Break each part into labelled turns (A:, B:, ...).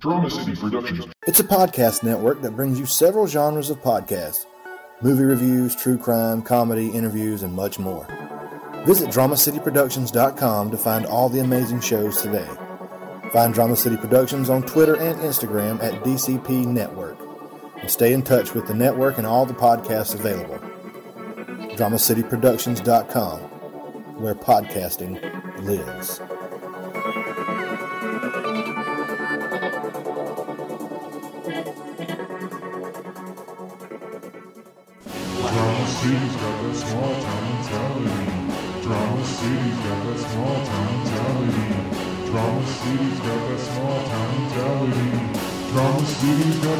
A: Drama City Productions.
B: It's a podcast network that brings you several genres of podcasts movie reviews, true crime, comedy, interviews, and much more. Visit DramaCityProductions.com to find all the amazing shows today. Find Drama City Productions on Twitter and Instagram at DCP Network. And stay in touch with the network and all the podcasts available. DramaCityProductions.com, where podcasting lives.
C: Drama City's got that small town mentality. Drama City's got that small town mentality. Drama City's got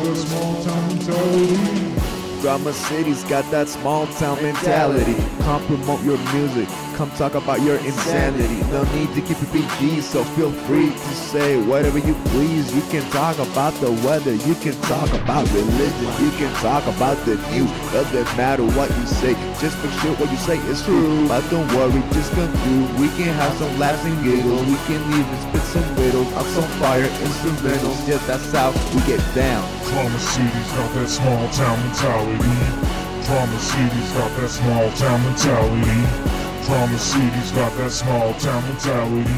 C: that small town mentality. Drama City's got that small town mentality.
D: Drama City's got that small town mentality. Come promote your music. Come talk about your insanity. No need to keep it PG, so feel free to say whatever you please. You can talk about the weather. You can talk about religion. You can talk about the news. Doesn't matter what you say. Just make sure what you say is true. But don't worry, just come through. We can have some laughs and giggles. We can even spit some riddles. I'm some fire instrumentals. Yeah, that's how we get down.
C: Drama City's got that small town mentality. Drama City's got that small town mentality. Drama City's got that small town mentality.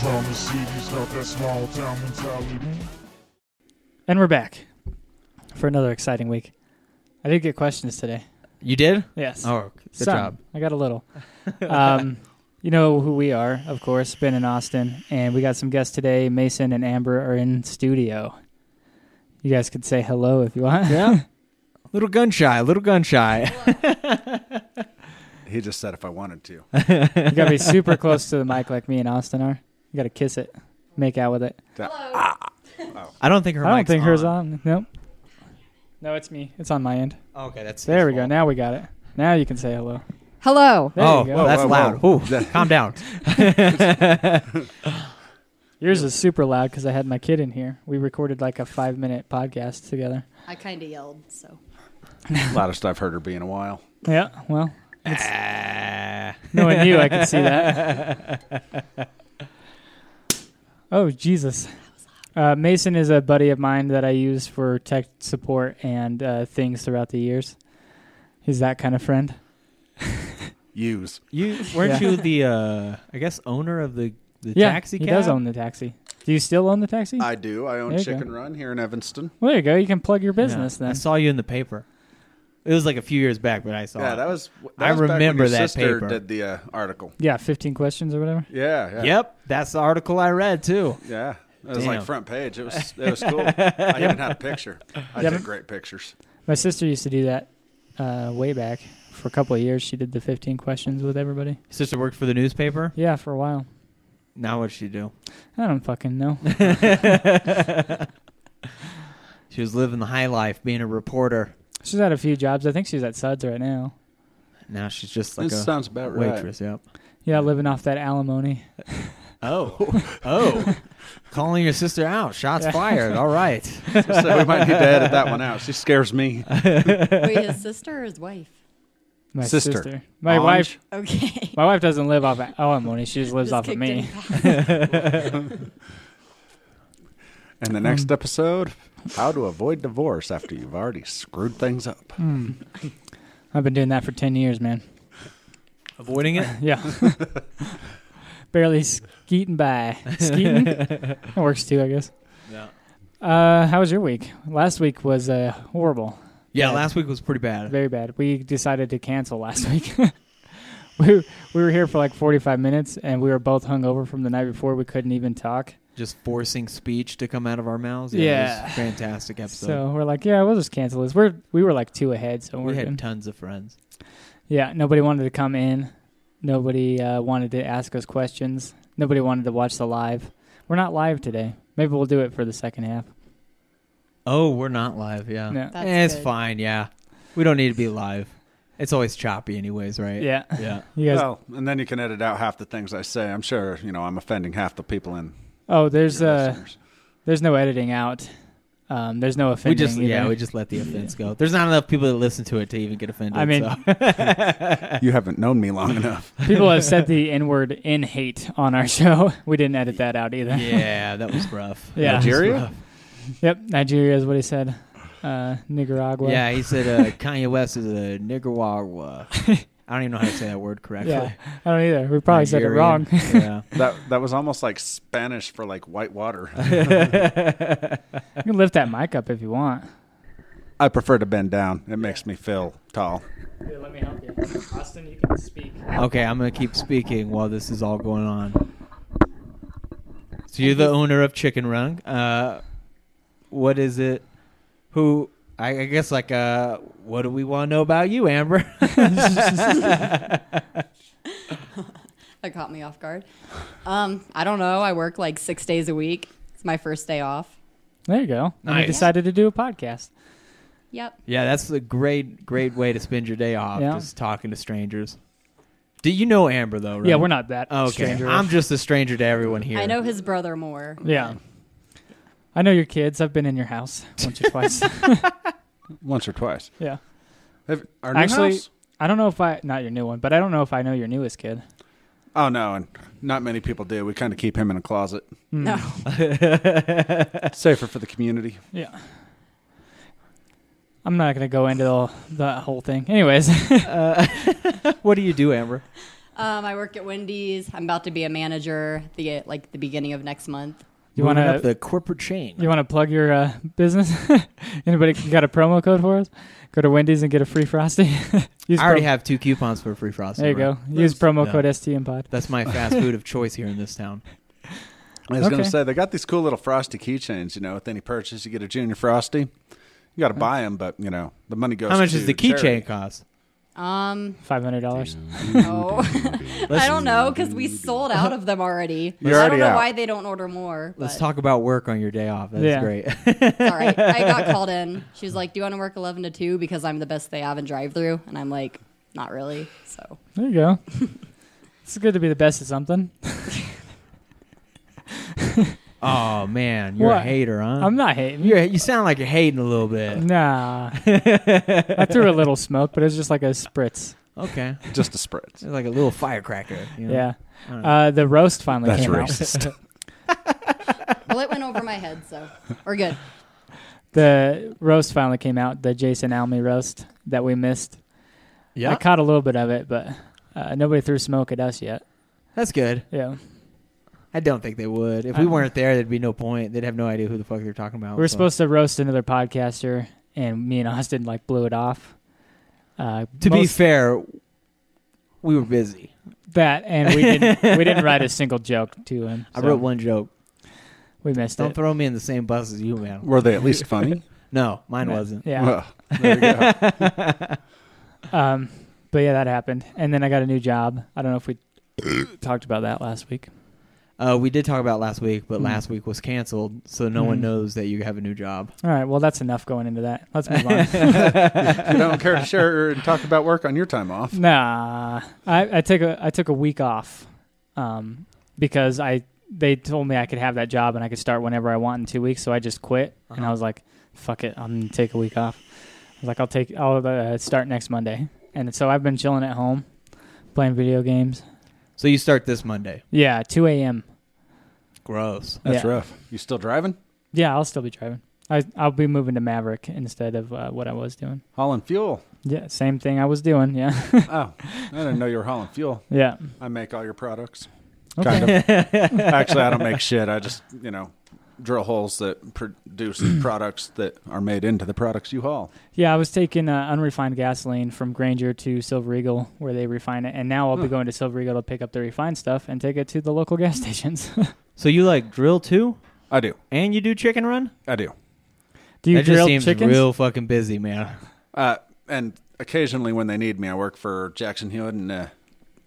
C: Drama City's got that small town mentality.
E: And we're back for another exciting week. I did get questions today.
F: You did?
E: Yes.
F: Oh, good
E: Some.
F: job.
E: I got a little. Um, you know who we are, of course, Ben and Austin. And we got some guests today. Mason and Amber are in studio. You guys could say hello if you want.
F: Yeah. little gun shy, little gun shy.
G: He just said if I wanted to.
E: you got to be super close to the mic like me and Austin are. You got to kiss it, make out with it.
F: I don't think her
E: I don't
F: mic's
E: think hers on. Nope. No, it's me. It's on my end.
F: Oh, okay, that's
E: There we go.
F: useful.
E: Now we got it. Now you can say hello.
H: Hello.
E: There
F: oh,
E: you go.
F: well, that's
G: Whoa,
F: loud.
G: whoa,
F: Ooh, calm down.
E: Yours is super loud because I had my kid in here. We recorded like a five minute podcast together.
H: I kind of yelled, so.
G: A lot of stuff hurt her being a while.
E: Yeah, well,
F: Ah.
E: no one knew I could see that. Oh, Jesus. Uh, Mason is a buddy of mine that I use for tech support and uh, things throughout the years. He's that kind of friend.
G: Use.
F: You weren't
E: Yeah.
F: you the uh I guess owner of the the
E: yeah,
F: taxi
E: he
F: cab?
E: does own the taxi. Do you still own the taxi?
G: I do. I own
E: There you
G: Chicken
E: go.
G: Run here in Evanston.
E: well, there you go. You can plug your
F: Yeah.
E: business
F: I
E: then.
F: saw you in the paper. It was like a few years back, but I saw.
G: Yeah,
F: it.
G: that was. That
F: I
G: was back when
F: remember
G: your
F: that
G: sister
F: paper.
G: did the uh, article.
E: yeah, 15 questions or whatever.
G: Yeah, yeah,
F: Yep, that's the article I read too.
G: yeah. It was
F: Damn.
G: like front page. It was it was cool. I even had a picture. I
E: Yeah,
G: did
E: but-
G: great pictures.
E: My sister used to do that uh, way back for a couple of years. She did the 15 questions with everybody.
F: Sister worked for the newspaper.
E: Yeah, for a while.
F: Now what'd she do?
E: I don't fucking know.
F: She was living the high life, being a reporter.
E: she's had a few jobs. I think she's at Suds right now.
F: Now she's just like
G: this
F: a
G: sounds about right.
F: waitress. Yep.
E: Yeah, living off that alimony.
F: Oh, oh, calling your sister out. Shots fired. All right.
G: so we might need to edit that one out. She scares me.
H: Wait, his sister or his wife?
E: My sister.
G: Sister.
E: My
G: Ange?
E: wife.
H: Okay.
E: My wife doesn't live off of alimony. She just lives
H: Just
E: off of
H: kicked
E: me.
H: him back.
G: And the
F: Mm-hmm.
G: next episode, how to avoid divorce after you've already screwed things up.
E: I've been doing that for 10 years, man.
F: Avoiding it.
E: Yeah. Barely skeeting by. Skeeting? that works too, I guess.
F: Yeah.
E: Uh, how was your week? Last week was uh, horrible.
F: Yeah.
E: Yeah.
F: Last week was pretty bad.
E: Very bad. We decided to cancel last week. we we were here for like 45 minutes and we were both hungover from the night before. We couldn't even talk.
F: Just forcing speech to come out of our mouths. It
E: Yeah.
F: was a fantastic episode.
E: So we're like, yeah, we'll just cancel this. We're we were like two ahead, so we're
F: we had
E: good.
F: tons of friends.
E: yeah, nobody wanted to come in. Nobody uh, wanted to ask us questions. Nobody wanted to watch the live. We're not live today. Maybe we'll do it for the second half.
F: Oh, we're not live. Yeah.
E: No.
H: That's
F: Eh, it's
H: good.
F: fine. Yeah. We don't need to be live. It's always choppy, anyways, right?
E: Yeah,
F: Yeah.
E: you guys.
G: Well, and then you can edit out half the things I say. I'm sure you know I'm offending half the people in.
E: Oh, there's
G: your
E: uh,
G: listeners.
E: there's no editing out. Um, there's no offending.
F: We just yeah
E: either.
F: we just let the offense go. There's not enough people that listen to it to even get offended.
E: I mean,
F: so.
G: you haven't known me long enough.
E: people have said the N word in hate on our show. We didn't edit that out either.
F: yeah, that was rough.
E: Yeah.
F: That was
G: Nigeria?
F: rough.
E: Yep, Nigeria is what he said. Uh, Nicaragua.
F: Yeah, he said uh, Kanye West is a Nicaragua. I don't even know how to say that word correctly.
E: Yeah, I don't either. We probably said it
F: Nigerian.
E: wrong.
F: yeah.
G: That that was almost like Spanish for like white water.
E: you can lift that mic up if you want.
G: I prefer to bend down. It makes me feel tall.
E: Here, let me help you. Austin, you can speak.
F: Okay, I'm gonna keep speaking while this is all going on. So you're the owner of Chicken Run. Uh, what is it? Who? I, I guess like uh, what do we want to know about you, Amber?
H: That caught me off guard. Um, I don't know. I work like six days a week. It's my first day off.
E: There you go. And we
F: Nice.
E: decided to do a podcast.
H: Yep.
F: yeah, that's a great, great way to spend your day off,
E: Yeah.
F: just talking to strangers. Do you know Amber though? Right?
E: Yeah, we're not that
F: Oh, Okay,
E: stranger.
F: I'm just a stranger to everyone here.
H: I know his brother more.
E: yeah. I know your kids. I've been in your house once or twice.
G: Once or twice.
E: yeah.
G: Have, our new
E: Actually,
G: house?
E: I don't know if I not your new one, but I don't know if I know your newest kid.
G: Oh no, and not many people do. We kind of keep him in a closet,
E: Hmm.
H: No.
F: Uh,
G: safer for the community.
E: Yeah. I'm not gonna go into the, the whole thing. Anyways,
F: What do you do, Amber?
H: Um, I work at Wendy's. I'm about to be a manager the like the beginning of next month.
E: you
F: Moving
E: wanna
F: up the corporate chain?
E: you wanna plug your uh, business? Anybody got a promo code for us? Go to Wendy's and get a free frosty. Use
F: I
E: prom-
F: already have two coupons for free frosting.
E: There you
F: bro.
E: go. Use promo
F: Yeah.
E: code STM Pod.
F: That's my fast food of choice here in this town.
G: I was going
E: Okay.
G: to say they got these cool little frosty keychains. You know, with any purchase, you get a junior frosty. You got to buy them, but you know the money goes.
F: How much
G: to
F: does the
G: charity.
F: keychain cost?
H: Um,
E: Five hundred dollars.
H: no, I don't know because we sold out of them already.
G: You're
H: I
G: already
H: don't know
G: out.
H: why they don't order more. But
F: Let's talk about work on your day off. That's
E: Yeah.
F: great.
H: It's all right. I got called in. She was like, "Do you want to work eleven to two because I'm the best they have in drive-through?" And I'm like, "Not really." So
E: There you go. it's good to be the best at something.
F: oh man, you're a
E: What?
F: hater, huh?
E: I'm not hating.
F: You're, you sound like you're hating a little bit.
E: Nah. I threw a little smoke, but it was just like a spritz.
F: Okay,
G: Just a spread.
F: it's like a little firecracker. you know?
E: Yeah.
F: I don't know.
E: Uh, the roast finally
G: That's
E: came
G: racist.
H: well, it went over my head. So we're good.
E: out. The roast finally came out, the Jason Alme roast that we missed.
F: yeah,
E: I caught a little bit of it, but uh, nobody threw smoke at us yet.
F: that's good.
E: Yeah.
F: I don't think they would. If
E: I-
F: we weren't there, there'd be no point. They'd have no idea who the fuck they're talking about.
E: We were
F: so.
E: supposed to roast another podcaster, and me and Austin like blew it off. Uh,
F: To be
E: most-
F: fair, we were busy.
E: that, and we didn't we didn't write a single joke to him.
F: I
E: so
F: wrote one joke.
E: We missed
F: Don't
E: it.
F: throw me in the same bus as you, man.
G: Were they at least funny?
F: No, mine wasn't.
E: Yeah.
G: Well, there you go.
E: Um, but yeah, that happened. And then I got a new job. I don't know if we talked about that last week.
F: Uh, we did talk about last week, but
E: Mm.
F: last week was canceled, so no
E: Mm.
F: one knows that you have a new job.
E: All right. Well, that's enough going into that. Let's move on.
G: you don't care to share and talk about work on your time off.
E: nah, I, I took a I took a week off, um, because I they told me I could have that job and I could start whenever I want in two weeks. So I just quit, and I
F: Uh-huh.
E: was like, "Fuck it, I'm gonna take a week off." I was like, "I'll take I'll uh, start next Monday." And so I've been chilling at home, playing video games.
F: So you start this Monday.
E: Yeah, 2 a.m.
F: Gross.
G: That's
E: Yeah.
G: rough. You still driving?
E: Yeah, I'll still be driving. I I'll be moving to Maverick instead of uh, what I was doing.
G: Hauling fuel.
E: Yeah, same thing I was doing. Yeah,
G: oh, I didn't know you were hauling fuel.
E: yeah.
G: I make all your products.
E: Okay.
G: Kind of. Actually, I don't make shit. I just, you know, drill holes that produce the products that are made into the products you haul.
E: Yeah, I was taking uh, unrefined gasoline from Granger to Silver Eagle, where they refine it, and now I'll be
G: Huh.
E: going to Silver Eagle to pick up the refined stuff and take it to the local gas stations.
F: So you like drill too,
G: I do.
F: and you do chicken run.
G: I do.
E: Do you
F: that
E: drill
F: just seems
E: chickens?
F: real fucking busy, man.
G: Uh, and occasionally when they need me, I work for Jackson Hewitt and uh,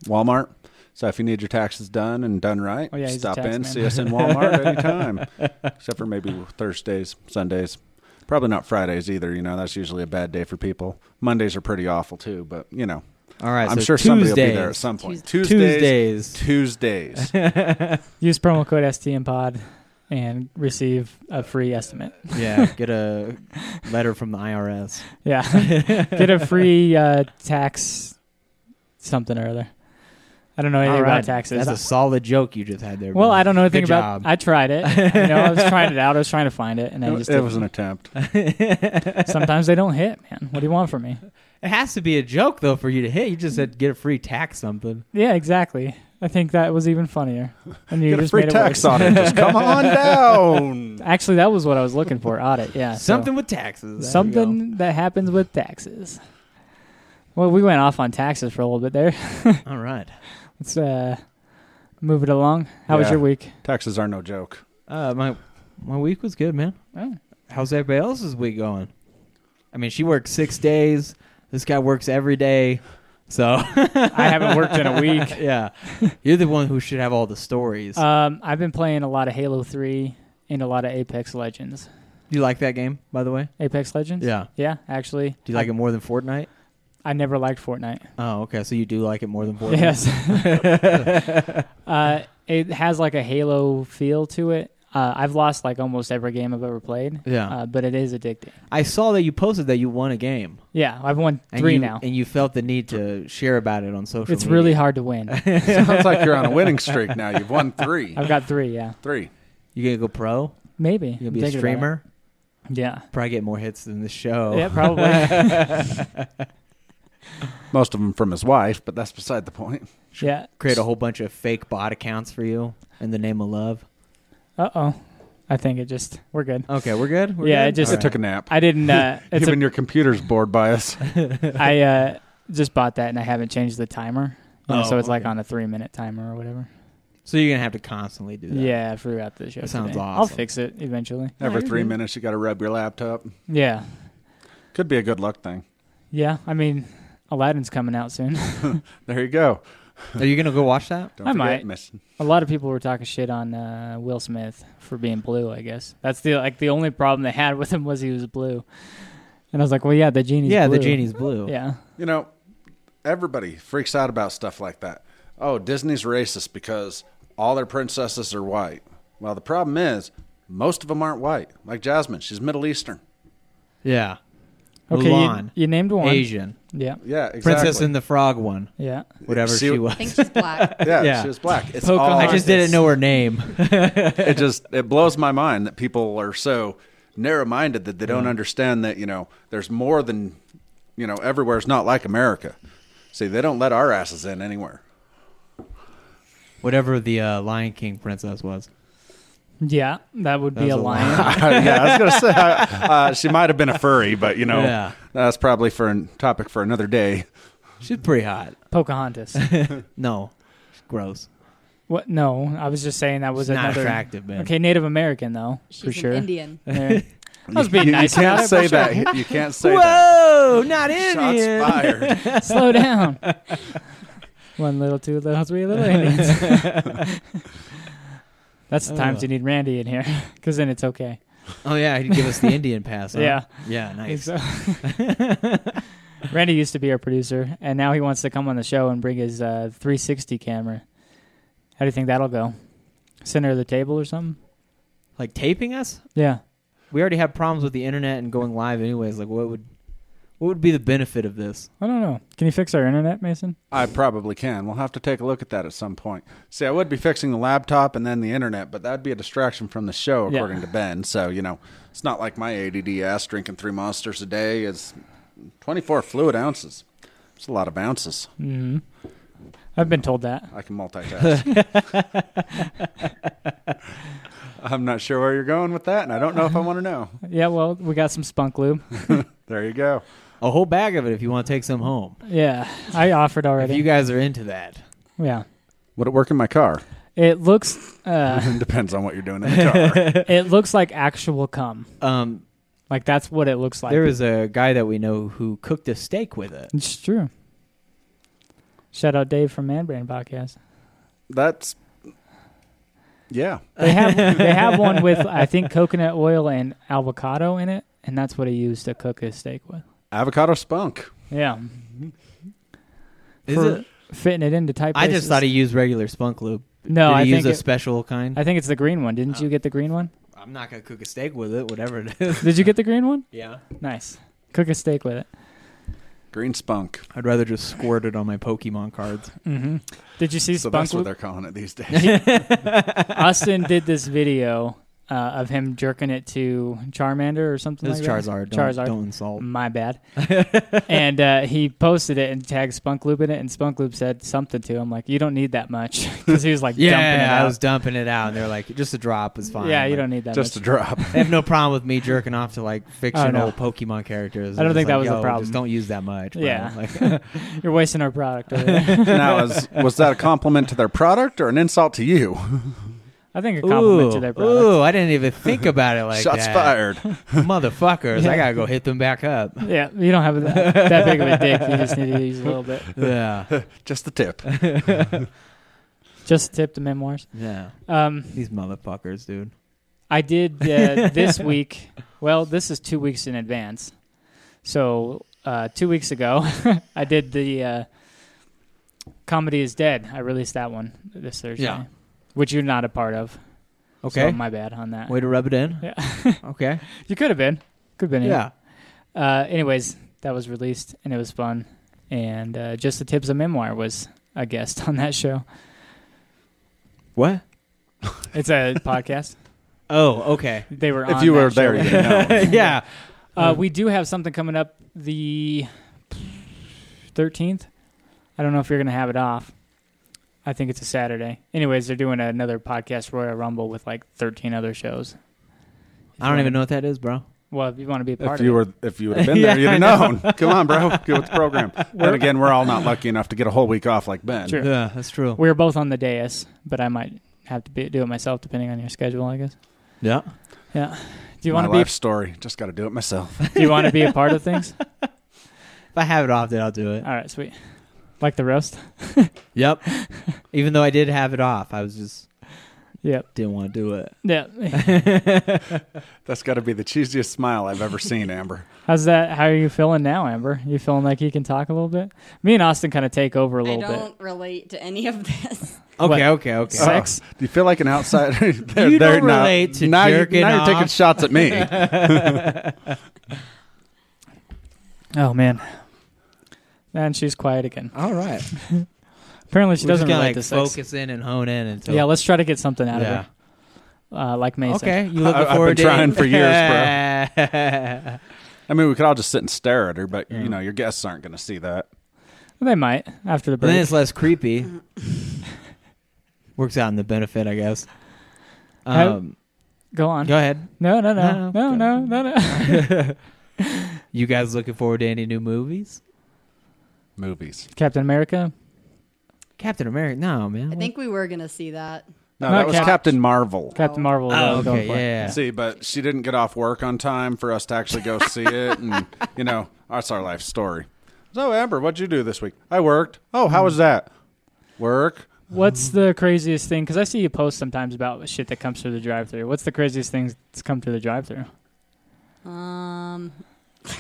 G: Walmart. So if you need your taxes done and done right,
E: Oh, yeah, he's a
G: stop
E: tax
G: in,
E: man.
G: see us in Walmart anytime. Except for maybe Thursdays, Sundays. Probably not Fridays either. You know, that's usually a bad day for people. Mondays are pretty awful too, but you know,
F: All right,
G: I'm
F: so
G: sure
F: Tuesdays,
G: somebody will be there at some point. Tuesdays.
F: Tuesdays.
G: Tuesdays.
E: Use promo code STMPod and receive a free estimate.
F: yeah, get a letter from the IRS.
E: Yeah, get a free uh, tax something or other. I don't know anything
F: All
E: about
F: right.
E: taxes.
F: That's a solid joke you just had there.
E: well,
F: brother.
E: I don't know anything
F: Good
E: about.
F: job.
E: I tried it. You know, I was trying it out. I was trying to find it, and I
G: It,
E: just
G: it was an
E: didn't.
G: attempt.
E: Sometimes they don't hit, man. What do you want from me?
F: it has to be a joke though for you to hit. You just said get a free tax something.
E: Yeah, exactly. I think that was even funnier. And you
G: Get a
E: just
G: free
E: made it
G: tax
E: worse.
G: audit. Just come on down.
E: Actually, that was what I was looking for. Audit. Yeah. Uh, so-
F: Something with taxes. There we go.
E: something that happens with taxes. Well, we went off on taxes for a little bit there.
F: All right.
E: Let's uh, move it along. How was
G: Yeah.
E: your week?
G: Taxes are no joke.
F: Uh, my my week was good, man.
E: Oh.
F: How's everybody else's week going? I mean, she works six days. This guy works every day. So
E: I haven't worked in a week.
F: yeah, you're the one who should have all the stories.
E: Um, I've been playing a lot of Halo Three and a lot of Apex Legends.
F: you like that game, by the way?
E: Apex Legends.
F: Yeah.
E: Yeah, actually.
F: Do you like it more than Fortnite?
E: I never liked Fortnite.
F: Oh, okay. So you do like it more than Fortnite?
E: Yes. uh, it has like a Halo feel to it. Uh, I've lost like almost every game I've ever played.
F: Yeah.
E: Uh, but it is addicting.
F: I saw that you posted that you won a game.
E: Yeah, I've won
F: And
E: three
F: you-
E: now.
F: And you felt the need to share about it on social
E: It's
F: media.
E: really hard to win.
G: Sounds like you're on a winning streak now. You've won three.
E: I've got three. Yeah,
G: Three.
F: You going to go pro?
E: maybe.
F: You
E: I'm
F: going to be a
E: thinking about it.
F: streamer? Oh.
E: Yeah.
F: Probably get more hits than this show.
E: Yeah, probably.
G: Most of them from his wife, but that's beside the point.
E: yeah.
F: Create a whole bunch of fake bot accounts for you in the name of love.
E: Uh oh. I think it just we're good.
F: Okay, we're good? We're
E: Yeah,
F: good?
E: it just- All
G: I
F: Alright.
G: took a nap.
E: I didn't. Uh, it's
G: Even your computer's bored by us.
E: a, I uh, just bought that and I haven't changed the timer, You know,
F: Oh,
E: so it's like
F: okay.
E: on a three minute timer or whatever.
F: So you're going to have to constantly do that.
E: Yeah, throughout the show.
F: That sounds
E: today. I'll
F: awesome.
E: fix it eventually.
G: Every three minutes, you got to rub your laptop.
E: Yeah,
G: Could be a good luck thing.
E: yeah. I mean, Aladdin's coming out soon.
G: There you go.
F: Are you going to go watch that?
G: Don't
E: I
G: forget,
E: might.
G: miss-
E: a lot of people were talking shit on uh, Will Smith for being blue. I guess that's the like the only problem they had with him was he was blue. And I was like, well, yeah, the genie's
F: yeah, the
E: blue.
F: genie's blue.
E: Yeah,
G: You know, everybody freaks out about stuff like that. Oh, Disney's racist because all their princesses are white. Well, the problem is most of them aren't white. Like Jasmine, she's Middle Eastern.
F: Yeah.
E: Okay, you-
F: Mulan.
E: You, named one.
F: Asian.
E: Yeah,
G: Yeah, exactly.
F: Princess and the Frog one.
E: yeah.
F: Whatever
G: See
F: she
G: what-
F: was.
H: I think she's black.
G: yeah,
F: yeah. Oh,
G: she was black. It's all,
E: Pocahontas.
F: I just didn't know her name.
G: it just it blows my mind that people are so narrow-minded that they don't understand that you know there's more than you know everywhere's not like America. See, they don't let our asses in anywhere.
F: Whatever the uh, Lion King princess was.
E: Yeah, that would be
F: That's
E: a
F: a
E: lion.
G: yeah, I was gonna say uh, she might have been a furry, but you know
F: Yeah.
G: that's probably for a topic for another day.
F: She's pretty hot.
E: Pocahontas.
F: No. She's gross.
E: what? No, I was just saying that was
F: She's not
E: another.
F: attractive, man.
E: Okay, Native American though,
H: She's
E: for
H: an
E: sure.
H: Indian.
E: There. I was being
G: you,
E: nice.
G: you
E: about
G: can't
E: it,
G: say
E: for sure.
G: that. You can't say that.
F: Whoa, not
G: Shots
F: Indian.
G: fired.
E: Slow down. One little, two little, three little Indians. That's the times you need Randy in here, because then it's okay.
F: Oh yeah, he'd give us the Indian pass. huh?
E: Yeah.
F: yeah, nice.
E: So- Randy used to be our producer, and now he wants to come on the show and bring his uh, 360 camera. How do you think that'll go? Center of the table or something?
F: Like taping us?
E: Yeah.
F: We already have problems with the internet and going live, anyways. Like, what would what would be the benefit of this?
E: I don't know. Can you fix our internet, Mason?
G: I probably can. We'll have to take a look at that at some point. See, I would be fixing the laptop and then the internet, but that'd be a distraction from the show,
E: Yeah.
G: according to Ben. So, you know, it's not like my ADD ass drinking three monsters a day. It's 24 fluid ounces. It's a lot of ounces.
E: Mm-hmm. I've been told that.
G: I can multitask. I'm not sure where you're going with that, and I don't know if I want to know.
E: Yeah, well, we got some spunk lube.
G: There you go.
F: A whole bag of it if you want to take some home.
E: Yeah, I offered
F: If
E: already.
F: you guys are into that,
E: yeah.
G: Would it work in my car?
E: It looks uh,
G: Depends on what you're doing in the car.
E: it looks like actual cum.
F: um,
E: Like that's what it looks like.
F: there was a guy that we know who cooked a steak with it.
E: it's true. Shout out Dave from Man Brain Podcast.
G: That's, yeah.
E: They have they have one with I think coconut oil and avocado in it, and that's what he used to cook his steak with.
G: Avocado spunk.
E: Yeah,
F: Is
E: For-
F: it?
E: fitting it into type.
F: I just thought he used regular spunk lube.
E: No,
F: Did he
E: I
F: use
E: think
F: a Oh.
E: it-
F: special kind?
E: I think it's the green one. Didn't you get the green one?
F: I'm not gonna cook a steak with it, whatever it is.
E: Did you get the green one?
F: yeah.
E: Nice. Cook a steak with it.
G: Green spunk.
F: I'd rather just squirt it on my Pokemon cards.
E: hmm Did you see
G: So
E: Spunk?
G: that's what they're calling it these days.
E: Austin did this video uh, of him jerking it to Charmander or something
F: It's
E: like that.
F: Charizard. Don't,
E: Charizard.
F: Don't insult.
E: My bad. and uh, he posted it and tagged Spunk Loop in it, and Spunk Loop said something to him like, "You don't need that much," because he was like dumping it
F: Yeah, I
E: out.
F: was dumping it out, and they're like, "Just a drop is fine."
E: yeah, you
F: Like,
E: don't need that
G: Just a
E: much.
G: drop.
F: They have no problem with me jerking off to like fictional
E: no.
F: Pokemon characters.
E: I don't
F: It's
E: think that
F: like,
E: was a
F: "Yo,
E: problem."
F: Just don't use that much. bro."
E: Yeah.
F: Like,
E: You're wasting our product. Over there.
G: now, is, was that a compliment to their product or an insult to you?
E: I think a compliment
F: ooh,
E: to their product.
F: Ooh, I didn't even think about it like
G: Shots
F: that.
G: fired.
F: Motherfuckers,
E: Yeah.
F: I gotta go hit them back up.
E: Yeah, you don't have that, that big of a dick. You just need to use a little bit.
F: Yeah,
G: Just the tip.
E: Just tip the memoirs.
F: yeah.
E: Um,
F: These motherfuckers, dude.
E: I did uh, this week. Well, this is two weeks in advance. So uh, two weeks ago, I did the uh, comedy is dead. I released that one this Thursday,
F: Yeah.
E: which you're not a part of.
F: Okay,
E: so my bad on that.
F: way to rub it in.
E: Yeah.
F: Okay,
E: you could have been. Could have been. in it.
F: yeah.
E: Uh, anyways, that was released and it was fun. And uh, just the tips of memoir was a guest on that show.
F: What?
E: It's a podcast.
F: Oh, okay.
E: They were.
G: if
E: on
G: you
E: that
G: were
E: show.
G: there, you know.
F: yeah.
E: Uh, we do have something coming up the 13th. I don't know if you're going to have it off. I think it's a Saturday. Anyways, they're doing another podcast, Royal Rumble, with like 13 other shows. If
F: I don't
E: you
F: even
E: wanna-
F: know what that is, bro.
E: Well, if you want to be a part
G: If you
E: of
G: were, if you would have been there, you'd have known. Come on, bro, get with the program. Then again, we're all not lucky enough to get a whole week off like Ben.
E: it. Sure.
F: Yeah, that's true.
E: We were both on the dais, but I might have to be, do it myself depending on your schedule, I guess.
F: Yeah.
E: Yeah. Do you
G: My
E: want to
G: life
E: be
G: story. Just got to do it myself.
E: do you want to be a part of things?
F: If I have it off, then I'll do it.
E: All right, sweet. Like the roast?
F: Yep. Even though I did have it off, I was just
E: Yep.
F: didn't want to do it.
E: Yeah.
G: That's got to be the cheesiest smile I've ever seen, Amber.
E: How's that? How are you feeling now, Amber? You feeling like you can talk a little bit? Me and Austin kind of take over a
H: I
E: little bit.
H: don't relate to any of this.
F: Okay,
E: What?
F: okay, okay.
E: Sex?
G: Do you feel like an outsider? They're-
F: You don't
G: they're not-
F: relate to
G: now you're-
F: jerking
G: now you're taking
F: off.
G: shots at me.
E: Oh man. Man, she's quiet again.
F: All right. She
E: Apparently, she doesn't relate
F: like
E: to sex.
F: focus in and hone in until
E: Yeah, let's try to get something out
F: Yeah.
E: of her. Uh, like Mason.
F: Okay, you looking
G: I've been
F: forward to
G: trying for years,
F: bro.
G: I mean, we could all just sit and stare at her, but you know, your guests aren't going to see that.
E: They might after the
F: But
E: break.
F: then it's less creepy. Works out in the benefit, I guess.
E: How-
F: Um,
E: Go on.
F: go ahead.
E: No, no, no,
F: No,
E: no, no, no, no.
F: You guys looking forward to any new movies?
G: Movies.
E: Captain America.
F: Captain America? No, man.
H: I think we were gonna see that.
G: No,
E: Not
G: that was
E: Cap-
G: Captain Marvel.
E: Captain
H: Oh.
E: Marvel. that
F: Oh,
E: was going
F: okay,
E: for it.
F: yeah.
G: See, but she didn't get off work on time for us to actually go see it, and you know, that's our life story. So, Amber, what'd you do this week? I worked. Oh, how
F: Hmm.
G: was that? Work.
E: What's the craziest thing? Because I see you post sometimes about shit that comes through the drive-through. What's the craziest thing that's come through the drive-through?
H: Um,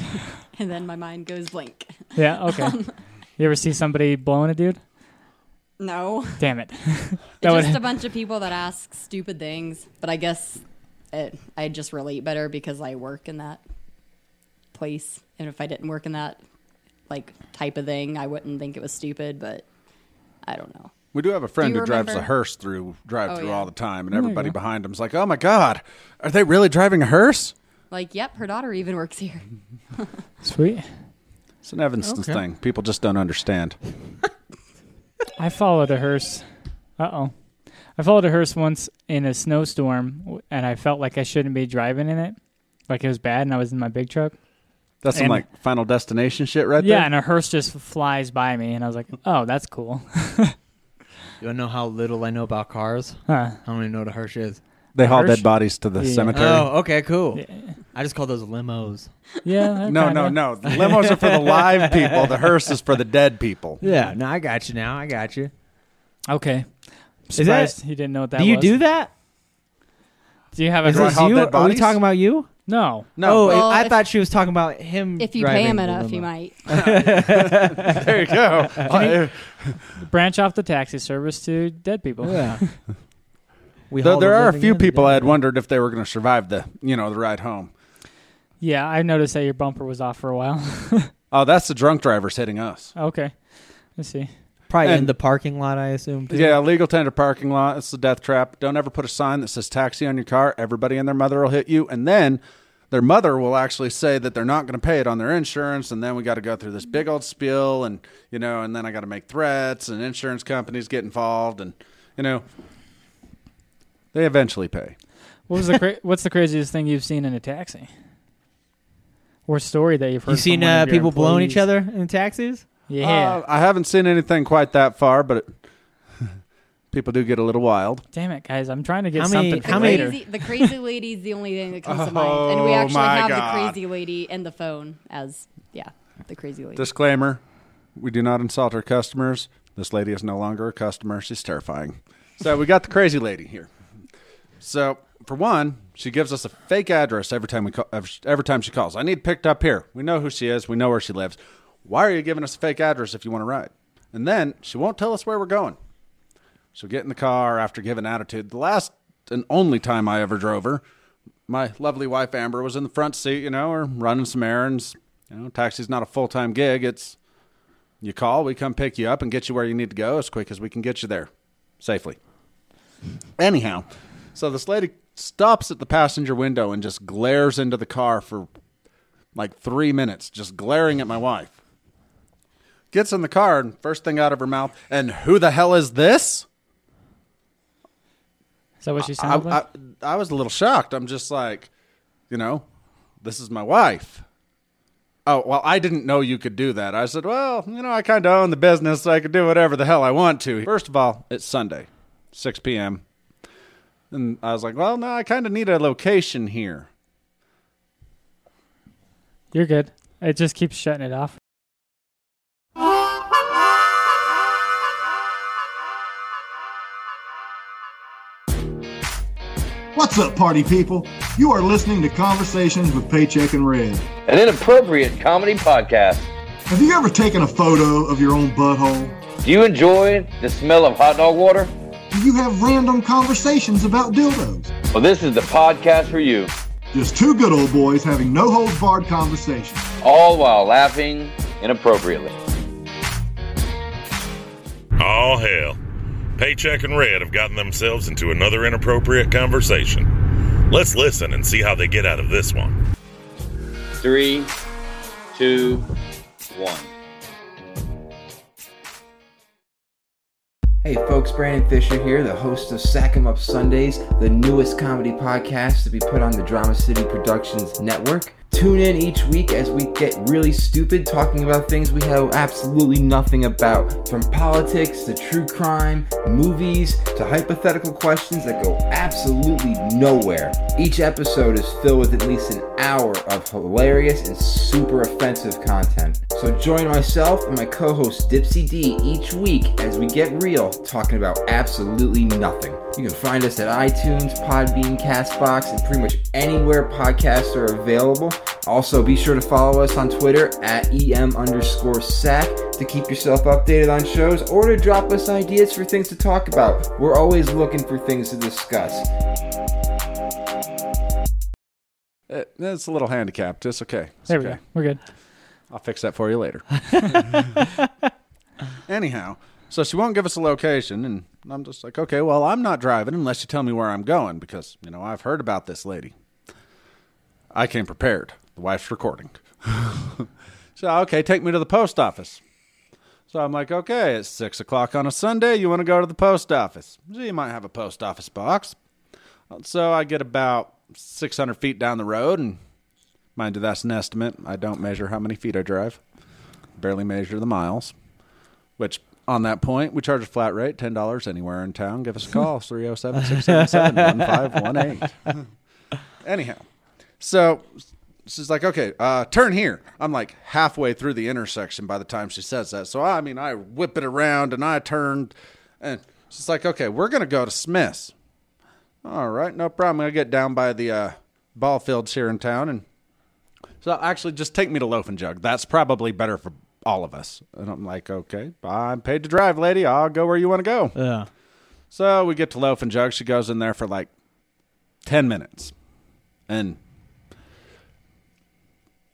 H: and then my mind goes blank.
E: Yeah. Okay. you ever see somebody blowing a dude?
H: No,
E: Damn it. that
H: it's
E: would,
H: just a bunch of people that ask stupid things. But I guess it, I just relate better because I work in that place, and if I didn't work in that like type of thing, I wouldn't think it was stupid. But I don't know.
G: We do have a friend
H: Do
G: who
H: you
G: drives a
H: remember?
G: hearse through drive through
H: Oh, yeah.
G: all the time, and everybody behind him's like, "Oh my god, are they really driving a hearse?"
H: Like, yep, her daughter even works here.
E: sweet.
G: It's an Evanston
F: Okay.
G: thing. People just don't understand.
E: I followed a hearse. Uh oh. I followed a hearse once in a snowstorm, w- and I felt like I shouldn't be driving in it. Like it was bad, and I was in my big truck.
G: That's some
E: And-
G: like Final Destination shit, right
E: yeah,
G: there.
E: and a hearse just flies by me, and I was like, "Oh, that's cool."
F: You wanna know how little I know about cars?
E: Huh.
F: I don't even know what a Hirsch is.
G: They haul
E: Hearse?
G: dead bodies to the
E: Yeah.
G: cemetery.
F: Oh, okay, cool.
E: Yeah.
F: I just call those limos.
E: Yeah.
G: No, no,
E: kinda.
G: no. The limos are for the live people. The hearse is for the dead people.
F: Yeah, no, I got you now. I got you.
E: Okay. I'm
F: that-
E: surprised you didn't know what that
F: do you
E: was.
F: do that?
E: Do you have a
F: Is
G: Do I
F: this
G: haul
F: you?
G: dead
F: Are we
G: bodies?
F: talking about you?
E: No.
G: No,
F: oh,
G: but-
H: Well,
F: I
H: if-
F: thought she was talking about him.
H: If you pay
F: driving
H: him
F: the
H: enough, you
F: limo.
H: might.
G: there you go. Uh,
E: Branch off the taxi service to dead people.
F: Yeah. we
G: Though
F: haul
G: there
F: the
G: are a
F: living
G: few
F: and the
G: people I
F: dead.
G: had wondered if they were going to survive the, you know, the ride home.
E: Yeah, I noticed that your bumper was off for a while.
G: Oh, that's the drunk drivers hitting us.
E: Okay. Let's see.
F: Probably in
G: And-
F: the parking lot, I assume. Too.
G: Yeah, legal tender parking lot. It's the death trap. Don't ever put a sign that says taxi on your car. Everybody and their mother will hit you. And then their mother will actually say that they're not going to pay it on their insurance. And then we got to go through this big old spiel. And, you know, and then I got to make threats and insurance companies get involved. And, you know, they eventually pay.
E: What was the cra- what's the craziest thing you've seen in a taxi? Or story that you've heard?
F: You seen
E: from one
F: uh,
E: of your
F: people blowing each
E: employees?
F: other in taxis?
E: Yeah.
G: Uh, I haven't seen anything quite that far, but it, people do get a little wild.
E: Damn it, guys! I'm trying to get
F: How many-
E: something for
F: how many-
E: later.
H: Crazy, the crazy lady is the only thing that comes to mind, and we
G: Oh,
H: actually
G: my
H: have
G: God.
H: the crazy lady and the phone as yeah, the crazy lady.
G: Disclaimer we do not insult our customers. This lady is no longer a customer. She's terrifying. So we got the crazy lady here. So for one, she gives us a fake address every time we call, every, every time she calls. I need picked up here. We know who she is. We know where she lives. Why are you giving us a fake address if you want to ride? And then she won't tell us where we're going. She'll get in the car after giving attitude. The last and only time I ever drove her, my lovely wife Amber was in the front seat, you know, or running some errands. You know, taxi's not a full time gig. It's you call, we come pick you up and get you where you need to go as quick as we can get you there safely. Anyhow, so this lady stops at the passenger window and just glares into the car for like three minutes, just glaring at my wife. Gets in the car and first thing out of her mouth, and who the hell is this?
E: Is that what she
G: I,
E: sounded
G: I,
E: like?
G: I was a little shocked. I'm just like, you know, this is my wife. Oh, well, I didn't know you could do that. I said, well, you know, I kind of own the business, so I could do whatever the hell I want to. First of all, it's Sunday, 6 p.m. And I was like, well, no, I kind of need a location here.
E: You're good. It just keeps shutting it off.
A: What's up, party people? You are listening to Conversations with Paycheck and Red.
I: an inappropriate comedy podcast.
A: Have you ever taken a photo of your own butthole?
I: Do you enjoy the smell of hot dog water?
A: Do you have random conversations about dildos?
I: Well, this is the podcast for you,
A: Just two good old boys having no holds barred conversations.
I: all while laughing inappropriately.
J: Oh, hell. Paycheck and Red have gotten themselves into another inappropriate conversation. Let's listen and see how they get out of this one.
I: Three, two, one.
K: Hey folks, Brandon Fisher here, the host of Sack 'em Up Sundays, the newest comedy podcast to be put on the Drama City Productions Network. Tune in each week as we get really stupid talking about things we know absolutely nothing about, from politics to true crime, movies to hypothetical questions that go absolutely nowhere. Each episode is filled with at least an hour of hilarious and super offensive content. So join myself and my co-host Dipsy D each week as we get real talking about absolutely nothing. You can find us at iTunes, Podbean, Castbox, and pretty much anywhere podcasts are available. Also, be sure to follow us on Twitter at em underscore sack to keep yourself updated on shows or to drop us ideas for things to talk about. We're always looking for things to discuss.
G: It- it's a little handicapped. It's okay. It's
E: There we
G: okay.
E: go. We're good.
G: I'll fix that for you later. Anyhow, so she won't give us a location, and I'm just like, okay, well, I'm not driving unless you tell me where I'm going because, you know, I've heard about this lady. I came prepared. The wife's recording. so, okay, take me to the post office. So I'm like, okay, it's six o'clock on a Sunday. You want to go to the post office? So you might have a post office box. So I get about 600 feet down the road and Mind you, that's an estimate. I don't measure how many feet I drive. Barely measure the miles. Which, on that point, we charge a flat rate, $10 anywhere in town. Give us a call, 307 677 1518. Anyhow, so she's like, okay, uh, turn here. I'm like halfway through the intersection by the time she says that. So, I mean, I whip it around and I turned. And she's like, okay, we're going to go to Smith's. All right, no problem. I get down by the uh, ball fields here in town and so actually, just take me to Loaf and Jug. That's probably better for all of us. And I'm like, okay, I'm paid to drive, lady. I'll go where you want to go.
F: Yeah.
G: So we get to Loaf and Jug. She goes in there for like 10 minutes. And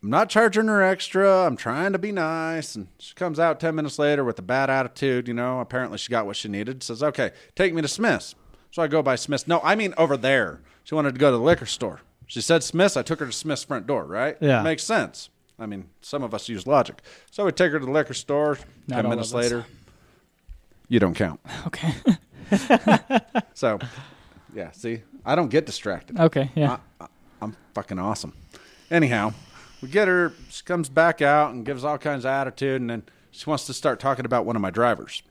G: I'm not charging her extra. I'm trying to be nice. And she comes out 10 minutes later with a bad attitude. You know, apparently she got what she needed. Says, okay, take me to Smith's. So I go by Smith's. No, I mean over there. She wanted to go to the liquor store. She said Smith's. I took her to Smith's front door, right?
F: Yeah.
G: Makes sense. I mean, some of us use logic. So we take her to the liquor store.
E: Not
G: 10
E: all
G: minutes
E: of us.
G: later, you don't count.
E: Okay.
G: So, yeah, see, I don't get distracted.
E: okay.
F: Uh,
E: Yeah.
G: I, I'm fucking awesome. Anyhow, we get her. She comes back out and gives all kinds of attitude, and then she wants to start talking about one of my drivers.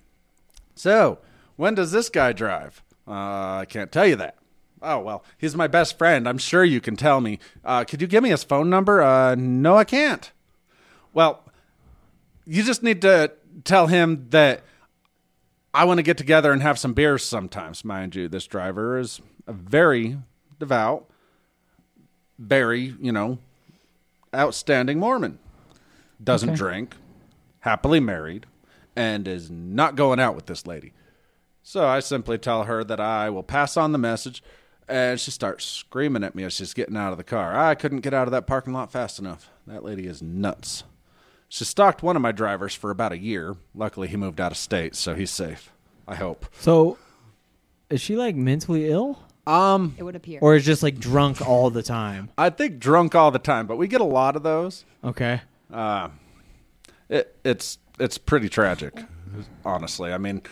G: So, when does this guy drive? Uh, I can't tell you that. Oh well, he's my best friend. I'm sure you can tell me. Uh, could you give me his phone number? Uh, no, I can't. Well, you just need to tell him that I want to get together and have some beers sometimes. Mind you, this driver is a very devout, very, you know, outstanding Mormon. Doesn't drink, happily married, and is not going out with this lady. So I simply tell her that I will pass on the message, and she starts screaming at me as she's getting out of the car. I couldn't get out of that parking lot fast enough. That lady is nuts. She stalked one of my drivers for about a year. Luckily, he moved out of state, so he's safe. I hope.
F: So, is she like mentally ill,
G: Um,
H: It would appear.
F: or is just like drunk all the time?
G: I think drunk all the time, but we get a lot of those.
F: Okay.
G: It, it's it's pretty tragic, honestly. I mean,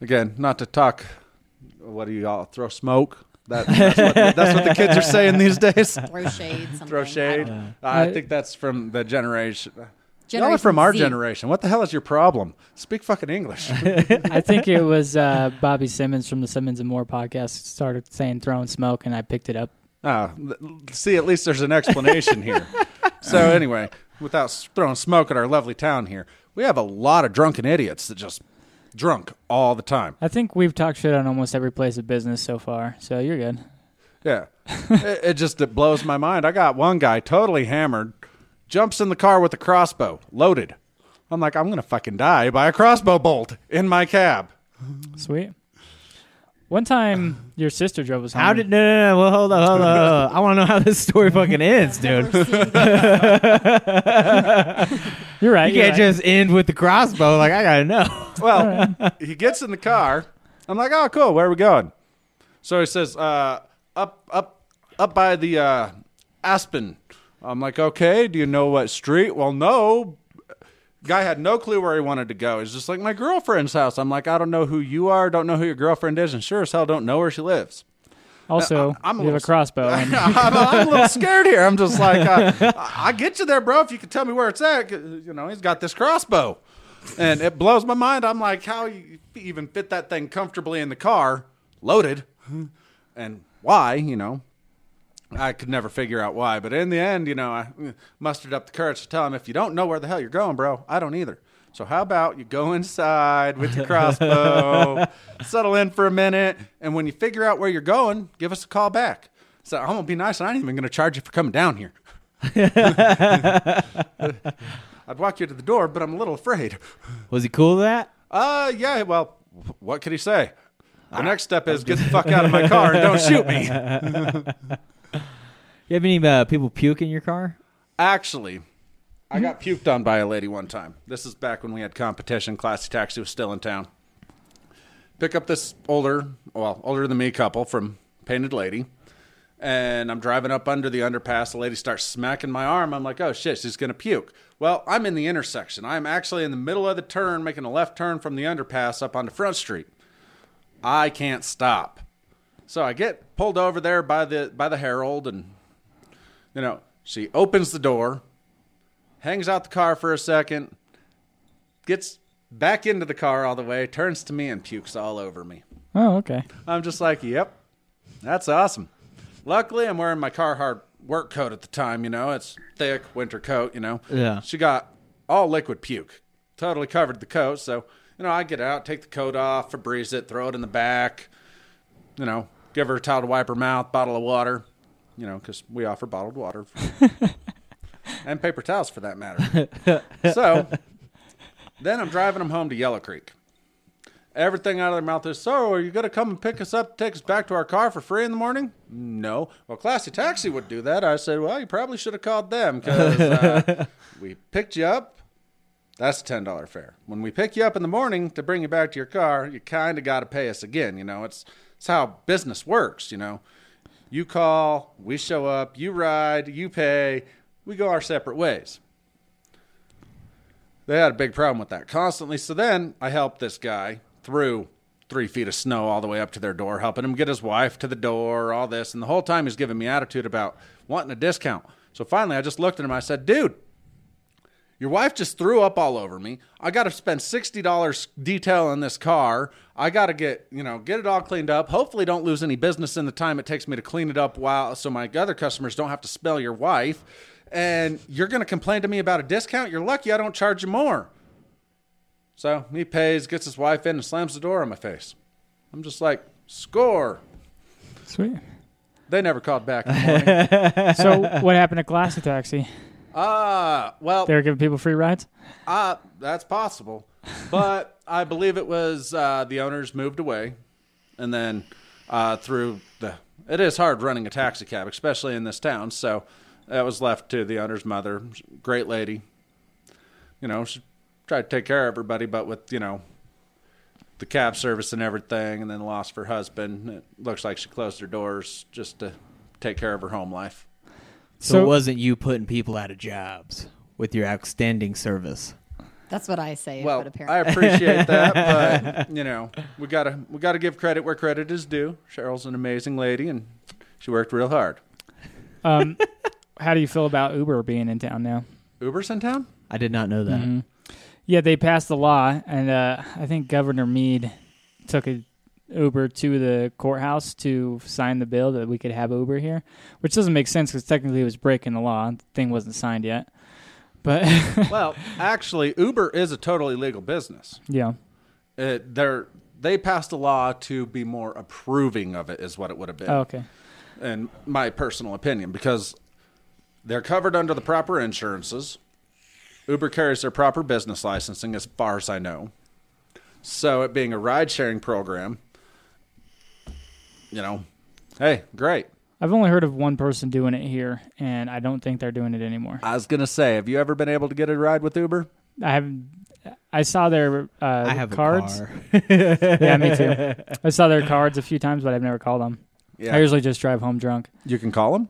G: again, not to talk. What do you all throw smoke? That, that's, what, that's what the kids are saying these days.
H: Throw shade. Something.
G: Throw shade. I think that's from the generation. Y'all are
H: Generation
G: from our
H: Z.
G: generation. What the hell is your problem? Speak fucking English.
E: I think it was uh, Bobby Simmons from the Simmons and More podcast started saying throwing smoke, and I picked it up.
G: Ah, th- see, at least there's an explanation here. so anyway, without s- throwing smoke at our lovely town here, we have a lot of drunken idiots that just drunk all the time.
E: I think we've talked shit on almost every place of business so far, so you're good.
G: Yeah, it, it just it blows my mind. I got one guy totally hammered, jumps in the car with a crossbow loaded. I'm like, I'm gonna fucking die by a crossbow bolt in my cab.
E: Sweet. One time, your sister drove us home.
F: How did no no no? Well, hold on, hold on. Hold on. I want to know how this story fucking ends, dude. You
E: you're right? you're
F: can't
E: right.
F: just end with the crossbow. Like I gotta know.
G: Well, he gets in the car. I'm like, oh, cool. Where are we going? So he says, uh, up, up, up by the uh, Aspen. I'm like, okay. Do you know what street? Well, no. Guy had no clue where he wanted to go. He's just like my girlfriend's house. I'm like, I don't know who you are. Don't know who your girlfriend is, and sure as hell don't know where she lives.
E: also
G: I- I'm a
E: you have a
G: little-
E: crossbow. and-
G: I'm, I'm a little scared here. I'm just like, uh, I I get you there, bro. If you could tell me where it's at, 'cause, you know, he's got this crossbow, and it blows my mind. I'm like, how you even fit that thing comfortably in the car, loaded, and why? You know, I could never figure out why. But in the end, you know, I mustered up the courage to tell him, if you don't know where the hell you're going, bro, I don't either. So how about you go inside with your crossbow, settle in for a minute, and when you figure out where you're going, give us a call back. So I'm gonna be nice, and I ain't even gonna charge you for coming down here. I'd walk you to the door, but I'm a little afraid.
F: Was he cool with that?
G: Uh, yeah. Well, what could he say? The next step is get the fuck out of my car and don't shoot me.
F: You have any uh, people puke in your car?
G: Actually, I got puked on by a lady one time. This is back when we had competition. Classy Taxi was still in town. Pick up this older, well, older than me couple from Painted Lady. And I'm driving up under the underpass. The lady starts smacking my arm. I'm like, oh shit, she's going to puke. Well, I'm in the intersection. I'm actually in the middle of the turn, making a left turn from the underpass up onto Front Street. I can't stop. So I get pulled over there by the by the Herald and you know, she opens the door, hangs out the car for a second, gets back into the car all the way, turns to me and pukes all over me.
E: oh, okay.
G: I'm just like, yep, that's awesome. Luckily, I'm wearing my Carhartt work coat at the time. You know, it's thick winter coat. You know,
F: Yeah.
G: She got all liquid puke, totally covered the coat. So you know, I get out, take the coat off, Febreze it, throw it in the back. You know, give her a towel to wipe her mouth, bottle of water. You know, because we offer bottled water and paper towels for that matter. so then I'm driving them home to Yellow Creek Everything out of their mouth is, so are you going to come and pick us up, take us back to our car for free in the morning? No. Well, Classy Taxi would do that. I said, well, you probably should have called them because uh, we picked you up. That's a ten dollar fare. When we pick you up in the morning to bring you back to your car, you kind of got to pay us again. You know, it's it's how business works. You know, you call, we show up, you ride, you pay, we go our separate ways. They had a big problem with that constantly. So then I helped this guy through three feet of snow all the way up to their door, helping him get his wife to the door, all this. And the whole time he's giving me attitude about wanting a discount. So finally, I just looked at him. I said, dude, your wife just threw up all over me. I got to spend sixty dollars detailing this car. I got to get you know get it all cleaned up. Hopefully, don't lose any business in the time it takes me to clean it up. While so my other customers don't have to smell your wife. And you're gonna complain to me about a discount? You're lucky I don't charge you more. So he pays, gets his wife in, and slams the door in my face. I'm just like, score.
E: Sweet.
G: They never called back. In the morning.
E: So what happened to Classy Taxi?
G: Ah, well,
E: They were giving people free rides.
G: Uh, that's possible. But I believe it was uh, the owners moved away. And then uh, through the. It is hard running a taxi cab, especially in this town. So that was left to the owner's mother. Great lady. You know, she tried to take care of everybody, but with, you know, the cab service and everything, and then lost her husband. It looks like she closed her doors just to take care of her home life.
F: So, it wasn't you putting people out of jobs with your outstanding service.
H: That's what I say.
G: Well,
H: but
G: I
H: apparently,
G: appreciate that, but you know, we gotta we gotta give credit where credit is due. Cheryl's an amazing lady, and she worked real hard.
E: Um, how do you feel about Uber being in town now?
G: Uber's in town.
F: I did not know that.
E: Mm-hmm. Yeah, they passed the law, and uh, I think Governor Mead took a Uber to the courthouse to sign the bill that we could have Uber here, which doesn't make sense because technically it was breaking the law. The thing wasn't signed yet, but
G: Well, actually, Uber is a totally legal business.
E: yeah,
G: It, they're they passed a law to be more approving of it, is what it would have been.
E: oh, okay.
G: in my personal opinion, because they're covered under the proper insurances. Uber carries their proper business licensing, as far as I know. So, it being a ride sharing program, you know, hey, great.
E: I've only heard of one person doing it here, and I don't think they're doing it anymore.
G: I was going to say, have you ever been able to get a ride with Uber?
E: I haven't. I saw their uh,
F: I have
E: cards.
F: a car.
E: yeah, me too. I saw their cards a few times, but I've never called them.
G: Yeah.
E: I usually just drive home drunk.
G: You can call them?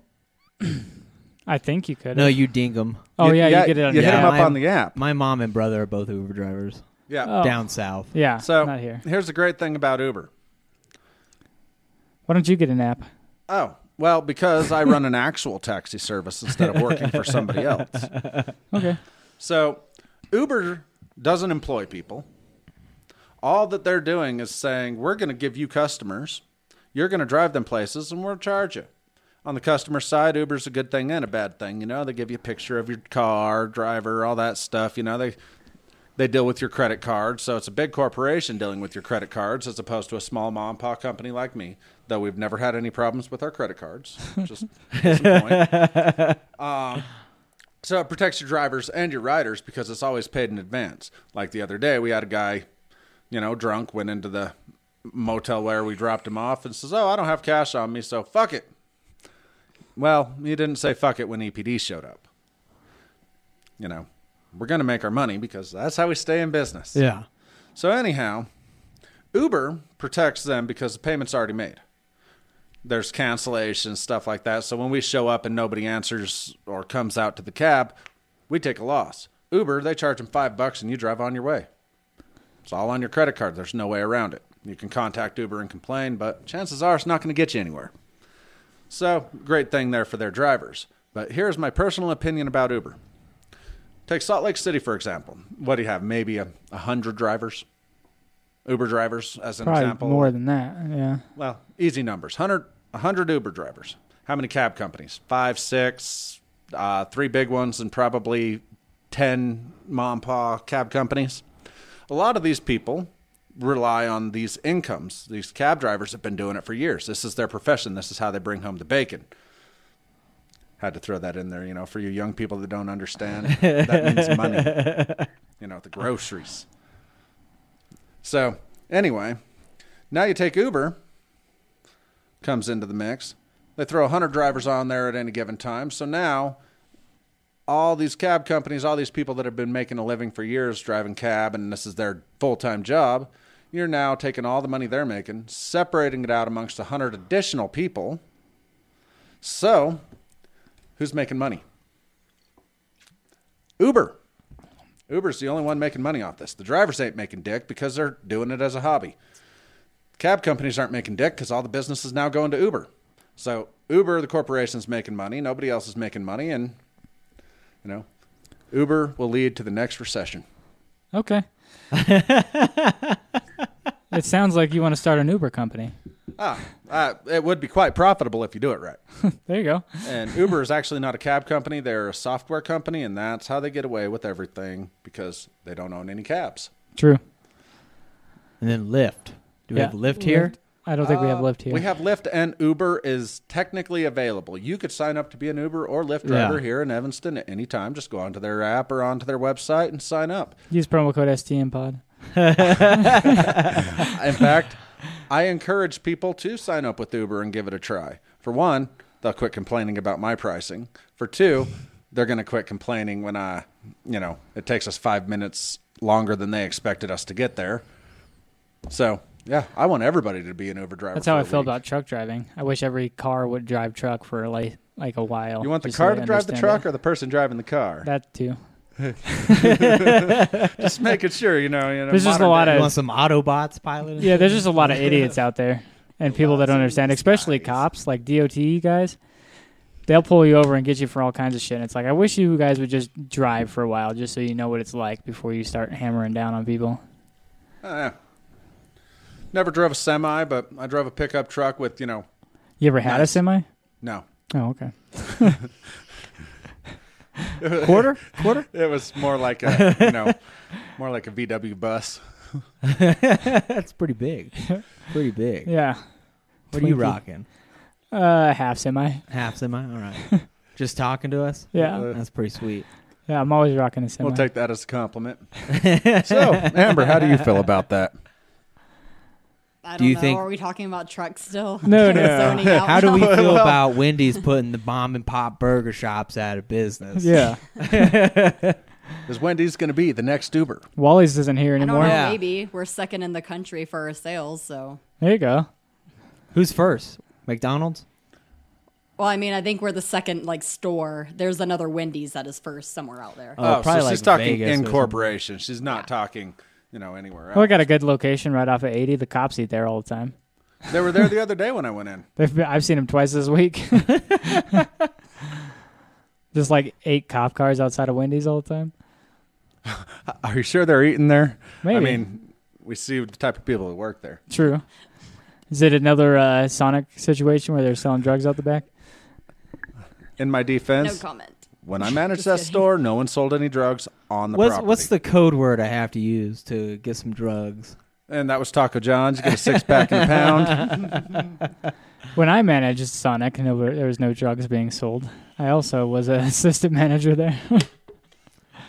E: I think you could.
F: No, you ding 'em.
E: oh yeah, you get it on
G: You
E: your
G: hit 'em
E: app.
G: up on the app.
F: My mom and brother are both Uber drivers
G: Yeah.
E: Oh.
F: down south.
E: Yeah,
G: so,
E: not here.
G: here's the great thing about Uber.
E: Why don't you get an app?
G: Oh, well, because I run an actual taxi service instead of working for somebody else.
E: Okay.
G: So Uber doesn't employ people. All that they're doing is saying, we're going to give you customers, you're going to drive them places, and we'll charge you. On the customer side, Uber's a good thing and a bad thing. You know, they give you a picture of your car, driver, all that stuff. You know, they they deal with your credit cards, so it's a big corporation dealing with your credit cards as opposed to a small mom and pop company like me. Though we've never had any problems with our credit cards, just case in point. So it protects your drivers and your riders because it's always paid in advance. Like the other day, we had a guy, you know, drunk, went into the motel where we dropped him off and says, Oh, I don't have cash on me, so fuck it. Well, he didn't say fuck it when EPD showed up. You know, we're going to make our money because that's how we stay in business.
F: Yeah.
G: So anyhow, Uber protects them because the payment's already made. There's cancellations, stuff like that. So when we show up and nobody answers or comes out to the cab, we take a loss. Uber, they charge them five bucks and you drive on your way. It's all on your credit card. There's no way around it. You can contact Uber and complain, but chances are it's not going to get you anywhere. So great thing there for their drivers. But here's my personal opinion about Uber. Take Salt Lake City, for example. What do you have? Maybe a, a hundred drivers? Uber drivers, as an
E: Probably
G: example.
E: more than that. Yeah.
G: Well, easy numbers 100, 100 Uber drivers. How many cab companies? Five, six, uh, three big ones, and probably 10 mom pa cab companies. A lot of these people rely on these incomes. These cab drivers have been doing it for years. This is their profession, this is how they bring home the bacon. Had to throw that in there, you know, for you young people that don't understand. that means money, you know, the groceries. So Anyway, now you take Uber, comes into the mix. They throw 100 drivers on there at any given time. So now all these cab companies, all these people that have been making a living for years driving cab, and this is their full time job, you're now taking all the money they're making, separating it out amongst 100 additional people. So, who's making money? Uber. Uber's the only one making money off this. The drivers ain't making dick because they're doing it as a hobby. Cab companies aren't making dick because all the business is now going to Uber. So Uber, the corporation's making money. Nobody else is making money, and you know, Uber will lead to the next recession.
E: Okay. it sounds like you want to start an Uber company.
G: Ah, uh, it would be quite profitable if you do it right.
E: There you go.
G: And Uber is actually not a cab company; they're a software company, and that's how they get away with everything because they don't own any cabs.
E: True.
F: And then Lyft. Do we have Lyft
E: Lyft.
F: here?
E: I don't think we have Lyft here.
G: Uh, We have Lyft and Uber is technically available. You could sign up to be an Uber or Lyft driver
F: Yeah.
G: here in Evanston at any time. Just go onto their app or onto their website and sign up.
E: Use promo code STM Pod.
G: In fact, I encourage people to sign up with Uber and give it a try. For one, they'll quit complaining about my pricing. For two, they're going to quit complaining when I, you know, it takes us five minutes longer than they expected us to get there. So, yeah, I want everybody to be an Uber driver.
E: That's how
G: for
E: I
G: a
E: feel
G: week.
E: about truck driving. I wish every car would drive truck for like like a while.
G: You want the
E: just
G: car
E: so
G: to
E: they
G: drive the
E: understand
G: truck or the person driving the car?
E: it. That too.
G: just making sure, you know. You know
E: There's just a
G: modern
E: lot
G: day-
E: of-
F: You want some Autobots piloting?
E: Yeah, there's just a lot of idiots out there and people that don't understand, especially cops like DOT guys. They'll pull you over and get you for all kinds of shit. And it's like I wish you guys would just drive for a while, just so you know what it's like before you start hammering down on people.
G: Uh, never drove a semi, but I drove a pickup truck with, you know,
E: You ever had a
G: Nice.
E: semi?
G: no.
E: Oh, okay.
F: quarter? Quarter?
G: It was more like a, you know, more like a VW bus.
F: That's pretty big. Pretty big.
E: Yeah,
F: What are you
E: Twinkie.
F: rocking?
E: uh, half semi.
F: Half semi? All right. Just talking to us?
G: Uh,
E: Yeah,
F: That's pretty sweet.
E: yeah. I'm always rocking a semi.
G: We'll take that as a compliment. so, Amber, how do you feel about that?
H: I don't
F: Do you
H: know.
F: think-
H: Are we talking about trucks still?
E: No,
H: Kind of
E: no.
H: zoning out
F: How do we
H: now.
F: feel about Wendy's putting the bomb and pop burger shops out of business?
E: yeah,
G: Is Wendy's going to be the next Uber?
F: Oh,
E: Wally's isn't here
H: I don't
E: anymore.
H: know.
F: Yeah.
H: Maybe we're second in the country for our sales. So,
E: There you go.
F: Who's first? McDonald's?
H: well, I mean, I think we're the second like store. There's another Wendy's that is first somewhere out there.
F: Oh, probably
G: so
F: like
G: she's talking
F: Vegas
G: in
F: or
G: corporation. She's not talking, you know, anywhere else.
E: Well, we Oh, got a good location right off of 80. The cops eat there all the time.
G: They were there the other day when I went in.
E: They've been, I've seen them twice this week. Just like eight cop cars outside of Wendy's all the time.
G: Are you sure they're eating there? I
E: Maybe.
G: mean, we see the type of people that work there.
E: True. Is it another uh, Sonic situation where they're selling drugs out the back?
G: In my
H: no
G: defense,
H: comment.
G: when I
H: Just
G: managed that
H: kidding.
G: store, no one sold any drugs on the
F: what's
G: property.
F: what's the code word I have to use to get some drugs?
G: And that was Taco John's. You get a six pack and a pound.
E: When I managed Sonic, no, there was no drugs being sold. I also was an assistant manager there.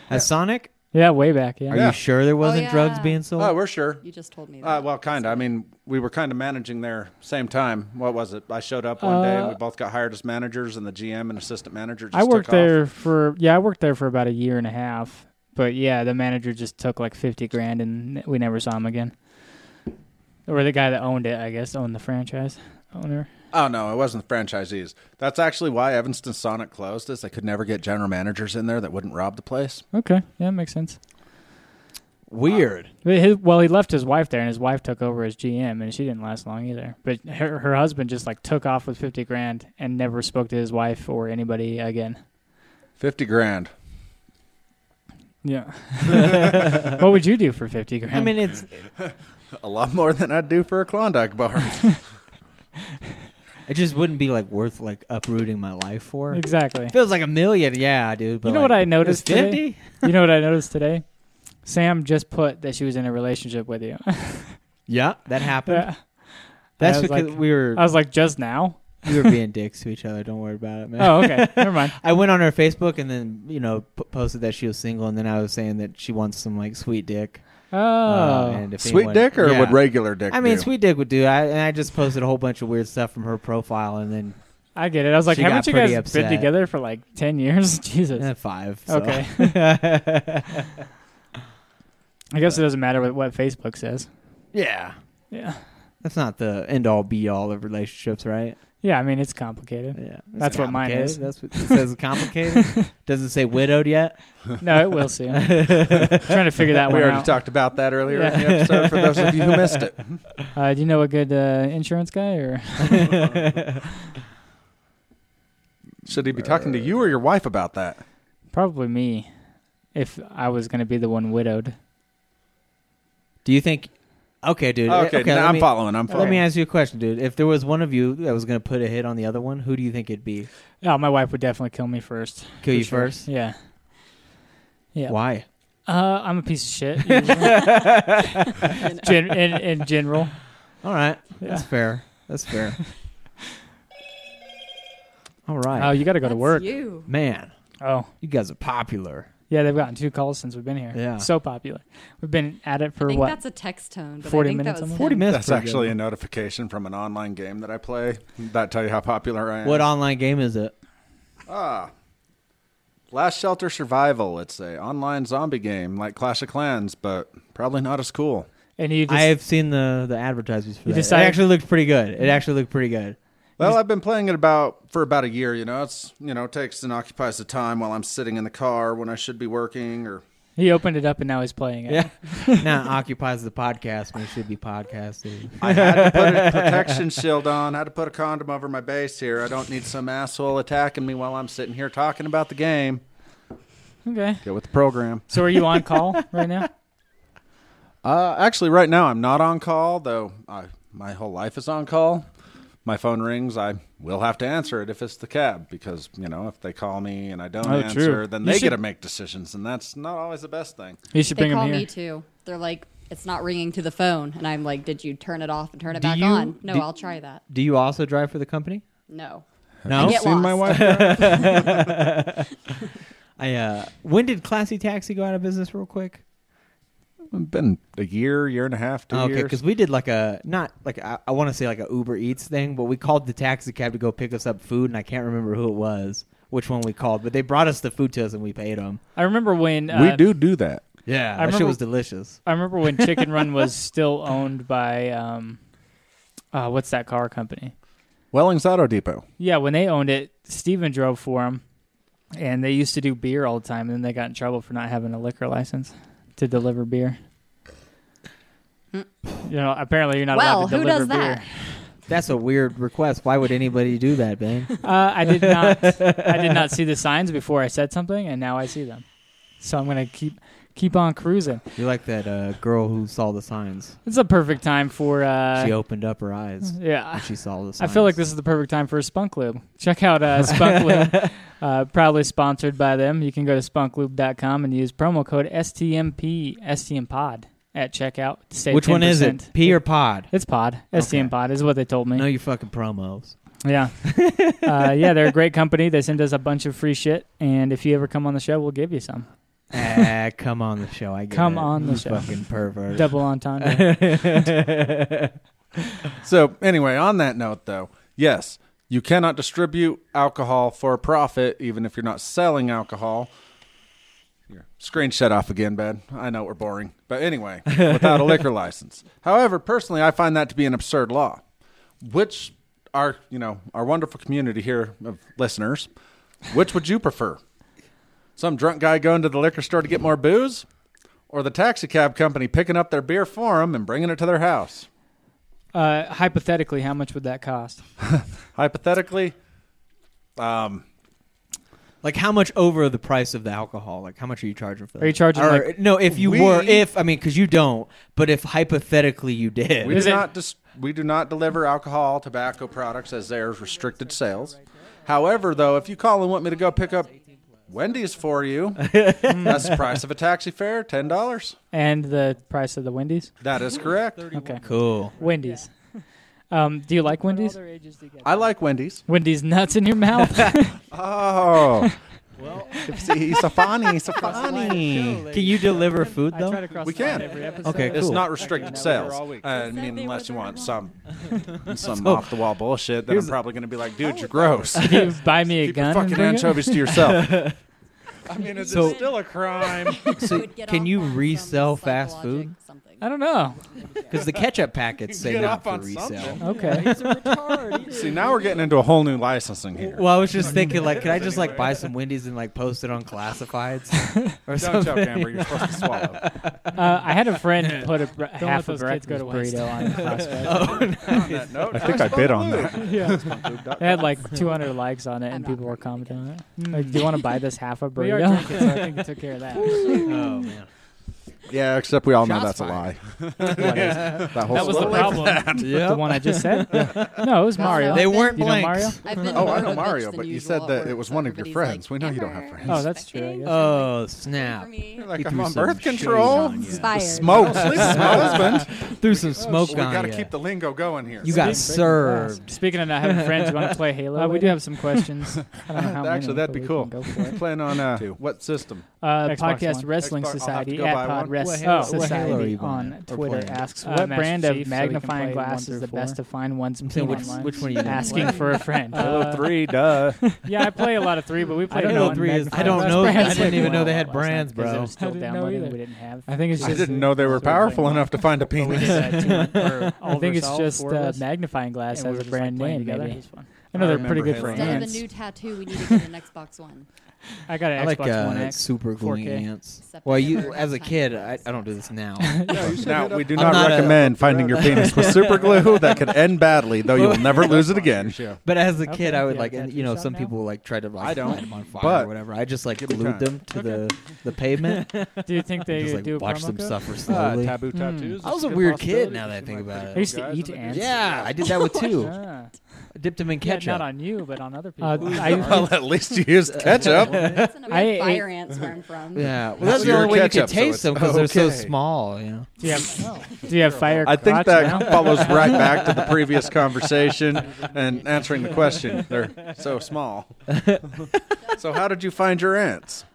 F: At Sonic?
E: yeah, way back. Yeah.
F: Are
G: Yeah.
F: you sure there wasn't
H: yeah.
F: drugs being sold?
G: oh, we're sure.
H: You just told me that.
G: Uh, well, kind of. I mean, we were kind of managing there same time. What was it? I showed up one day and we both got hired as managers, and the GM and assistant manager just
E: I worked
G: took
E: there
G: off.
E: for yeah, I worked there for about a year and a half. But yeah, the manager just took like fifty grand, and we never saw him again. Or the guy that owned it, I guess, owned the franchise owner.
G: Oh, no, it wasn't the franchisees. That's actually why Evanston Sonic closed is they could never get general managers in there that wouldn't rob the place.
E: Okay, yeah, makes sense.
F: Weird.
E: But his, well, he left his wife there, and his wife took over as GM, and she didn't last long either. But her her husband just like took off with fifty grand and never spoke to his wife or anybody again.
G: 50 grand.
E: Yeah. what would you do for fifty grand?
F: I mean, it's
G: A lot more than I'd do for a Klondike bar.
F: it just wouldn't be like worth like uprooting my life for.
E: exactly.
F: Feels like a million, yeah, dude. But
E: You know
F: like,
E: what I noticed today?
F: Fifty.
E: You know what I noticed today? Sam just put that she was in a relationship with you.
F: Yeah, that happened.
E: Yeah.
F: That's
E: I was
F: because
E: like-
F: we were
E: I was like, just now?
F: we were being dicks to each other. Don't worry about it, man.
E: Oh, okay. Never mind.
F: I went on her Facebook and then you know p- posted that she was single, and then I was saying that she wants some like sweet dick.
E: Oh,
F: Uh, and if
G: Sweet
F: anyone-
G: dick or
F: Yeah.
G: would regular dick?
F: I mean,
G: do?
F: Sweet Dick would do. I, and I just posted a whole bunch of weird stuff from her profile, and then
E: I get it. I was like,
F: She
E: haven't
F: got
E: you guys
F: pretty upset.
E: been together for like ten years? Jesus.
F: and then five. so.
E: Okay. I guess it doesn't matter what, what Facebook says.
F: yeah,
E: Yeah.
F: that's not the end all be all of relationships, right?
E: Yeah, I mean it's complicated.
F: Yeah, It's
E: That's what mine
F: complicated.
E: is.
F: That's what it says. Complicated. Doesn't say widowed yet.
E: No, it will soon. trying to figure that
G: we
E: one
G: already
E: out.
G: talked about that earlier in
E: Yeah.
G: the episode for those of you who missed it.
E: Uh, do you know a good uh, insurance guy or?
G: Should he be talking to you or your wife about that?
E: Probably me, if I was going to be the one widowed.
F: Do you think? Okay, dude.
G: Okay, no,
F: let
G: I'm
F: me-
G: following. I'm
F: Let
G: following.
F: me ask you a question, dude. If there was one of you that was going to put a hit on the other one, who do you think it'd be?
E: Oh, my wife would definitely kill me first.
F: Kill
E: for
F: you
E: sure.
F: first?
E: Yeah. Yeah.
F: Why?
E: Uh, I'm a piece of shit. usually. Gen- in, in general.
F: All right, that's
E: Yeah.
F: fair. That's fair. All
E: Oh,
F: right,
E: you got to go to
H: That's
E: work.
H: You.
F: man.
E: Oh,
F: You guys are popular.
E: yeah. They've gotten two calls since we've been here.
F: Yeah.
E: So popular. We've been at it
H: I
E: for
H: think
E: what?
H: that's a text tone. But
E: 40
H: I think
E: minutes
H: That
E: almost?
H: was
E: 40
H: him.
F: minutes.
G: That's actually a notification from an online game that I play. That tell you how popular I am.
F: What online game is it?
G: Ah. Last Shelter Survival, it's a online zombie game like Clash of Clans, but probably not as cool.
E: and you just
F: I have seen the the advertisements for
E: You
F: that.
E: decided-
F: it actually looked pretty good. It actually looked pretty good.
G: Well, I've been playing it about for about a year, you know. It's you know, takes and occupies the time while I'm sitting in the car when I should be working or
E: he opened it up and now he's playing it.
F: Yeah. now it occupies the podcast when it should be podcasting.
G: I had to put a protection shield on, had to put a condom over my base here. I don't need some asshole attacking me while I'm sitting here talking about the game.
E: Okay.
G: Get with the program.
E: So are you on call right now?
G: Uh, actually, right now I'm not on call, though I, my whole life is on call. My phone rings. I will have to answer it if it's the cab, because you know if they call me and I don't
E: Oh,
G: answer,
E: true.
G: then
E: You
G: they
E: should-
G: get to make decisions, and that's not always the best thing.
E: You should
H: They
E: bring
H: call
E: him here.
H: me too. They're like, it's not ringing to the phone, and I'm like, did you turn it off and turn it
F: Do
H: back
F: you-
H: on? No,
F: do-
H: I'll try that.
F: Do you also drive for the company?
H: No,
F: No.
H: I get
G: Seen
H: lost.
G: my wife?
F: I uh when did Classy Taxi go out of business real quick?
G: been a year, year and a half, two
F: okay,
G: years.
F: because we did like a not like I, I want to say like a Uber Eats thing, but we called the taxi cab to go pick us up food, and I can't remember who it was, which one we called, but they brought us the food to us and we paid them.
E: I remember when uh,
G: we do do that.
F: Yeah, that shit
E: remember-
F: was delicious.
E: I remember when Chicken Run was still owned by um, uh, what's that car company?
G: Wellings Auto Depot.
E: Yeah, when they owned it, Steven drove for them, and they used to do beer all the time. And then they got in trouble for not having a liquor license to deliver beer. You know, apparently you're not
H: Well,
E: allowed to
H: who
E: deliver
H: does that?
E: beer.
F: That's a weird request. Why would anybody do that, Ben?
E: Uh, I did not. I did not see the signs before I said something, and now I see them. So I'm gonna keep keep on cruising.
F: You're like that uh, girl who saw the signs.
E: It's a perfect time for. Uh,
F: She opened up her eyes
E: yeah,
F: and she saw the
E: I
F: signs.
E: feel like this is the perfect time for a Spunk Lube. Check out uh, Spunk Lube, uh, proudly sponsored by them. You can go to spunklube.com and use promo code STMP, STMPod at checkout to save
F: Which one is
E: 10%.
F: it? P or pod?
E: It's pod. STM Pod is what they told me.
F: No, you fucking promos.
E: Yeah. uh, yeah, they're a great company. They send us a bunch of free shit. And if you ever come on the show, we'll give you some.
F: ah, come on the show. I get
E: Come
F: it.
E: on the
F: You
E: show.
F: Fucking pervert.
E: Double entendre.
G: So anyway, on that note, though, yes, you cannot distribute alcohol for profit, even if you're not selling alcohol. Your screen shut off again, Ben. I know we're boring, but anyway, without a liquor license. However, personally, I find that to be an absurd law, which our you know our wonderful community here of listeners, which would you prefer? Some drunk guy going to the liquor store to get more booze, or the taxi cab company picking up their beer for them and bringing it to their house?
E: uh, hypothetically, how much would that cost?
G: hypothetically
F: Like how much over the price of the alcohol? Like how much are you charging for that?
E: Are you charging,
F: Or-
E: like-
F: no? If you
G: We-
F: were, if I mean, because you don't, but if hypothetically you did,
G: we
E: Is
G: do
E: it-
G: not dis- we do not deliver alcohol tobacco products as they are restricted sales however though if you call and want me to go pick up wendy's for you that's the price of a taxi fare ten dollars
E: And the price of the Wendy's?
G: that is correct
E: Okay.
F: cool.
E: Wendy's. Um, do you like Wendy's?
G: i like wendy's
E: Wendy's nuts in your mouth.
G: oh he's so funny. so funny.
F: Can you deliver food
E: I try
F: though?
E: to cross
G: We
E: the line
G: can.
E: every episode.
F: Okay,
G: It's
F: cool.
G: not restricted sales. I mean, unless you want some some off the wall bullshit, then I'm probably going to be like, dude, you're gross.
E: If you buy me a
G: Keep
E: gun,
G: your fucking
E: and bring it-
G: anchovies to yourself. I mean, it's
F: So-
G: still a crime.
F: So
H: would get
F: can
H: off
F: you
H: on some
F: resell fast food?
H: psychologic Something.
E: I don't know.
F: Because the ketchup packets say
G: get
F: not
G: off
F: for
G: on
F: resale.
G: something.
E: Okay.
G: See, now we're getting into a whole new licensing here.
F: Well, I was just thinking, like, could I just like buy some Wendy's and like post it on classifieds or
G: Don't
F: something?
G: choke, Amber. You're supposed to swallow.
E: Uh, I had a friend put a br- half a
F: those kids go
E: breakfast
F: to
E: burrito on Prospect.
G: I
L: think I bid on that.
E: It had like 200 likes on it, and
H: not
E: people were
H: pregnant
E: commenting on it. Like, do you want to buy this half a
F: We are
E: burrito? so I think it took care of that.
F: Oh man,
G: Yeah, except we all know
F: Shots
G: that's
F: fired.
G: a lie. that, whole
E: That was the
G: story. Oh,
E: problem.
F: yeah.
E: The one I just said. No, it was Mario.
F: They weren't
E: Do you know Mario?
F: blanks.
H: I've been
G: Oh,
H: more
G: I
H: of a
G: know
H: bitch
G: Mario,
H: than
G: but you
H: usual
G: said
H: at
G: that
H: work.
G: it was one of your
H: Everybody's
G: friends.
H: like,
G: We know you don't have
H: "Amber,
G: friends.
E: Oh, that's true. I
H: expecting
E: guess.
F: Oh
H: for
F: snap!
H: me."
G: You're like,
F: He
G: I'm
F: threw
G: on
F: some
G: birth
F: shade
G: control.
F: on you.
H: Inspired.
G: Smoke. Sleep with my husband.
F: Threw some smoke
G: We
F: on
G: got to
F: ya.
G: keep the lingo going here.
F: You got served.
E: Speaking of not having friends, you want to play Halo? Uh, we do have some questions. I don't know how many,
G: Actually,
E: but
G: that'd be
E: we
G: cool.
E: can go for it.
G: Plan on uh, what system?
E: Uh,
L: Xbox
E: podcast
L: One.
E: Wrestling
G: Xbox- I'll have to
E: Society
G: go
E: at
G: buy
E: Pod
G: one.
E: Wrestling
F: What Halo- what Halo are
E: Society
F: you buying
E: on
F: or
E: Twitter
F: playing?
E: asks
L: Uh,
E: what
L: Master
E: brand of
L: Chief, so we can
E: magnifying
L: play
E: glass
L: one
E: is
L: through
E: the
L: four.
E: best to find one's
F: So
E: peen
F: which-
E: online?
F: which one are you gonna
E: asking
F: play?
E: for a friend?
L: Halo
E: Uh,
L: three, duh.
E: Yeah, I play a lot of three, but we
F: I
E: played.
F: don't
E: Halo
F: know. Three is. I don't
E: That's
F: know. I
E: brands.
F: didn't even know they
E: Well,
F: had
E: last
F: brands,
E: night, 'cause it
F: bro.
E: was still
L: I didn't know
E: downloading.
L: either.
E: We didn't have. I think it's
G: I
E: just.
G: didn't know they were powerful enough to find a
E: We
G: penis.
E: just had two, or
L: all
E: I
L: of
E: think
L: us,
E: it's
L: all
E: just
L: four of
E: uh,
L: us.
E: magnifying glass
L: And we
E: has
L: were
E: a
L: just, like,
E: brand
L: playing
E: name.
L: together. It
E: Maybe.
L: was fun.
E: I know
G: I
E: they're pretty
G: remember
E: good for
G: Halo.
H: Instead of
E: ants.
H: a new tattoo, we need to get an Xbox One.
E: I got an
F: I like
E: Xbox One
F: uh,
E: X.
F: super gluing
E: 4K.
F: ants.
H: Except
F: Well,
H: I
F: you
H: never
F: as a
H: had
F: kid,
H: time.
F: I, I don't do this now.
G: Now, we do
F: I'm
G: not,
F: not a-
G: recommend finding your penis with super glue. That could end badly, though you will never lose it again.
F: But as a
E: Okay,
F: kid, I would
E: yeah,
F: like, and,
E: tattoo
F: you know,
E: shop
F: some
E: now?
F: people like tried to like
G: I don't,
F: light 'em on fire
G: but
F: or whatever. I just like
G: give me
F: glued
G: time.
F: them to the the pavement, and
E: Do you think they
F: just like
E: do a
F: watched
E: promo
F: them
E: code?
F: suffer slowly.
G: Uh, taboo tattoos.
F: I was a weird kid. Now that I think about
E: I
F: it,
E: used to eat ants.
F: yeah, I did that with two.
E: Ah.
F: I dipped them in
E: Yeah,
F: ketchup.
E: not on you, but on other people.
G: Well, at least you used ketchup.
H: That's an
E: I ate-
H: fire ants where I'm from.
F: yeah, well,
G: Well,
F: that's the
G: you're
F: only way you could
G: ketchup, so
F: taste
G: it's
F: them because they're so
G: okay.
F: small. You know,
E: do you have, do you have fire?
G: I think
E: crotch
G: that
E: now?
G: follows right back to the previous conversation and answering the question. They're so small. so, how did you find your ants?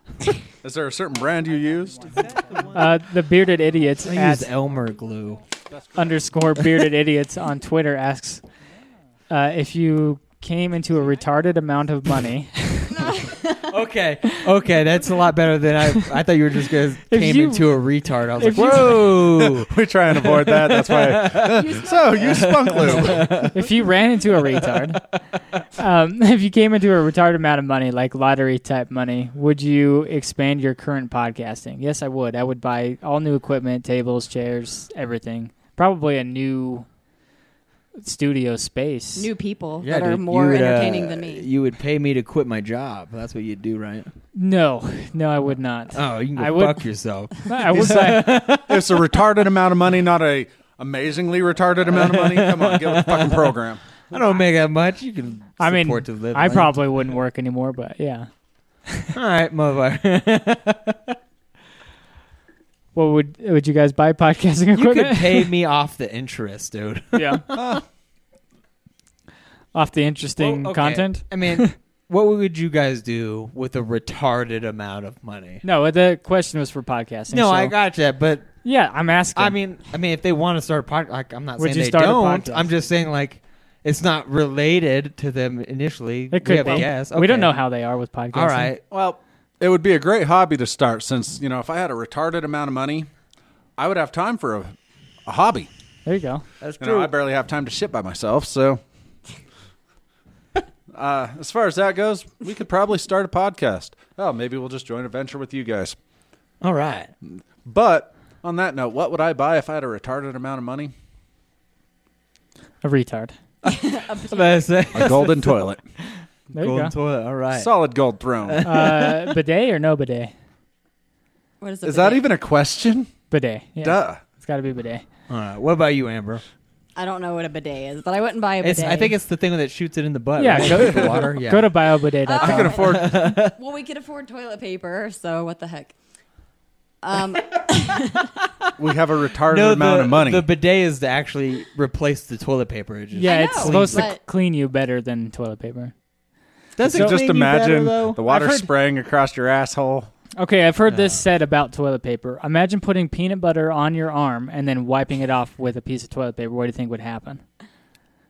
G: Is there a certain brand you used?
E: Uh, the bearded idiots
F: I use
E: at
F: Elmer glue.
E: underscore bearded idiots on Twitter asks uh, if you came into a retarded amount of money.
F: Okay, okay, that's a lot better than I. I thought you were just gonna
E: If
F: came
E: you-
F: into a retard. I was like,
E: if you-
F: whoa.
G: We try and avoid that. That's why. so, you spunk lube.
E: if you ran into a retard, um, if you came into a retarded amount of money, like lottery type money, would you expand your current podcasting? Yes, I would. I would buy all new equipment, tables, chairs, everything. Probably a new studio space.
H: New people
F: Yeah,
H: that are
F: dude,
H: more
F: you would, uh,
H: entertaining than me.
F: You would pay me to quit my job. That's what you'd do, right?
E: No, no, I would not.
F: Oh, you can
E: I
F: go
E: would-
F: fuck yourself.
E: I would buy.
G: It's a retarded amount of money, not a amazingly retarded amount of money. Come on, give it a fucking program.
F: I don't make that much. You can.
E: I mean,
F: support to live
E: I
F: like-
E: probably wouldn't work anymore, but yeah.
F: All right, motherfucker.
E: What would would you guys buy podcasting
F: you could
E: equipment?
F: pay me off the interest, dude.
E: yeah. Off the interesting
F: Well, Oh, okay.
E: content.
F: I mean, what would you guys do with a retarded amount of money?
E: No, the question was for podcasting.
F: No,
E: so-
F: I got that, but
E: Yeah, I'm asking.
F: I mean, I mean, if they want to start a podcast, like, I'm not
E: Would
F: saying
E: you
F: they
E: start a
F: don't.
E: podcast?
F: I'm just saying like it's not related to them initially.
E: it
F: we
E: could
F: have
E: be.
F: a guess.
E: We don't
F: Okay.
E: know how they are with podcasting.
F: All right.
G: Well, it would be a great hobby to start since, you know, if I had a retarded amount of money, I would have time for a, a hobby.
E: there you go.
F: That's
G: You know, I barely have time to shit by myself, so. Uh, as far as that goes, we could probably start a podcast. Oh, maybe we'll just join a venture with you guys.
F: All right.
G: But on that note, what would I buy if I had a retarded amount of money?
E: A retard.
G: A golden toilet,
E: There you go.
F: toilet. All right.
G: solid gold throne.
E: uh, bidet or no bidet?
H: what is, a
G: Is that
H: bidet?
G: even a question?
E: Bidet. Yeah,
G: Duh.
E: it's got to be bidet.
F: All right. What about you, Amber?
H: I don't know what a bidet is, but I wouldn't buy a bidet.
F: It's, I think it's the thing that shoots it in the butt.
E: Yeah,
F: right?
E: go-
F: The water. Yeah.
E: Go to biobidet.com.
G: I can
F: Uh,
G: afford.
H: well, we could afford toilet paper, so what the heck? Um,
G: we have a retarded
F: no,
G: amount
F: the,
G: of money.
F: the bidet is to actually replace the toilet paper. It just-
E: yeah,
H: I
E: it's
H: know,
E: supposed to
H: but-
E: clean you better than toilet paper.
F: Does
G: So
F: it make
G: just
F: you better,
G: imagine
F: though?
G: the water
E: I've heard-
G: spraying across your asshole.
E: Okay, I've heard this said about toilet paper. Imagine putting peanut butter on your arm and then wiping it off with a piece of toilet paper. What do you think would happen?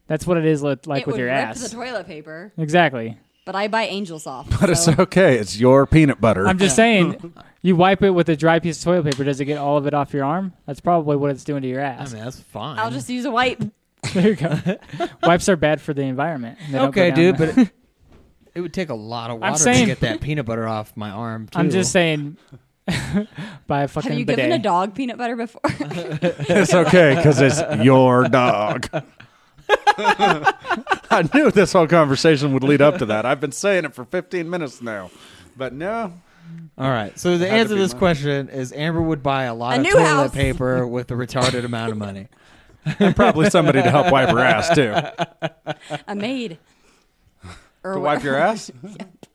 E: That's what it is li- like
H: it
E: with
H: would
E: your
H: rip
E: ass.
H: the toilet paper,
E: exactly.
H: but I buy Angel Soft.
G: But it's
H: so
G: okay. It's your peanut butter.
E: I'm just saying, you wipe it with a dry piece of toilet paper. Does it get all of it off your arm? That's probably what it's doing to your
F: I
E: ass.
F: mean, that's fine.
H: I'll just use a wipe.
E: There you go. Wipes are bad for the environment. They don't go
F: okay,
E: down
F: dude,
E: the-
F: but it, it would take a lot of
E: I'm
F: water
E: saying-
F: to get that peanut butter off my arm. Too.
E: I'm just saying, buy a fucking
H: Have you
E: bidet.
H: given a dog peanut butter before?
G: it's okay because it's your dog. I knew this whole conversation would lead up to that. I've been saying it for 15 minutes now, but no,
F: All right. So the
G: Had to
F: answer to
G: be
F: this
G: mine.
F: question is Amber would buy a lot
H: A
F: of
H: new
F: toilet
H: house.
F: paper with a retarded amount of money.
G: and probably somebody to help wipe her ass too.
H: a maid. Or
G: To
H: what-
G: wipe your ass?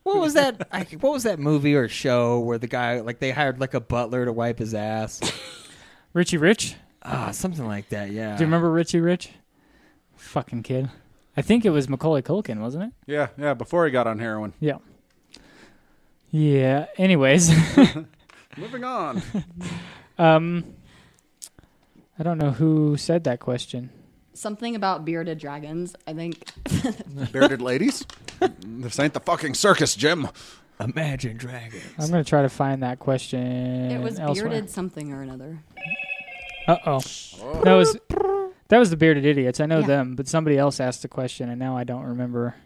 F: What was that? I, what was that movie or show where the guy like they hired like a butler to wipe his ass?
E: Richie Rich?
F: Ah, something like that. Yeah.
E: Do you remember Richie Rich? Fucking kid. I think it was Macaulay Culkin, wasn't it?
G: Yeah, yeah. Before he got on heroin.
E: Yeah. Yeah. Anyways,
G: Moving on.
E: um, I don't know who said that question.
H: Something about bearded dragons. I think
G: Bearded ladies. This ain't the fucking circus, Jim.
F: Imagine Dragons.
E: I'm gonna try to find that question.
H: it was
E: elsewhere.
H: bearded something or another.
E: Uh oh. That was that was the bearded idiots. I know
H: Yeah.
E: them, but somebody else asked the question, and now I don't remember.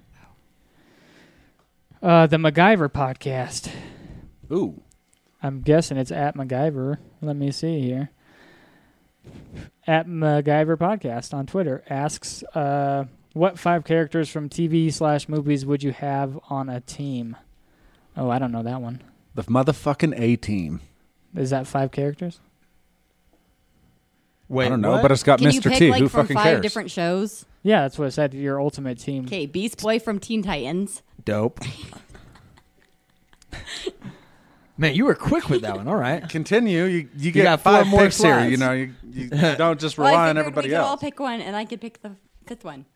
E: Uh, the MacGyver podcast.
G: Ooh.
E: I'm guessing it's at MacGyver. Let me see here. At MacGyver Podcast on Twitter asks, uh, what five characters from TV slash movies would you have on a team? Oh, I don't know that one.
G: The motherfucking A team.
E: Is that five characters?
F: Wait,
G: I don't know,
F: what?
G: but it's got
H: Can you
G: Mr.
H: pick
G: T.
H: like
G: Who
H: from
G: fucking
H: five
G: cares?
H: different shows?
E: Yeah, that's what I said. Your ultimate team.
H: Okay, Beast Boy from Teen Titans.
F: dope. Man, you were quick with that one. All right.
G: Continue. You you, get
F: got four
G: five
F: more
G: picks here.
F: slots.
G: You know, you, you don't just
H: Well,
G: rely
H: I
G: on
H: figured we
G: everybody
H: could all
G: else.
H: pick one, and I could pick the fifth one.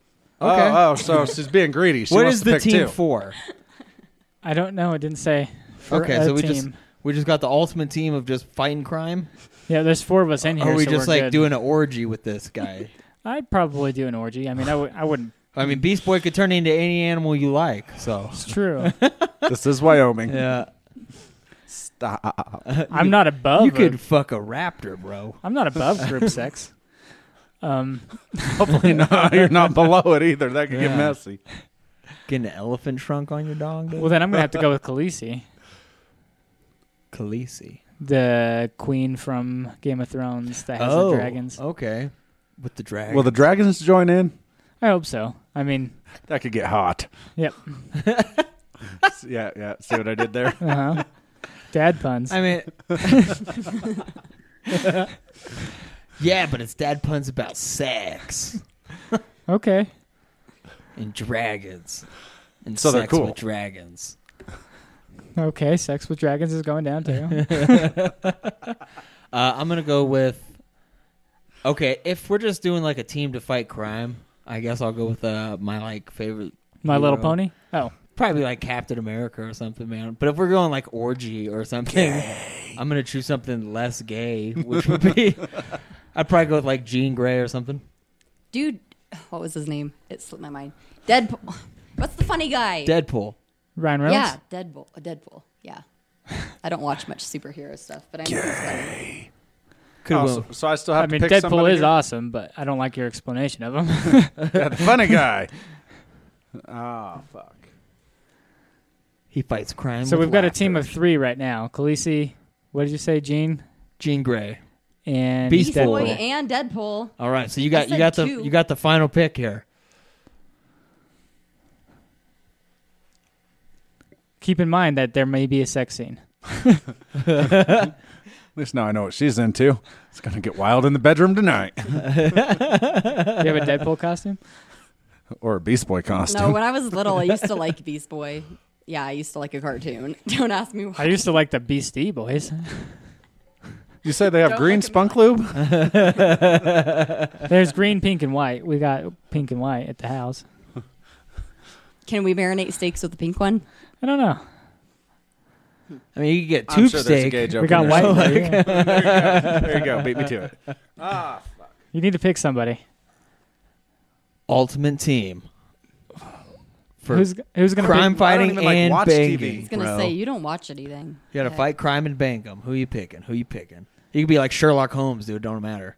F: Okay.
G: Oh, oh, so she's being greedy. She
F: what
G: wants
F: is
G: to
F: the
G: pick
F: team
G: two.
F: for?
E: I don't know. It didn't say. For
F: Okay,
E: a
F: so we
E: team.
F: just we just got the ultimate team of just fighting crime.
E: yeah, there's four of us in here.
F: Or are we
E: so
F: just
E: we're
F: like
E: good.
F: doing an orgy with this guy?
E: I'd probably do an orgy. I mean, I w- I wouldn't.
F: I mean, Beast Boy could turn into any animal you like. So
E: It's true.
G: This is Wyoming.
F: yeah,
G: Stop.
E: I'm not above.
F: you
E: a-
F: could fuck a raptor, bro.
E: I'm not above group sex. Um,
G: Hopefully not. You're not below it either. That could
F: Yeah.
G: get messy.
F: Get an elephant trunk on your dog, dude.
E: well, then I'm gonna have to go with Khaleesi.
F: Khaleesi.
E: the queen from Game of Thrones that has
F: Oh.
E: the dragons.
F: okay. With the dragon.
G: Will the dragons join in?
E: I hope so. I mean,
G: That could get hot.
E: Yep.
G: yeah, yeah. See what I did there?
E: uh-huh. dad puns.
F: I mean. yeah, but it's dad puns about sex
E: okay.
F: and dragons and
G: So they're
F: sex
G: cool.
F: with dragons.
E: Okay, sex with dragons is going down too.
F: Uh, I'm gonna go with. Okay, if we're just doing like a team to fight crime, I guess I'll go with uh, my like favorite.
E: My Little
F: hero.
E: Pony. Oh,
F: Probably like Captain America or something, man. But if we're going like orgy or something, I'm gonna choose something less gay, which would be. I'd probably go with like Jean Grey or something.
H: Dude, what was his name? It slipped my mind. Deadpool. What's the funny guy?
F: Deadpool.
E: Ryan Reynolds.
H: yeah, Deadpool. uh, Deadpool. Yeah. I don't watch much superhero stuff, but I know he's funny.
F: Could
G: Oh,
F: have
G: so, so I still have
E: I mean,
G: to pick
E: Deadpool
G: somebody
E: is
G: here?
E: awesome, but I don't like your explanation of him.
G: Yeah, the funny guy. Ah, fuck.
F: He fights crime.
E: so
F: with
E: we've got a team of
F: laughter.
E: three right now. Khaleesi, what did you say, Gene?
F: Jean Grey.
E: And
F: Beast
H: Beast Boy
F: Deadpool.
H: and Deadpool.
F: All right, so you
H: I
F: got you
H: said
F: got the
H: two.
F: you got the final pick here.
E: Keep in mind that there may be a sex scene.
G: At least now I know what she's into. It's gonna get wild in the bedroom tonight,
E: Do you have a Deadpool costume?
G: or a Beast Boy
H: No,
G: costume.
H: when I was little, I used to like Beast Boy. Yeah, I used to like a cartoon. Don't ask me
E: I
H: why.
E: used to like the Beastie Boys.
G: you say they have
H: Don't
G: green
H: look at me
G: spunk lube?
E: There's green, pink, and white. We got pink and white at the house.
H: Can we marinate steaks with the pink one?
E: I don't know.
F: I mean, you could get
G: I'm
F: tube
G: sure there's a
F: steak.
G: gay joke
E: We
G: in
E: got
G: there
E: white.
G: somewhere.
E: yeah.
G: There you go. Beat me to it.
E: You need to pick somebody.
F: Ultimate team. For
E: Who's who's gonna
F: crime
E: pick?
F: fighting
G: even, like,
F: and
G: watch TV.
F: banging.
G: I was
H: I was gonna
F: bro.
H: say
F: you
H: you don't watch anything.
F: gotta
H: Yeah.
F: fight crime and bang them. Who you picking? Who you picking? You could be like Sherlock Holmes, dude. Don't matter.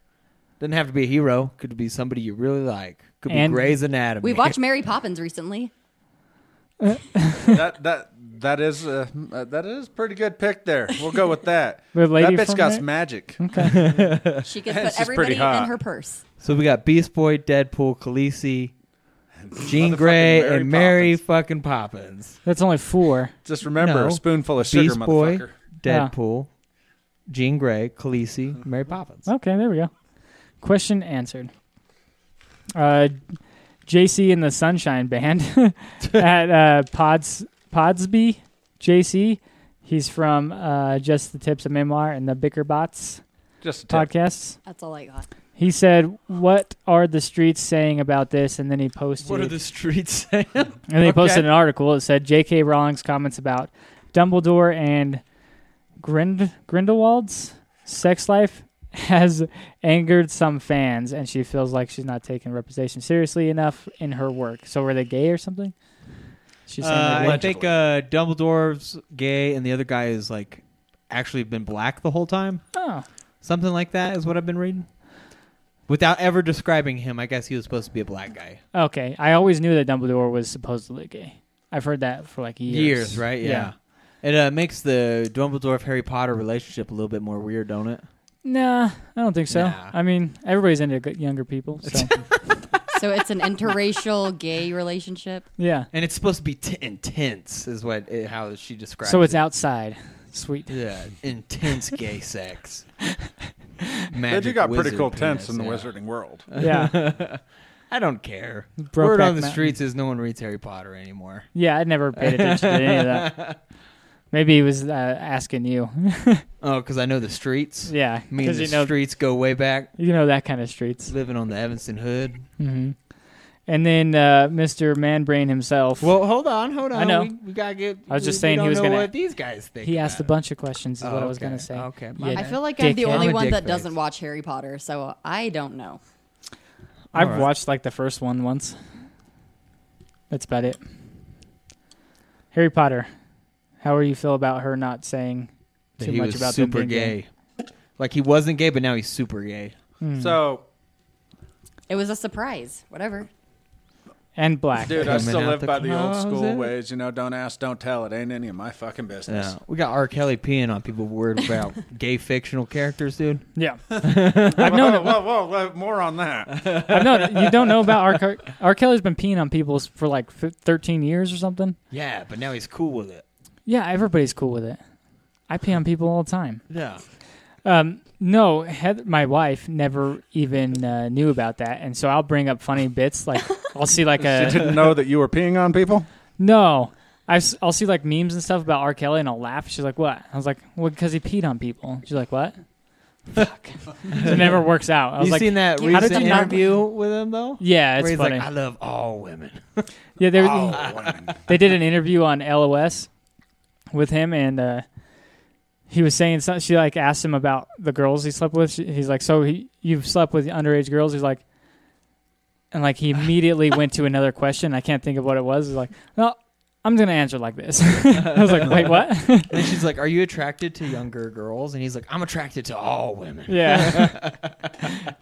F: Doesn't have to be a hero. Could be somebody you really like. Could be
E: And-
F: Grey's Anatomy.
H: We watched Mary Poppins recently.
G: That that that is uh, uh, that is pretty good pick there. We'll go with that.
E: With
G: that
E: Lady
G: bitch
E: from
G: got
E: there?
G: some magic.
F: Hmm?
H: She could put
G: She's pretty
H: everybody in
G: hot.
H: her purse.
F: So we got Beast Boy, Deadpool, Khaleesi, Jean
G: Motherfucking
F: Grey,
G: Mary
F: and Mary
G: Poppins.
F: fucking Poppins.
E: That's only four.
G: Just remember
F: No.
G: a spoonful of sugar,
F: Beast Boy,
G: motherfucker.
E: Yeah.
F: Deadpool, Jean Grey, Khaleesi, Mary Poppins.
H: Oh.
E: Okay, there we go. Question answered. Uh, JC and the Sunshine Band at uh, Pods Podsby. JC, he's from uh, Just the Tips of Memoir and the Bickerbots
G: Just a tip.
E: podcasts.
H: That's all I got.
E: He said, "What are the streets saying about this?" And then he posted.
F: streets saying?
E: And they posted
F: Okay.
E: an article. It said J.K. Rowling's comments about Dumbledore and Grind- Grindelwald's sex life has angered some fans, and she feels like she's not taking representation seriously enough in her work. So were they gay or something? She's saying
F: Uh,
E: they're
F: I
E: gay.
F: think uh, Dumbledore's gay, and the other guy is like actually been black the whole time.
E: oh,
F: Something like that is what I've been reading. Without ever describing him, I guess he was supposed to be a black guy.
E: okay. I always knew that Dumbledore was supposedly gay. I've heard that for like years.
F: Years, right? Yeah. It uh, makes the Dumbledore Harry Potter relationship a little bit more weird, don't it?
E: Nah, I don't think so.
F: Nah.
E: I mean, everybody's into g- younger people. So
H: So it's an interracial gay relationship.
E: yeah.
F: And it's supposed to be t- intense, is what it, how she describes.
E: So it's
F: it.
E: outside. Sweet.
F: Yeah, intense gay sex.
G: They
F: Magic
G: do got pretty
F: wizard
G: cool tents
F: penis,
G: in the
F: yeah.
G: wizarding world.
E: Yeah.
F: I don't care.
E: Brokeback
F: Word on the
E: Mountain.
F: streets is no one reads Harry Potter anymore.
E: Yeah, I'd never paid attention to any of that. Maybe he was uh, asking you.
F: Oh, because I know the streets.
E: yeah,
F: Me and
E: because
F: the
E: you know
F: streets go way back.
E: you know that kind of streets.
F: Living on the Evanston Hood.
E: hmm And then uh, Mr. Manbrain himself.
F: Well, hold on, hold on.
E: I know.
F: We, we gotta get.
E: I was just
F: we
E: saying he
F: don't
E: was
F: know
E: gonna-
F: What these guys think.
E: he asked a
F: about
E: bunch of questions. Is
F: Oh,
E: what I was
F: okay.
E: gonna say.
F: Okay, my
E: Yeah.
H: I
F: bad.
H: feel like I'm the
F: Dickhead.
H: only
F: I'm a
H: one that
F: dickface.
H: doesn't watch Harry Potter, so I don't know.
E: I've
F: Alright.
E: watched like the first one once. That's about it. Harry Potter. How do you feel about her not saying
F: it.
E: too
F: he
E: much
F: was
E: about them
F: super
E: being gay?
F: gay. Like he wasn't gay, but now he's super gay.
G: So,
H: It was a surprise. Whatever.
E: and black?
G: dude, I
F: Coming
G: still
F: out
G: live
F: the
G: by the old school
F: closet.
G: ways. You know, don't ask, don't tell. It ain't any of my fucking business.
F: Yeah, we got R. Kelly peeing on people worried about gay fictional characters, dude.
E: Yeah, I've known
G: Whoa,
E: it.
G: whoa, whoa, whoa, more on that.
E: I've known you don't know about R. Kel- R. Kelly's been peeing on people for like f- 13 years or something.
F: Yeah, but now he's cool with it.
E: Yeah, everybody's cool with it. I pee on people all the time.
F: Yeah.
E: Um, no, Heather, my wife never even uh, knew about that, and so I'll bring up funny bits. Like I'll see like
G: You
E: a
G: didn't know that you were peeing on people?
E: no. I will see like memes and stuff about R. Kelly, and I'll laugh. She's like, "What?" I was like, "Well, because he peed on people." She's like, "What?" Fuck. it never works out. I was
F: You
E: like,
F: seen that
E: "How did
F: recent
E: you not-"
F: interview with him though?
E: Yeah,
F: Where
E: it's
F: he's
E: funny.
F: like, I love all women.
E: yeah, they,
G: women.
E: they did an interview on LOS with him, and uh, he was saying something. She like asked him about the girls he slept with. She, he's like, "So he, you've slept with underage girls?" He's like, and like he immediately went to another question. I can't think of what it was. He's like, "No, I'm gonna answer like this." I was like, "Wait, what?"
F: And she's like, Are you attracted to younger girls? And he's like, I'm attracted to all women.
E: yeah.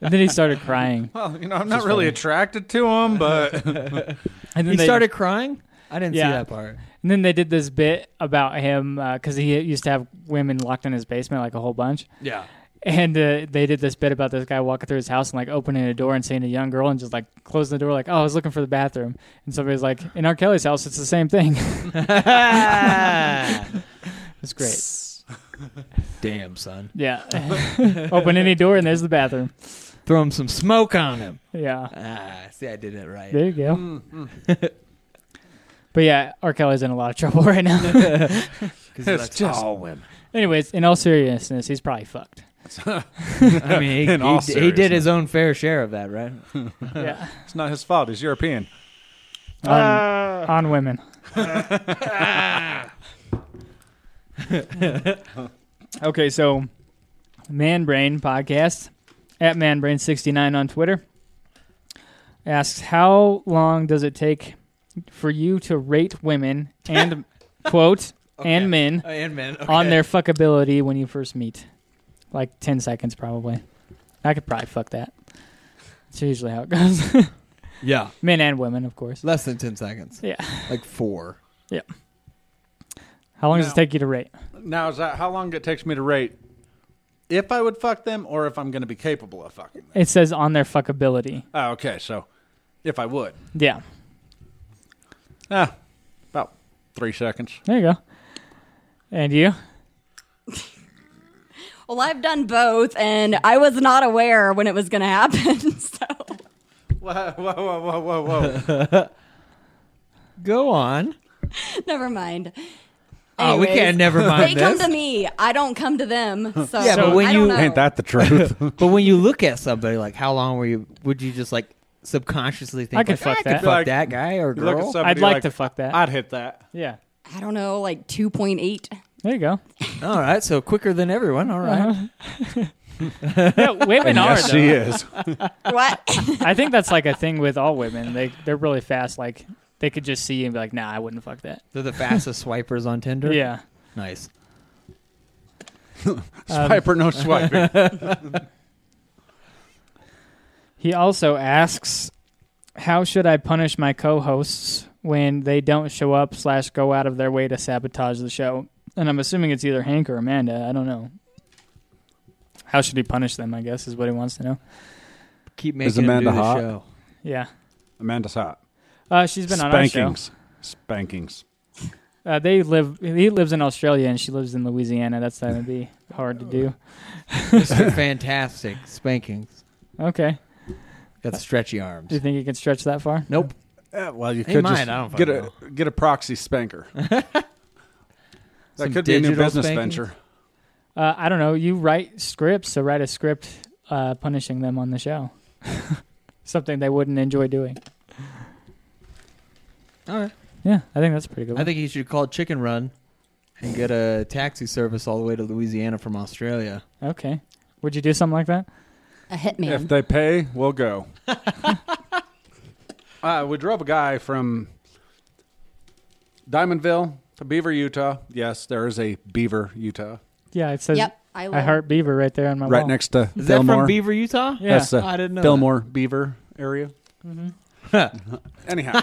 E: and then he started crying.
G: Well, you know, I'm not really attracted to them, but
E: And then
F: He
E: they-
F: started crying? I didn't see
E: Yeah.
F: that part.
E: And then they did this bit about him because he used to have women locked in his basement like a whole bunch.
F: Yeah.
E: And uh, they did this bit about this guy walking through his house and like opening a door and seeing a young girl and just like closing the door like, oh, I was looking for the bathroom. And somebody's like, in R. Kelly's house, it's the same thing. it's great.
F: Damn, son.
E: Yeah. Open any door and there's the bathroom.
F: Throw him some smoke on him.
E: Yeah.
F: Ah, see, I did it right.
E: There you go.
F: Hmm,
E: but yeah, R. Kelly's in a lot of trouble right now.
F: 'Cause he
G: It's "Oh,
F: likes
G: just-
F: all women.
E: Anyways, in all seriousness, he's probably fucked.
F: I mean, he,
G: In all
F: he- he did his own fair share of that, right?
E: Yeah.
G: it's not his fault. He's European.
E: Um, on women.
F: Ah,
E: okay, so Man Brain podcast at manbrain69 on Twitter asks how long does it take for you to rate women and quote and men
F: Oh, and men okay.
E: on their fuckability when you first meet? Like 10 seconds probably. I could probably fuck that. It's usually how it goes.
F: yeah,
E: men and women, of course.
F: less than ten seconds,
E: Yeah.
F: like four.
E: How long does
G: No.
E: it take you to rate?
G: Now is that how long it takes me to rate if I would fuck them or if I'm going to be capable of fucking them?
E: It says on their fuckability.
G: Oh, okay, so if I would,
E: Yeah.
G: ah, about three seconds.
E: There you go. And you?
H: Well, I've done both, and I was not aware when it was going to happen. So
G: Whoa, whoa, whoa, whoa, whoa, whoa!
F: Go on.
H: never mind.
F: Oh, we
H: Anyways,
F: can't. Never
H: They
F: mind
H: come
F: this.
H: to me. I don't come to them. So
F: Yeah, but when
H: I don't
F: you-
H: know.
G: Ain't that the truth?
F: but when you look at somebody, like how long were you? Would you just like subconsciously think
E: I could
F: like,
E: fuck
F: I could
E: that."
F: fuck
G: Like,
F: that guy or
G: You look at
F: girl?
G: somebody
E: I'd like, to fuck that.
G: I'd hit that.
E: yeah.
H: I don't know, like two point eight.
E: There you go.
F: All right, so quicker than everyone. All right.
E: Uh-huh. Yeah, women are
G: yes,
E: though. Um,
G: she is.
H: What?
E: I think that's like a thing with all women. They they're really fast. Like they could just see you and be like, "Nah, I wouldn't fuck that."
F: They're the fastest swipers on Tinder.
E: Yeah.
F: nice.
G: Swipe or no swiping.
E: He also asks, "How should I punish my co-hosts when they don't show up slash go out of their way to sabotage the show?" And I'm assuming it's either Hank or Amanda. I don't know. How should he punish them? I guess is what he wants to know.
F: Keep making them
G: Amanda
F: do the
G: hot?
F: show.
E: Yeah.
G: Amanda's hot.
E: Uh, she's been on our show.
G: Spankings. Spankings.
E: Uh, they live. He lives in Australia and she lives in Louisiana. That's going to be hard to do.
F: Mr. Fantastic spankings.
E: Okay.
F: Got
E: Do
F: stretchy
E: you
F: arms.
E: think you could stretch that far?
F: Nope.
G: Uh, well, you
F: Hey,
G: could
F: mine,
G: just
F: I don't
G: get a
F: fucking
G: get a proxy spanker.
F: Some
G: that could be a new
F: digital
G: business
F: spankings?
G: venture.
E: Uh, I don't know. You write scripts, so write a script uh, punishing them on the show. Something they wouldn't enjoy doing.
F: All right.
E: Yeah, I think that's a pretty good. One.
F: I think he should call Chicken Run and get a taxi service all the way to Louisiana from Australia.
E: okay. Would you do something like that?
H: A
G: If
H: hitman.
G: they pay, we'll go. uh, we drove a guy from Diamondville to Beaver, Utah. Yes, there is a Beaver, Utah,
E: Yeah, it says
H: Yep, I
E: I
H: live-
E: heart Beaver right there on my
G: right
E: wall.
G: next to
F: Oh, Is that
G: Fillmore.
F: from Beaver, Utah?
E: Yeah.
G: That's the
F: I didn't know.
G: Fillmore Beaver area. Anyhow,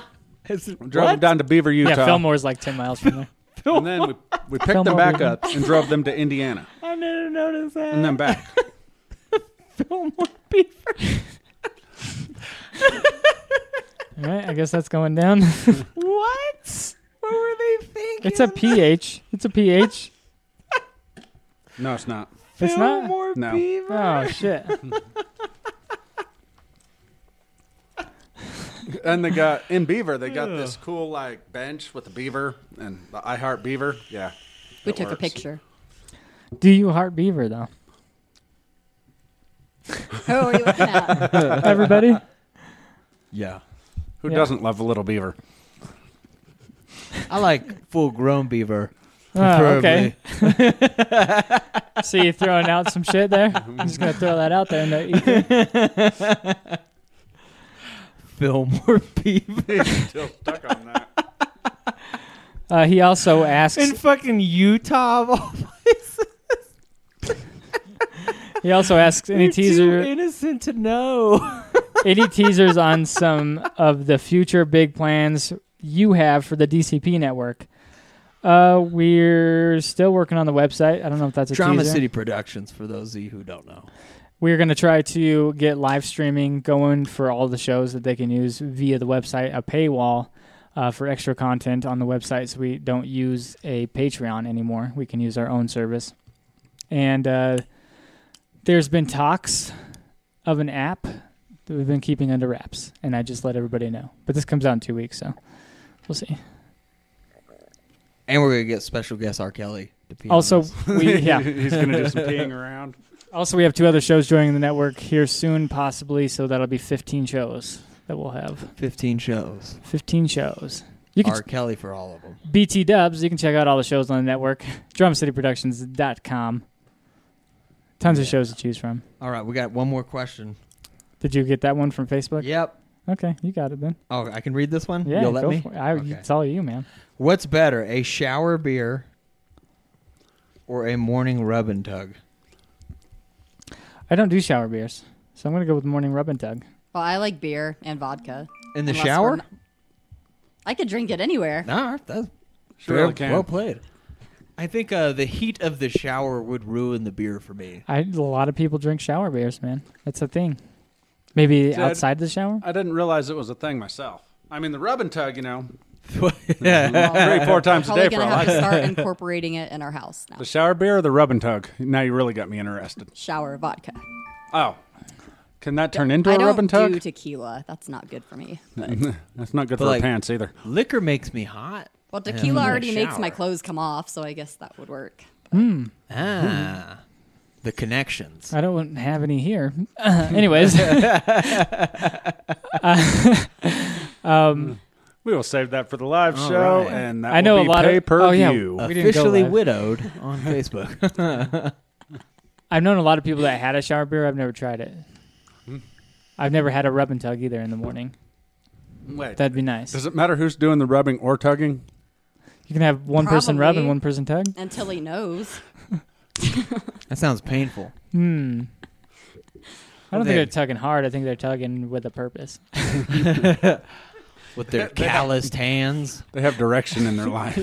G: we drove him down to Beaver, Utah,
E: yeah, Fillmore's like ten miles from there.
G: and then we, we picked
E: Fillmore
G: them back
E: Beaver.
G: up and drove them to Indiana
F: I didn't notice that.
G: and then back.
E: All right, I guess that's going down.
F: What? What were they thinking?
E: it's a pH. It's a pH.
G: No, it's not.
E: It's not.
F: Fillmore
G: No.
F: Beaver.
E: Oh shit.
G: And they got in Beaver, they got this cool like bench with the beaver and the I Heart Beaver. Yeah,
H: we
G: that
H: took a
G: works.
H: picture.
E: Do you heart Beaver though,
H: Who are you looking at?
E: everybody?
F: Yeah.
G: Who
E: Yeah.
G: doesn't love a little beaver?
F: I like full grown beaver. Ah,
E: Oh, okay.
F: preferably.
E: So you throwing out some shit there? I'm just gonna throw that out there. And they're-
F: Fillmore Beaver.
G: Still stuck on that.
E: Uh, he also asks.
F: In fucking Utah of all places.
E: He also asks any
F: You're
E: teaser,
F: Too innocent to know.
E: any teasers on some of the future big plans you have for the DCP network. Uh, we're still working on the website. I don't know if that's a
F: Drama
E: teaser.
F: City Productions, for those of you who don't know.
E: We're going to try to get live streaming going for all the shows that they can use via the website, a paywall uh, for extra content on the website so we don't use a Patreon anymore. We can use our own service. And uh, there's been talks of an app that we've been keeping under wraps, and I just let everybody know. But this comes out in two weeks, so we'll see.
F: And we're gonna get special guest R. Kelly. To be
E: Also,
F: honest.
E: we yeah.
G: He's gonna do some peeing around.
E: Also, we have two other shows joining the network here soon, possibly. So that'll be 15 shows that we'll have.
F: fifteen shows.
E: 15 shows. You can
F: R. Kelly for all of them.
E: BT Dubs. You can check out all the shows on the network. DrumCityProductions.com. Tons of shows to choose from.
F: All right, we got one more question.
E: Did you get that one from Facebook?
F: Yep.
E: Okay, you got it then.
F: Oh, I can read this one.
E: Yeah,
F: You'll let
E: go
F: me.
E: for it. I,
F: Okay.
E: It's all you, man.
F: What's better, a shower beer or a morning rub and tug?
E: I don't do shower beers, so I'm gonna go with morning rub and tug.
H: Well, I like beer and vodka.
F: In the
H: Unless
F: shower?
H: we're not- I could drink it anywhere.
F: Nah, that's
E: Sure
F: very
E: I can.
F: well played. I think uh, the heat of the shower would ruin the beer for me.
E: I a lot of people drink shower beers, man. That's a thing. Maybe
G: I'd-
E: outside the shower.
G: I didn't realize it was a thing myself. I mean, the rub and tug, you know,
F: yeah.
G: three, four times a
H: Probably
G: day for
H: gonna
G: a
H: have to
G: life.
H: start incorporating it in our house now.
G: The shower beer or the rub and tug? Now you really got me interested.
H: Shower vodka.
G: Oh, can that turn into
H: I
G: a rub
H: don't
G: and tug?
H: do tequila. That's not good for me. But,
G: That's not good
F: But
G: for
F: like-
G: our pants either.
F: Liquor makes me hot.
H: well, tequila
F: in the
H: already makes my
F: shower.
H: clothes come off, so I guess that would work.
F: Ah,
E: Hmm.
F: the connections.
E: I don't have any here. Anyways,
G: We will save that for the live
F: All
G: show,
F: right.
G: and that
E: I know
G: will
E: a
G: be
E: lot of-
G: pay per
E: oh, yeah.
G: view.
E: We didn't go
F: Officially
E: live.
F: widowed on Facebook.
E: I've known a lot of people that had a shower beer. I've never tried it. I've never had a rub and tug either in the morning.
G: Wait,
E: That'd be nice.
G: does it matter who's doing the rubbing or tugging?
E: You can have one person rub and
H: Probably.
E: one person tug.
H: Until he knows.
F: that sounds painful.
E: Hmm. I don't
F: They-
E: think they're tugging hard. I think they're tugging with a purpose.
F: With their calloused hands.
G: They have direction in their life.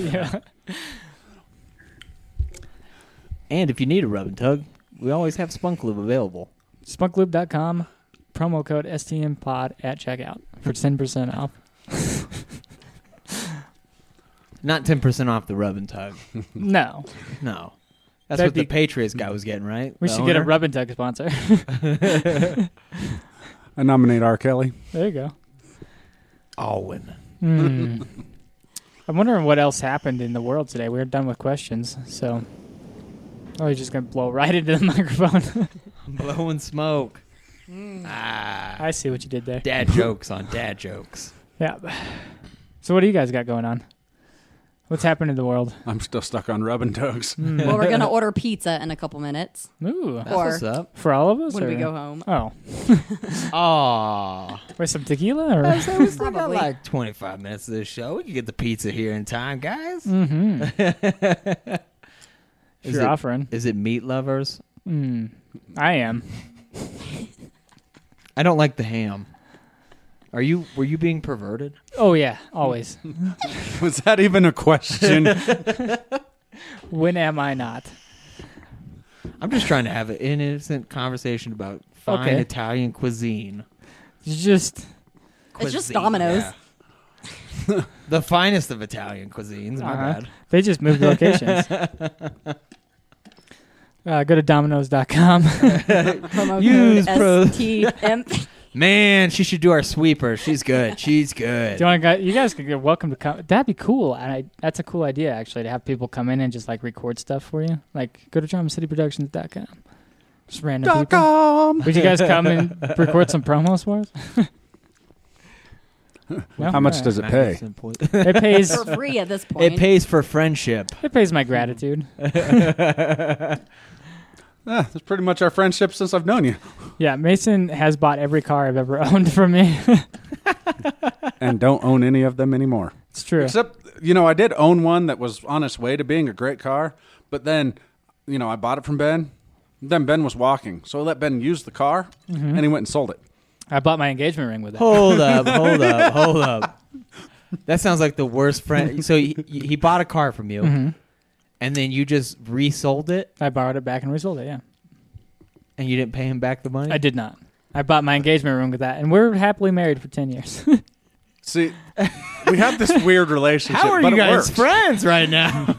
F: And if you need a rub and tug, we always have Spunk Lube available.
E: Spunklube.com, promo code STMPOD at checkout for 10% off.
F: Not 10% off the rub and tug.
E: No.
F: No. That's
E: That'd
F: what the
E: be-
F: Patriots guy was getting, right?
E: We
F: The
E: should get a
F: owner?
E: rub and tug sponsor.
G: I nominate R. Kelly.
E: there you go.
F: Alwyn.
E: Hmm. I'm wondering what else happened in the world today. We're done with questions, so. Oh, you're just going to blow right into the microphone.
F: Blowing smoke.
E: Hmm.
F: Ah.
E: I see what you did there.
F: Dad jokes on dad jokes.
E: Yeah. So, what do you guys got going on? What's happened in the world?
G: I'm still stuck on rubbing tugs.
H: well, we're gonna order pizza in a couple minutes,
E: Ooh.
H: or
F: What's up?
E: For all of us?
H: when
E: or?
H: we go home.
E: Oh.
F: Aw.
E: With some tequila? Or?
F: So we still got
H: Probably.
F: like 25 minutes of this show. We can get the pizza here in time, guys.
E: If
F: Is
E: you're
F: it-
E: Mm-hmm. offering. Hmm.
F: Is it meat lovers?
E: I am.
F: I don't like the ham. Are you? Were you being perverted?
E: Oh, yeah. Always.
G: Was that even a question?
E: when am I not?
F: I'm just trying to have an innocent conversation about fine
E: Okay.
F: Italian cuisine.
E: It's just
H: It's just
F: Cuisine,
H: Domino's.
F: yeah. the finest of Italian cuisines. My
E: Uh-huh.
F: bad.
E: They just moved locations. uh, go to dominoes.com.
H: Promo
F: Use
H: code
F: pro-
H: STM.
F: Man, she should do our sweeper. She's good. She's good.
E: Do you, want to go, you guys can go, welcome to come. That'd be cool. And I, that's a cool idea, actually, to have people come in and just like record stuff for you. Like, go to dramacityproductions.com. Just random people. Would you guys come and record some promos for us? No?
G: How much
E: All
G: does it pay?
F: Magnificent po-
E: right. it pays?
H: for free at this point.
F: it pays for friendship.
E: It pays my gratitude.
G: Ah, that's pretty much our friendship since I've known you.
E: Yeah, Mason has bought every car I've ever owned from me.
G: and don't own any of them anymore.
E: it's true.
G: Except, you know, I did own one that was on its way to being a great car, but then, you know, I bought it from Ben. Then Ben was walking, so I let Ben use the car,
F: Mm-hmm.
G: and he went and sold it.
E: I bought my engagement ring with it.
F: Hold up, hold up, hold up. That sounds like the worst friend. So he, he bought a car from you,
E: Mm-hmm.
F: and then you just resold it,
E: I borrowed it back and resold it. Yeah,
F: and you didn't pay him back the money.
E: I did not. I bought my engagement ring with that, and we're happily married for ten years.
G: See, we have this weird relationship.
F: How are
G: but
F: you
G: it
F: guys
G: works.
F: friends right now?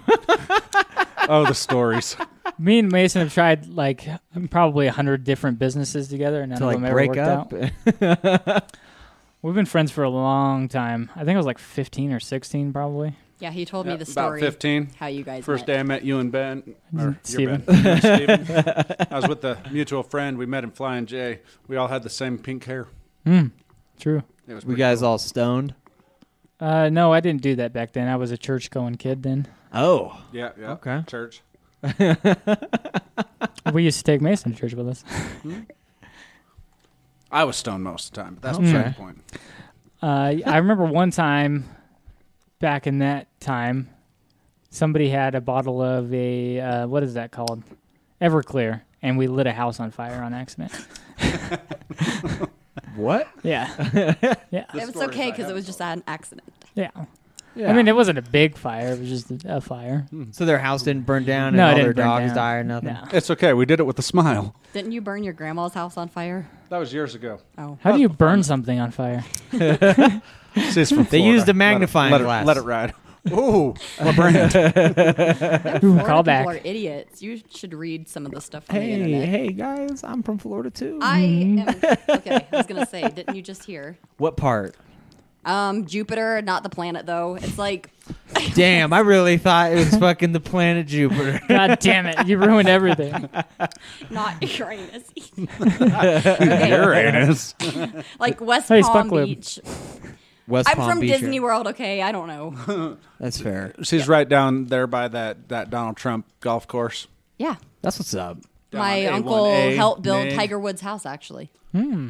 G: Oh, the stories.
E: Me and Mason have tried like probably a hundred different businesses together, and none
F: to
E: of
F: like
E: them ever
F: break
E: worked
F: up.
E: out. We've been friends for a long time. I think I was like fifteen or sixteen, probably.
H: Yeah, he told me the
G: About
H: story.
G: 15.
H: How you guys
G: First
H: met.
G: day I met you and Ben, or your
E: Steven.
G: Ben, you and Steven. I was with a mutual friend. We met in Flying J. We all had the same pink hair.
E: True.
G: It was
F: We
G: pretty
F: guys
G: cool.
F: all stoned.
E: Uh, no, I didn't do that back then. I was a church going kid then.
F: Oh,
G: Yeah, yeah.
F: Okay.
G: Church.
E: we used to take Mason to church with us.
G: I was stoned most of the time, but that's
F: Okay.
G: beside the point.
E: Uh, I remember one time back in that time, somebody had a bottle of a uh, what is that called? Everclear, and we lit a house on fire on accident.
F: what?
E: Yeah, yeah,
H: It was okay because it was just an accident.
E: yeah.
F: Yeah.
E: I mean, it wasn't a big fire; it was just a, a fire.
F: so their house didn't burn down, and
E: Hmm. No, it
F: all their
E: didn't burn
F: dogs
E: down.
F: die or nothing.
E: No.
G: It's okay. We did it with a smile.
H: Didn't you burn your grandma's house on fire?
G: That was years ago.
H: Oh,
E: How do you burn something on fire?
G: She's from
F: They
G: Florida.
F: used a
G: Let it-
F: magnifying
G: let it,
F: glass.
G: Let it ride. Ooh, LeBrand.
H: Florida
E: call back.
H: people are idiots. You should read some of the stuff on the
F: Hey,
H: internet.
F: hey guys, I'm from Florida too.
H: I am okay. I was gonna say, didn't you just hear?
F: what part?
H: Um, Jupiter, not the planet though. It's like
F: Damn, I really thought it was fucking the planet Jupiter.
E: God damn it! You ruined everything.
H: not Uranus.
G: Uranus.
H: like West
E: Hey,
H: Palm
E: Spuckler.
H: Beach.
F: West
H: I'm
F: Palm
H: from
F: Beach.
H: Disney World. Okay, I don't know.
F: That's fair.
G: She's right down there by that, that Donald Trump golf course.
H: Yeah,
F: That's what's up.
H: my
G: A1A,
H: uncle helped build
G: Meg.
H: Tiger Woods' house. Actually, yeah,
E: Hmm.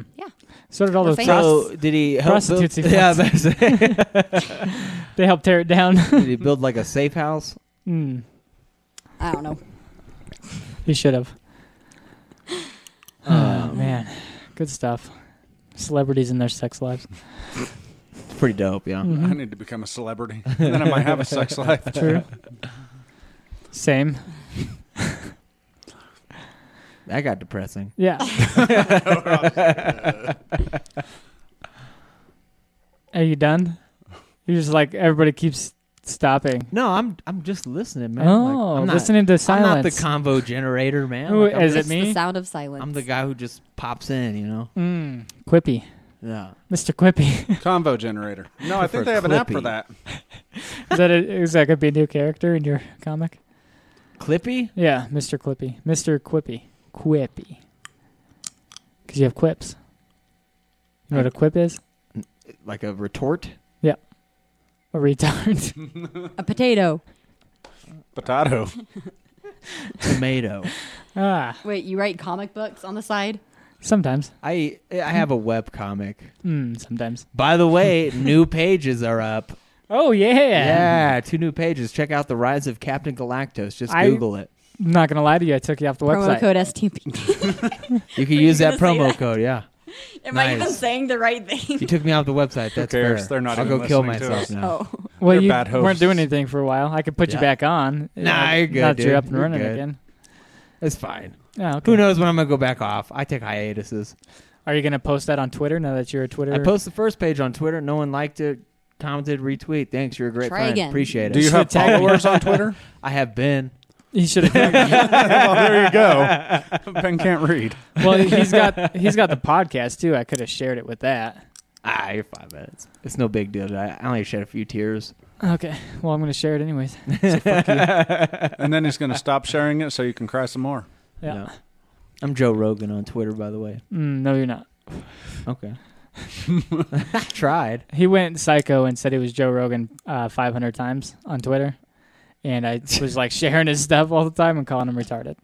E: So did all
H: We're
E: those
H: famous.
E: prostitutes.
F: So did he help build,
E: Prostitutes he
F: yeah,
E: fucks.
F: that's it.
E: They helped tear it down.
F: did he build like a safe house?
H: I don't know.
E: he should have.
F: Uh,
E: oh man, good stuff. Celebrities and their sex lives.
F: It's pretty dope, yeah.
E: Hmm.
G: I need to become a celebrity. then I might have a sex life.
E: True. Same.
F: That got depressing.
E: Yeah. Are you done? You're just like everybody keeps stopping.
F: No, I'm I'm just listening, man.
E: Oh,
F: like, I'm not,
E: listening to
F: I'm not the
E: silence.
F: convo generator, man.
E: Who
F: Like, I'm
E: is
F: just-
E: it
H: It's
E: me?
H: the sound of silence.
F: I'm the guy who just pops in, you know.
E: Mm, Quippy,
F: Yeah.
E: Mr. Quippy.
G: Convo generator. No, I
F: For
G: think they have an app for
F: Clippy.
G: that.
E: is that a, is that gonna be a new character in your comic?
F: Clippy?
E: Yeah, Mr. Clippy, Mr. Quippy, Quippy. Because you have quips. You know what a quip is?
F: Like a retort?
E: A retard.
H: a potato.
G: Potato.
F: Tomato.
E: ah,
H: Wait, you write comic books on the side?
E: sometimes.
F: I I have a web comic.
E: Mm, sometimes.
F: By the way, new pages are up.
E: Oh yeah.
F: Yeah, two new pages. Check out the Rise of Captain Galactus. Just
E: I-
F: Google it.
E: I'm not gonna lie to you. I took you off the
H: Promo
E: website.
H: code STP.
F: You can use that
H: gonna say
F: promo
H: that?
F: code. Yeah,
H: Am I
F: Nice.
H: even saying the right thing?
F: you took me off the website. That's
G: cares?
F: fair.
G: They're not
F: I'll
G: even
F: go kill
G: listening to
F: myself
G: us.
F: now.
H: Oh,
E: Well,
G: You're
E: you
G: bad hosts.
E: weren't doing anything for a while. I could put
F: Yeah.
E: you back on.
F: Nah,
E: Uh,
F: you're good,
E: Now that
F: dude.
E: you're up and
F: You're
E: running
F: good.
E: again.
F: It's fine.
E: Oh, okay.
F: Who knows when I'm gonna go back off? I take hiatuses.
E: Are you gonna post that on Twitter now that you're a Twitter?
F: I post the first page on Twitter. No one liked it, commented, retweet. Thanks, you're a great
H: Try
F: friend.
H: again.
F: Appreciate it.
G: Do you have
E: tag me.
G: followers on Twitter?
F: I have been.
E: he should have.
G: well, there you go. Ben can't read.
E: well, he's got he's got the podcast too. I could have shared it with that.
F: Ah, you're five minutes. It's no big deal. I I only shed a few tears.
E: Okay. Well, I'm gonna share it anyways.
G: And then he's going to stop sharing it so you can cry some more.
E: Yeah.
F: I'm Joe Rogan on Twitter, by the way.
E: Mm, no, you're not.
F: Okay. I tried.
E: He went psycho and said he was Joe Rogan uh, 500 times on Twitter, and I was like sharing his stuff all the time and calling him retarded.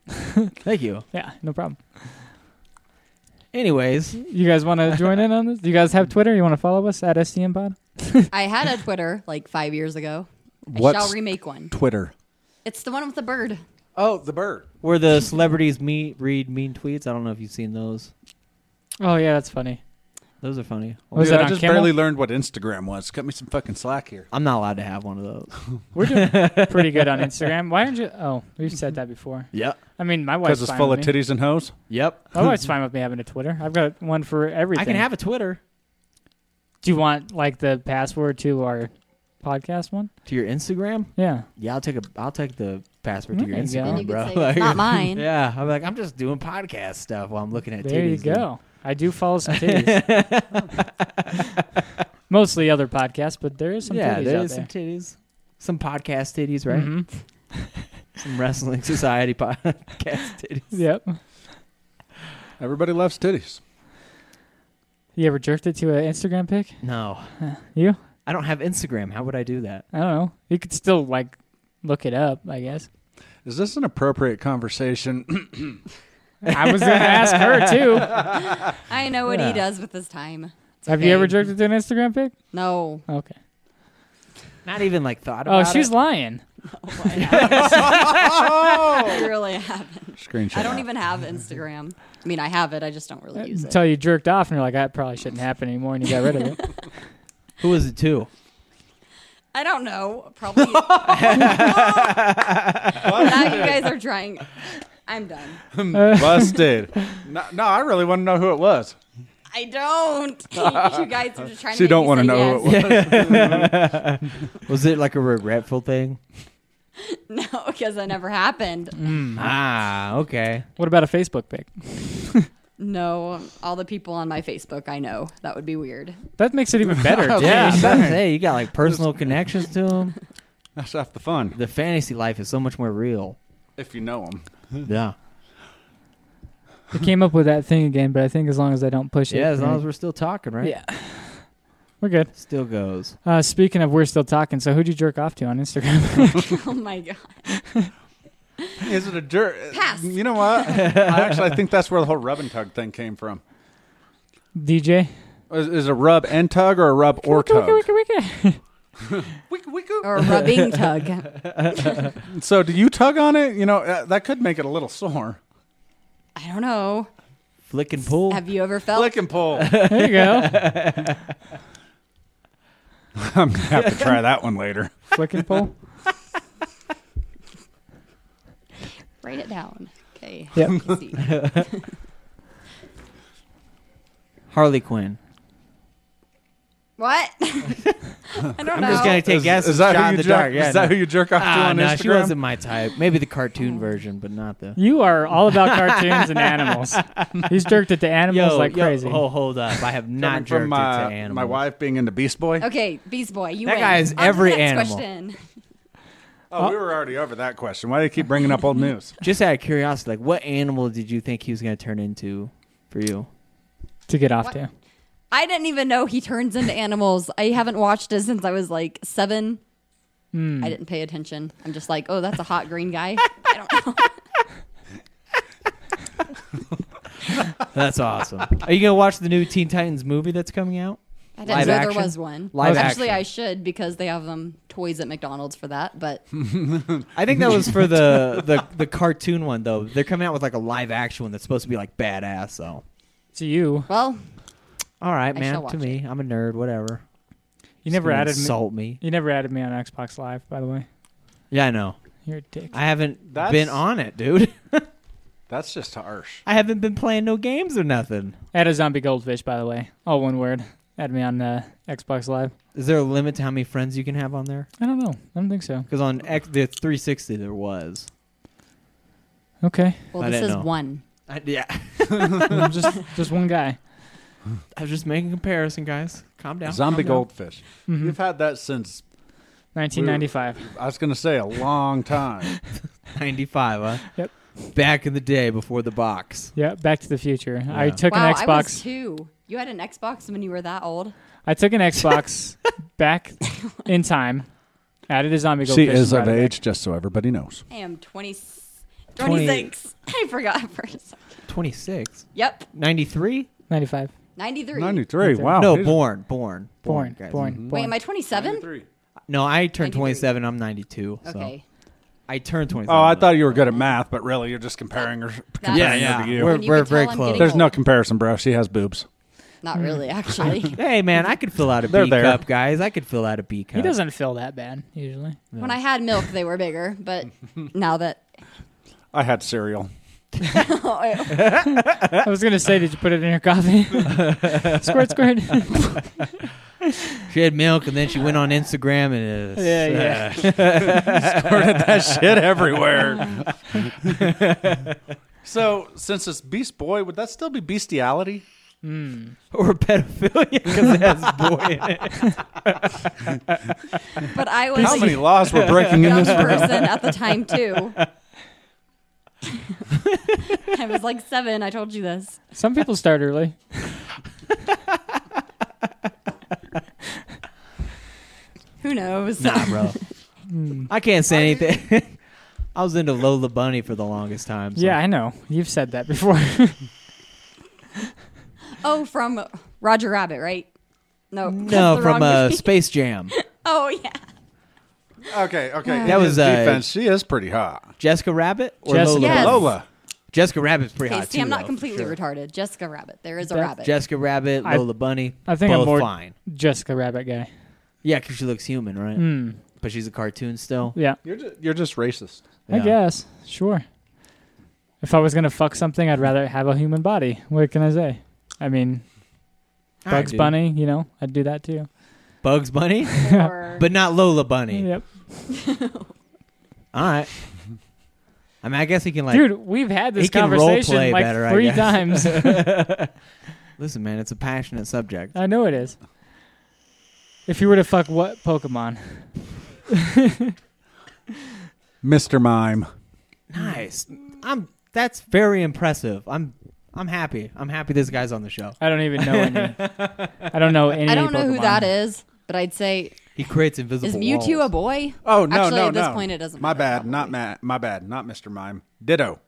F: Thank you.
E: Yeah, no problem.
F: Anyways,
E: You guys want to join in on this? Do you guys have Twitter? You want to follow us at STM Pod?
H: I had a Twitter like five years ago. I
G: What's-
H: shall remake one.
G: Twitter.
H: It's the one with the bird.
G: Oh, the bird.
F: where the celebrities meet, read mean tweets. I don't know if you've seen those.
E: Oh yeah, that's funny.
F: Those are funny.
E: Was
G: Dude,
E: it
G: I
E: on
G: just
E: Kimmel?
G: barely learned what Instagram was. Cut me some fucking slack here.
F: I'm not allowed to have one of those.
E: We're doing pretty good on Instagram. Why aren't you? Oh, we've said that before.
F: Yep.
E: I mean, my wife's
G: Because it's
E: fine
G: full of
E: with me.
G: titties and hoes.
F: Yep.
E: My wife's fine with me having a Twitter. I've got one for everything.
F: I can have a Twitter
E: Do you want like the password to our podcast one?
F: to your Instagram.
E: yeah.
F: Yeah, I'll take a. I'll take the password to your
E: There you go.
F: Instagram,
E: Then
H: you could
F: bro.
H: say, "It's not mine."
F: Yeah, I'm like, I'm just doing podcast stuff while I'm looking at.
E: There you
F: titties and-
E: go. I do follow some titties. Mostly other podcasts, but there is some
F: yeah,
E: titties
F: there
E: out
F: is
E: there.
F: some titties, some podcast titties, right?
E: Mhm.
F: Some wrestling society podcast titties.
E: Yep.
G: Everybody loves titties.
E: You ever jerked it to an Instagram pic?
F: No,
E: You?
F: I don't have Instagram. How would I do that?
E: I don't know. You could still like look it up, I guess.
G: Is this an appropriate conversation?
E: I was gonna ask her too.
H: I know what he does with his time. It's
E: Have
H: okay.
E: you ever jerked into an Instagram pic?
H: No.
E: Okay.
F: Not even like thought
E: Oh,
F: about
E: she's
F: it.
E: lying.
H: I really haven't.
G: Screenshot.
H: I don't even have Instagram. I mean, I have it. I just don't
F: Uh,
H: really use it.
E: Until you jerked off and you're like, that probably shouldn't happen anymore, and you got rid of it.
F: Who is it to?
H: I don't know. Probably. now you guys are trying. I'm done.
G: Busted. no, no, I really want to know who it was.
H: I don't. you guys are just trying.
G: She
H: to
G: don't
H: want to
G: know who it was.
F: Was it like a regretful thing?
H: No, because that never happened.
F: Ah, okay.
E: What about a Facebook pic?
H: No, all the people on my Facebook I know. That would be weird.
E: That makes it even better. too.
F: Yeah, I'm about to say you got like personal connections to them.
G: That's half the fun.
F: The fantasy life is so much more real.
G: If you know him.
F: Yeah.
E: I came up with that thing again, but I think as long as I don't push it,
F: Yeah, as long
E: right?
F: as we're still talking, right?
E: Yeah. we're good.
F: Still goes.
E: Uh, speaking of, we're still talking. So, who'd you jerk off to on Instagram?
H: Oh my god.
G: Is it a jerk?
H: Pass.
G: You know what? I actually think that's where the whole rub and tug thing came from.
E: DJ.
G: Is, is a rub and tug or a rub or tug?
E: Wicka, wicka, wicka.
H: Or a rubbing tug.
G: So do you tug on it? You know, uh, that could make it a little sore.
H: I don't know.
F: Flick and pull.
H: Have you ever felt?
G: Flick and pull.
E: There you go.
G: I'm going to have to try that one later.
E: Flick and pull.
H: Write it down. Okay.
E: Yep.
H: Easy.
F: Harley Quinn.
H: What? I don't know.
F: I'm just gonna take
G: Is-
F: guesses.
G: is that who
F: Shot in
G: you
F: the
G: jerk-
F: dark. Yeah,
G: is that
F: no.
G: who you jerk off to
F: Ah,
G: on
F: no,
G: Instagram?
F: she wasn't my type. Maybe the cartoon version, but not the.
E: You are all about cartoons and animals. He's jerked it to animals like crazy.
F: Oh, hold up! I have
G: Coming
F: not
G: from
F: jerked
G: my,
F: it to animals.
G: my wife being into Beast Boy.
H: Okay, Beast Boy, you
F: That
H: win.
F: guy is
H: On to the
F: every
H: next
F: animal.
H: Question.
G: Oh, we were already over that question. Why do you keep bringing up old news?
F: Just out of curiosity, like, what animal did you think he was gonna turn into for you?
E: To get off
H: What?
E: to.
H: I didn't even know he turns into animals. I haven't watched it since I was like seven.
F: Hmm.
H: I didn't pay attention. I'm just like, oh, that's a hot green guy. I don't know.
F: That's awesome. Are you gonna watch the new Teen Titans movie that's coming out?
H: I didn't
F: Live
H: know
F: action?
H: there was one.
F: Live
H: Actually,
F: action.
H: I should because they have them toys at McDonald's for that. But
F: I think that was for the, the the cartoon one though. They're coming out with like a live action one that's supposed to be like badass. So,
E: To you.
H: well,
F: all right,
H: I
F: man.
H: shall
F: To
H: watch
F: me, I'm a nerd. Whatever.
E: You never added me.
F: insult me.
E: You never added me on Xbox Live, by the way.
F: Yeah, I know.
E: You're a dick.
F: I haven't
G: That's-
F: been on it, dude.
G: That's just harsh.
F: I haven't been playing no games or nothing.
E: Add a zombie goldfish, by the way. All one word. Add me on uh, Xbox Live.
F: Is there a limit to how many friends you can have on there?
E: I don't know. I don't think so.
F: Because on X, the 360 there was.
E: Okay.
H: well,
F: I
H: this
F: didn't
H: is
F: know.
H: one.
F: I, yeah,
E: I'm just just one guy.
F: I was just making a comparison, guys. Calm down.
G: Zombie
F: calm down.
G: goldfish.
E: Mm-hmm.
G: You've had that since
E: 1995.
G: I was going to say a long time.
F: 95, huh?
E: Yep.
F: Back in the day before the box.
E: Yeah, Back to the Future. I took
H: Wow,
E: an
H: I was
E: Xbox.
H: two. You had an Xbox when you were that old.
E: I took an Xbox back in time. Added a zombie goldfish.
G: she is
E: and
G: of
E: brought it back.
G: age, just so everybody knows.
H: I am 20,
F: Twenty-
H: 26. I forgot for a second.
F: 26.
H: Yep,
F: 93?
E: 95.
H: 93.
G: 93. Wow.
F: no,
G: he's-
F: born, born,
E: Born.
F: Oh, born, guys.
E: born.
G: Mm-hmm.
H: Wait,
E: born.
H: am I 27?
F: No, I turned
H: 93.
F: 27. I'm 92. So
H: Okay.
F: I turned 27.
G: Oh, I thought you were good at math, but really you're just comparing her. Comparing
F: Yeah,
G: her
F: yeah.
G: To you.
F: We're,
H: When you
F: we're
H: can tell
F: very
H: I'm
F: close.
H: getting
G: There's no comparison, bro. She has boobs.
H: Not really,
F: Hmm.
H: actually.
F: Hey, man, I could fill out a
G: They're
F: B
G: there.
F: cup, guys. I could fill out a B cup.
E: He doesn't feel that bad usually.
H: When I had milk, they were bigger, but now that
G: I had cereal.
H: oh,
E: I was gonna say, did you put it in your coffee? squirt, squirt.
F: She had milk, and then she went on Instagram and. Uh,
E: yeah, yeah.
G: that shit everywhere. so, since it's Beast Boy, would that still be bestiality?
E: Hmm.
F: Or pedophilia because it has boy in it.
H: but I was
G: How
H: a
G: many laws were breaking in
H: young
G: this room?
H: person at the time too. I was like seven. I told you this.
E: Some people start early.
H: Who knows?
F: Nah, bro. I can't say anything. I was into Lola Bunny for the longest time. so-
E: Yeah, I know. You've said that before.
H: oh, from Roger Rabbit, right? No, that's
F: No,
H: the
F: from
H: wrong
F: uh,
H: movie.
F: Space Jam.
H: Oh yeah,
G: Okay, okay.
F: That
G: In
F: was,
G: his
F: uh,
G: defense. She is pretty hot.
F: Jessica Rabbit or
E: Jessica-
F: Lola?
H: Yes.
F: Bunny?
G: Lola.
F: Jessica Rabbit's pretty
H: okay.
F: hot
H: See,
F: too.
H: I'm
F: though,
H: not
F: for
H: completely
F: sure.
H: retarded. Jessica Rabbit. There is a
E: That-
H: rabbit.
F: Jessica Rabbit,
E: I-
F: Lola Bunny.
E: I think
F: both
E: I'm more
F: fine.
E: Jessica Rabbit guy. Hmm.
F: Yeah, because she looks human, right?
E: Mm.
F: But she's a cartoon still.
E: Yeah,
G: You're just, you're just racist.
E: I
F: Yeah.
E: guess. Sure. If I was gonna fuck something, I'd rather have a human body. What can I say? I mean,
F: All right,
E: Bugs
F: dude.
E: Bunny. You know, I'd do that too.
F: Bugs Bunny, but not Lola Bunny.
E: Yep.
F: All right. I mean, I guess he can like.
E: Dude, we've had this
F: he can role
E: conversation
F: play
E: like
F: better, I
E: three
F: guess.
E: times.
F: listen, man, it's a passionate subject.
E: I know it is. If you were to fuck what Pokemon?
G: Mr. Mime.
F: Nice. I'm. That's very impressive. I'm. I'm happy. I'm happy this guy's on the show.
E: I don't even know any. I don't know any.
H: I don't know who
E: Pokemon.
H: that is, but I'd say
F: He creates invisible.
H: is Mewtwo a
F: walls.
H: boy?
G: Oh no,
H: Actually,
G: no,
H: at this
G: no.
H: point, it doesn't.
G: My
H: matter,
G: bad,
H: probably.
G: not Matt. My bad, not Mr. Mime. Ditto.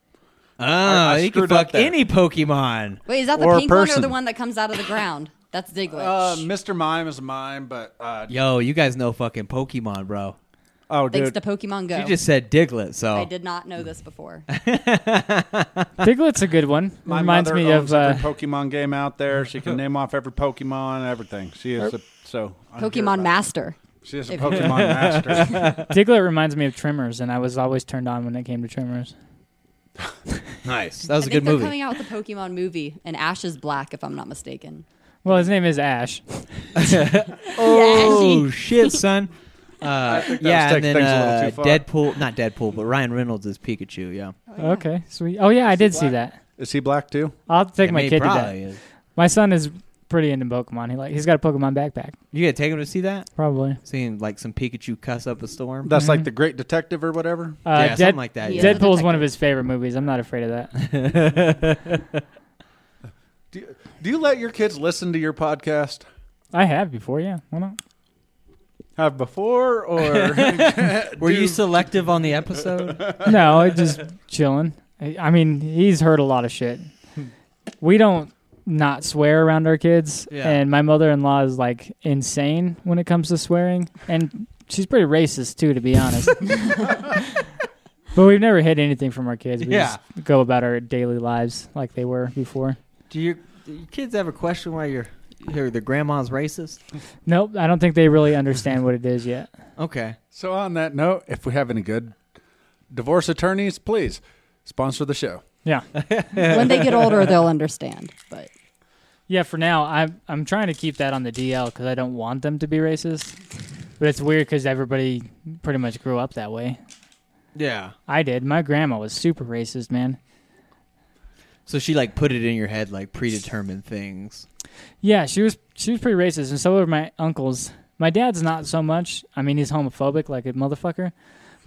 F: Oh,
G: I- I
F: he can
G: screwed up
F: fuck
G: there.
F: any Pokemon.
H: Wait, is that the
G: Or a
H: pink one or
G: person.
H: the one that comes out of the ground? That's Diglett.
G: Uh, Mr. Mime is mime, but uh,
F: Yo, you guys know fucking Pokemon, bro.
G: oh,
H: Thanks
G: dude,
H: to Pokemon Go.
F: You just said Diglett, so
H: I did not know this before.
E: Diglett's a good one.
G: my
E: Reminds
G: mother
E: me
G: owns
E: of uh,
G: every Pokemon game out there. She can name off every Pokemon, everything. She is a, so I'm here
H: Pokemon
G: about-
H: Master.
G: She is a
H: If-
G: Pokemon master.
E: Diglett reminds me of Trimmers, and I was always turned on when it came to Trimmers.
F: nice. That was a
H: I think
F: good
H: they're
F: movie.
H: coming out with a Pokemon movie, and Ash is black, if I'm not mistaken.
E: Well, his name is Ash.
F: Oh shit, son. Uh,
G: think that was
F: yeah, and
G: taking
F: then
G: things a little
F: uh,
G: too far.
F: Deadpool, not Deadpool, but Ryan Reynolds is Pikachu. Yeah,
E: Okay, sweet. Oh yeah, I did see that.
G: is he black too?
E: I'll take
F: I
E: my
F: mean,
E: kid to that.
F: probably is.
E: My son is pretty into Pokemon. He like he's got a Pokemon backpack,
F: You gonna take him to see that?
E: probably.
F: Seeing like some Pikachu cuss up a storm.
G: That's like the Great Detective or whatever.
E: Uh,
F: yeah,
E: Dead-
F: something like that.
H: Yeah.
F: Yeah.
E: Deadpool is one of his favorite movies. I'm not afraid of that.
G: Do you let your kids listen to your podcast?
E: I have before, yeah. Why not?
G: Have before or
F: Were you selective on the episode?
E: No, I just chilling. I I mean, he's heard a lot of shit. We don't not swear around our kids,
F: Yeah.
E: and my mother-in-law is like insane when it comes to swearing, and she's pretty racist too, to be honest. but we've never hid anything from our kids. We
F: Yeah.
E: just go about our daily lives like they were before.
F: do your do your kids ever question why your your their grandma's racist?
E: Nope, I don't think they really understand what it is yet.
F: Okay.
G: so? On that note, if we have any good divorce attorneys, please sponsor the show.
E: Yeah.
H: when they get older, they'll understand. But
E: Yeah, for now, I'm I'm trying to keep that on the DL because I don't want them to be racist. But it's weird because everybody pretty much grew up that way.
F: Yeah.
E: I did. My grandma was super racist, man.
F: So she like put it in your head like predetermined things.
E: Yeah, she was she was pretty racist, and so were my uncles. My dad's not so much. I mean, he's homophobic like a motherfucker,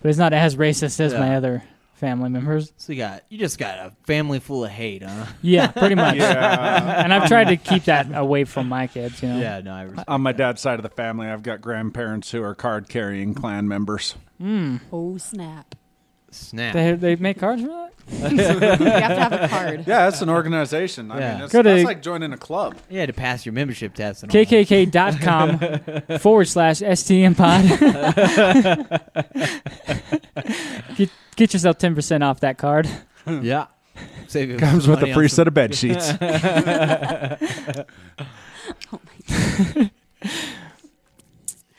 E: but he's not as racist as my
F: Yeah.
E: other family members.
F: So you got you just got a family full of hate, huh?
E: Yeah, pretty much.
G: Yeah.
E: And I've tried to keep that away from my kids. You know.
F: Yeah. No, I. Respect.
G: On my dad's side of the family, I've got grandparents who are card carrying clan members.
H: oh snap!
F: Snap.
E: They they make cards for that.
H: You have to have a card.
G: Yeah, that's an organization. I
F: Yeah.
G: mean, it's,
E: Go to-
G: that's like joining a club.
F: You had to pass your membership test. And all that.
E: kkk.com forward slash STM pod. get, get yourself 10% off that card.
F: Yeah. Save you
G: Comes with
F: money
G: a
F: on
G: free
F: some-
G: set of bed sheets.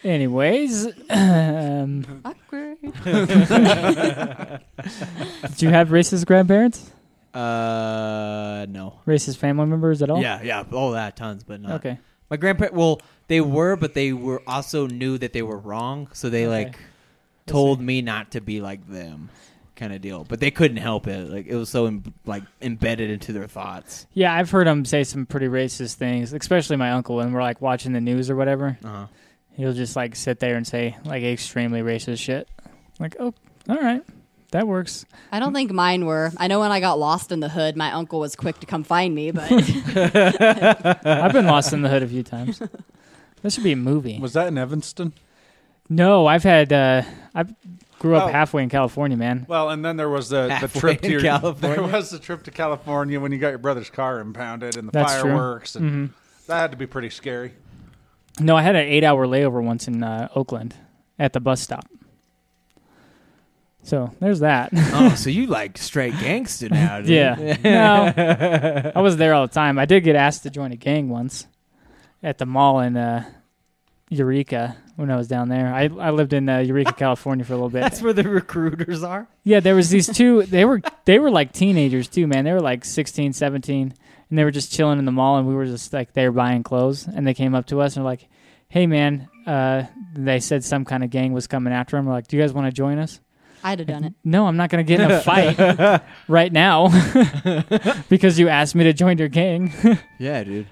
E: Anyways, um,
H: Awkward.
E: did you have racist grandparents?
F: Uh, no.
E: Racist family members at all?
F: Yeah, yeah, all that tons, but not.
E: Okay.
F: My grandparent. Well, they were, but they were also knew that they were wrong, so they
E: Okay.
F: like told me not to be like them, kind of deal. But they couldn't help it. Like it was so em- like embedded into their thoughts.
E: Yeah, I've heard him say some pretty racist things, especially my uncle when we're like watching the news or whatever.
F: Uh-huh.
E: He'll just like sit there and say like extremely racist shit. Like, oh, all right. That works.
H: I don't think mine were. I know when I got lost in the hood, my uncle was quick to come find me, but
E: I've been lost in the hood a few times. That should be a movie.
G: Was that in Evanston?
E: No, I've had. Uh, I grew up
G: Oh.
E: halfway in California, man.
G: Well, and then there was the, the
F: Halfway
G: trip to
F: in
G: your,
F: California.
G: There was the trip to California when you got your brother's car impounded and the
E: That's true.
G: fireworks, and that had to be pretty scary.
E: Mm-hmm. No, I had an eight-hour layover once in uh, Oakland at the bus stop. So there's that.
F: oh, so you like straight gangster now? Dude.
E: yeah. no, I was there all the time. I did get asked to join a gang once at the mall in uh, Eureka when I was down there. I I lived in uh, Eureka, California for a little bit.
F: That's where the recruiters are.
E: Yeah, there was these two. They were they were like teenagers too, man. They were like 16, 17, and they were just chilling in the mall, and we were just like there buying clothes, and they came up to us and were like, "Hey, man," uh, they said some kind of gang was coming after them. We're like, "Do you guys want to join us?"
H: I'd have done it.
E: No, I'm not going to get in a fight right now because you asked me to join your gang.
F: Yeah, dude.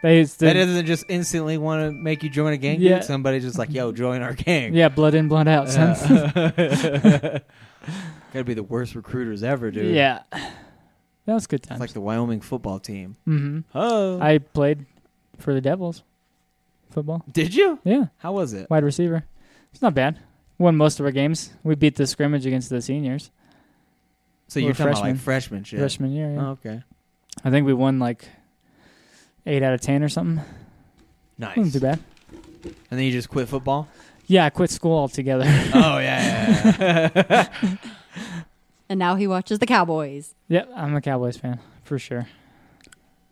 E: they,
F: That doesn't just instantly want to make you join a gang. dude.
E: Yeah.
F: Somebody's just like, yo, join our gang. Uh,
E: yeah, blood in, blood out, son.
F: Gotta be the worst recruiters ever, dude.
E: yeah, that was good times.
F: It's like the Wyoming football team.
E: hmm
F: Oh.
E: I played for the Devils football.
F: Did you?
E: Yeah.
F: How was it?
E: wide receiver. It's not bad. Won most of our games. We beat the scrimmage against the seniors
F: So
E: We're
F: you're talking about like freshman shit.
E: freshman year. Yeah.
F: Oh, okay.
E: I think we won like eight out of ten or something.
F: Nice.
E: Wasn't too bad.
F: And then you just quit football?
E: Yeah, I quit school altogether.
F: oh, yeah. yeah, yeah.
H: And now he watches the Cowboys.
E: yep, I'm a Cowboys fan for sure.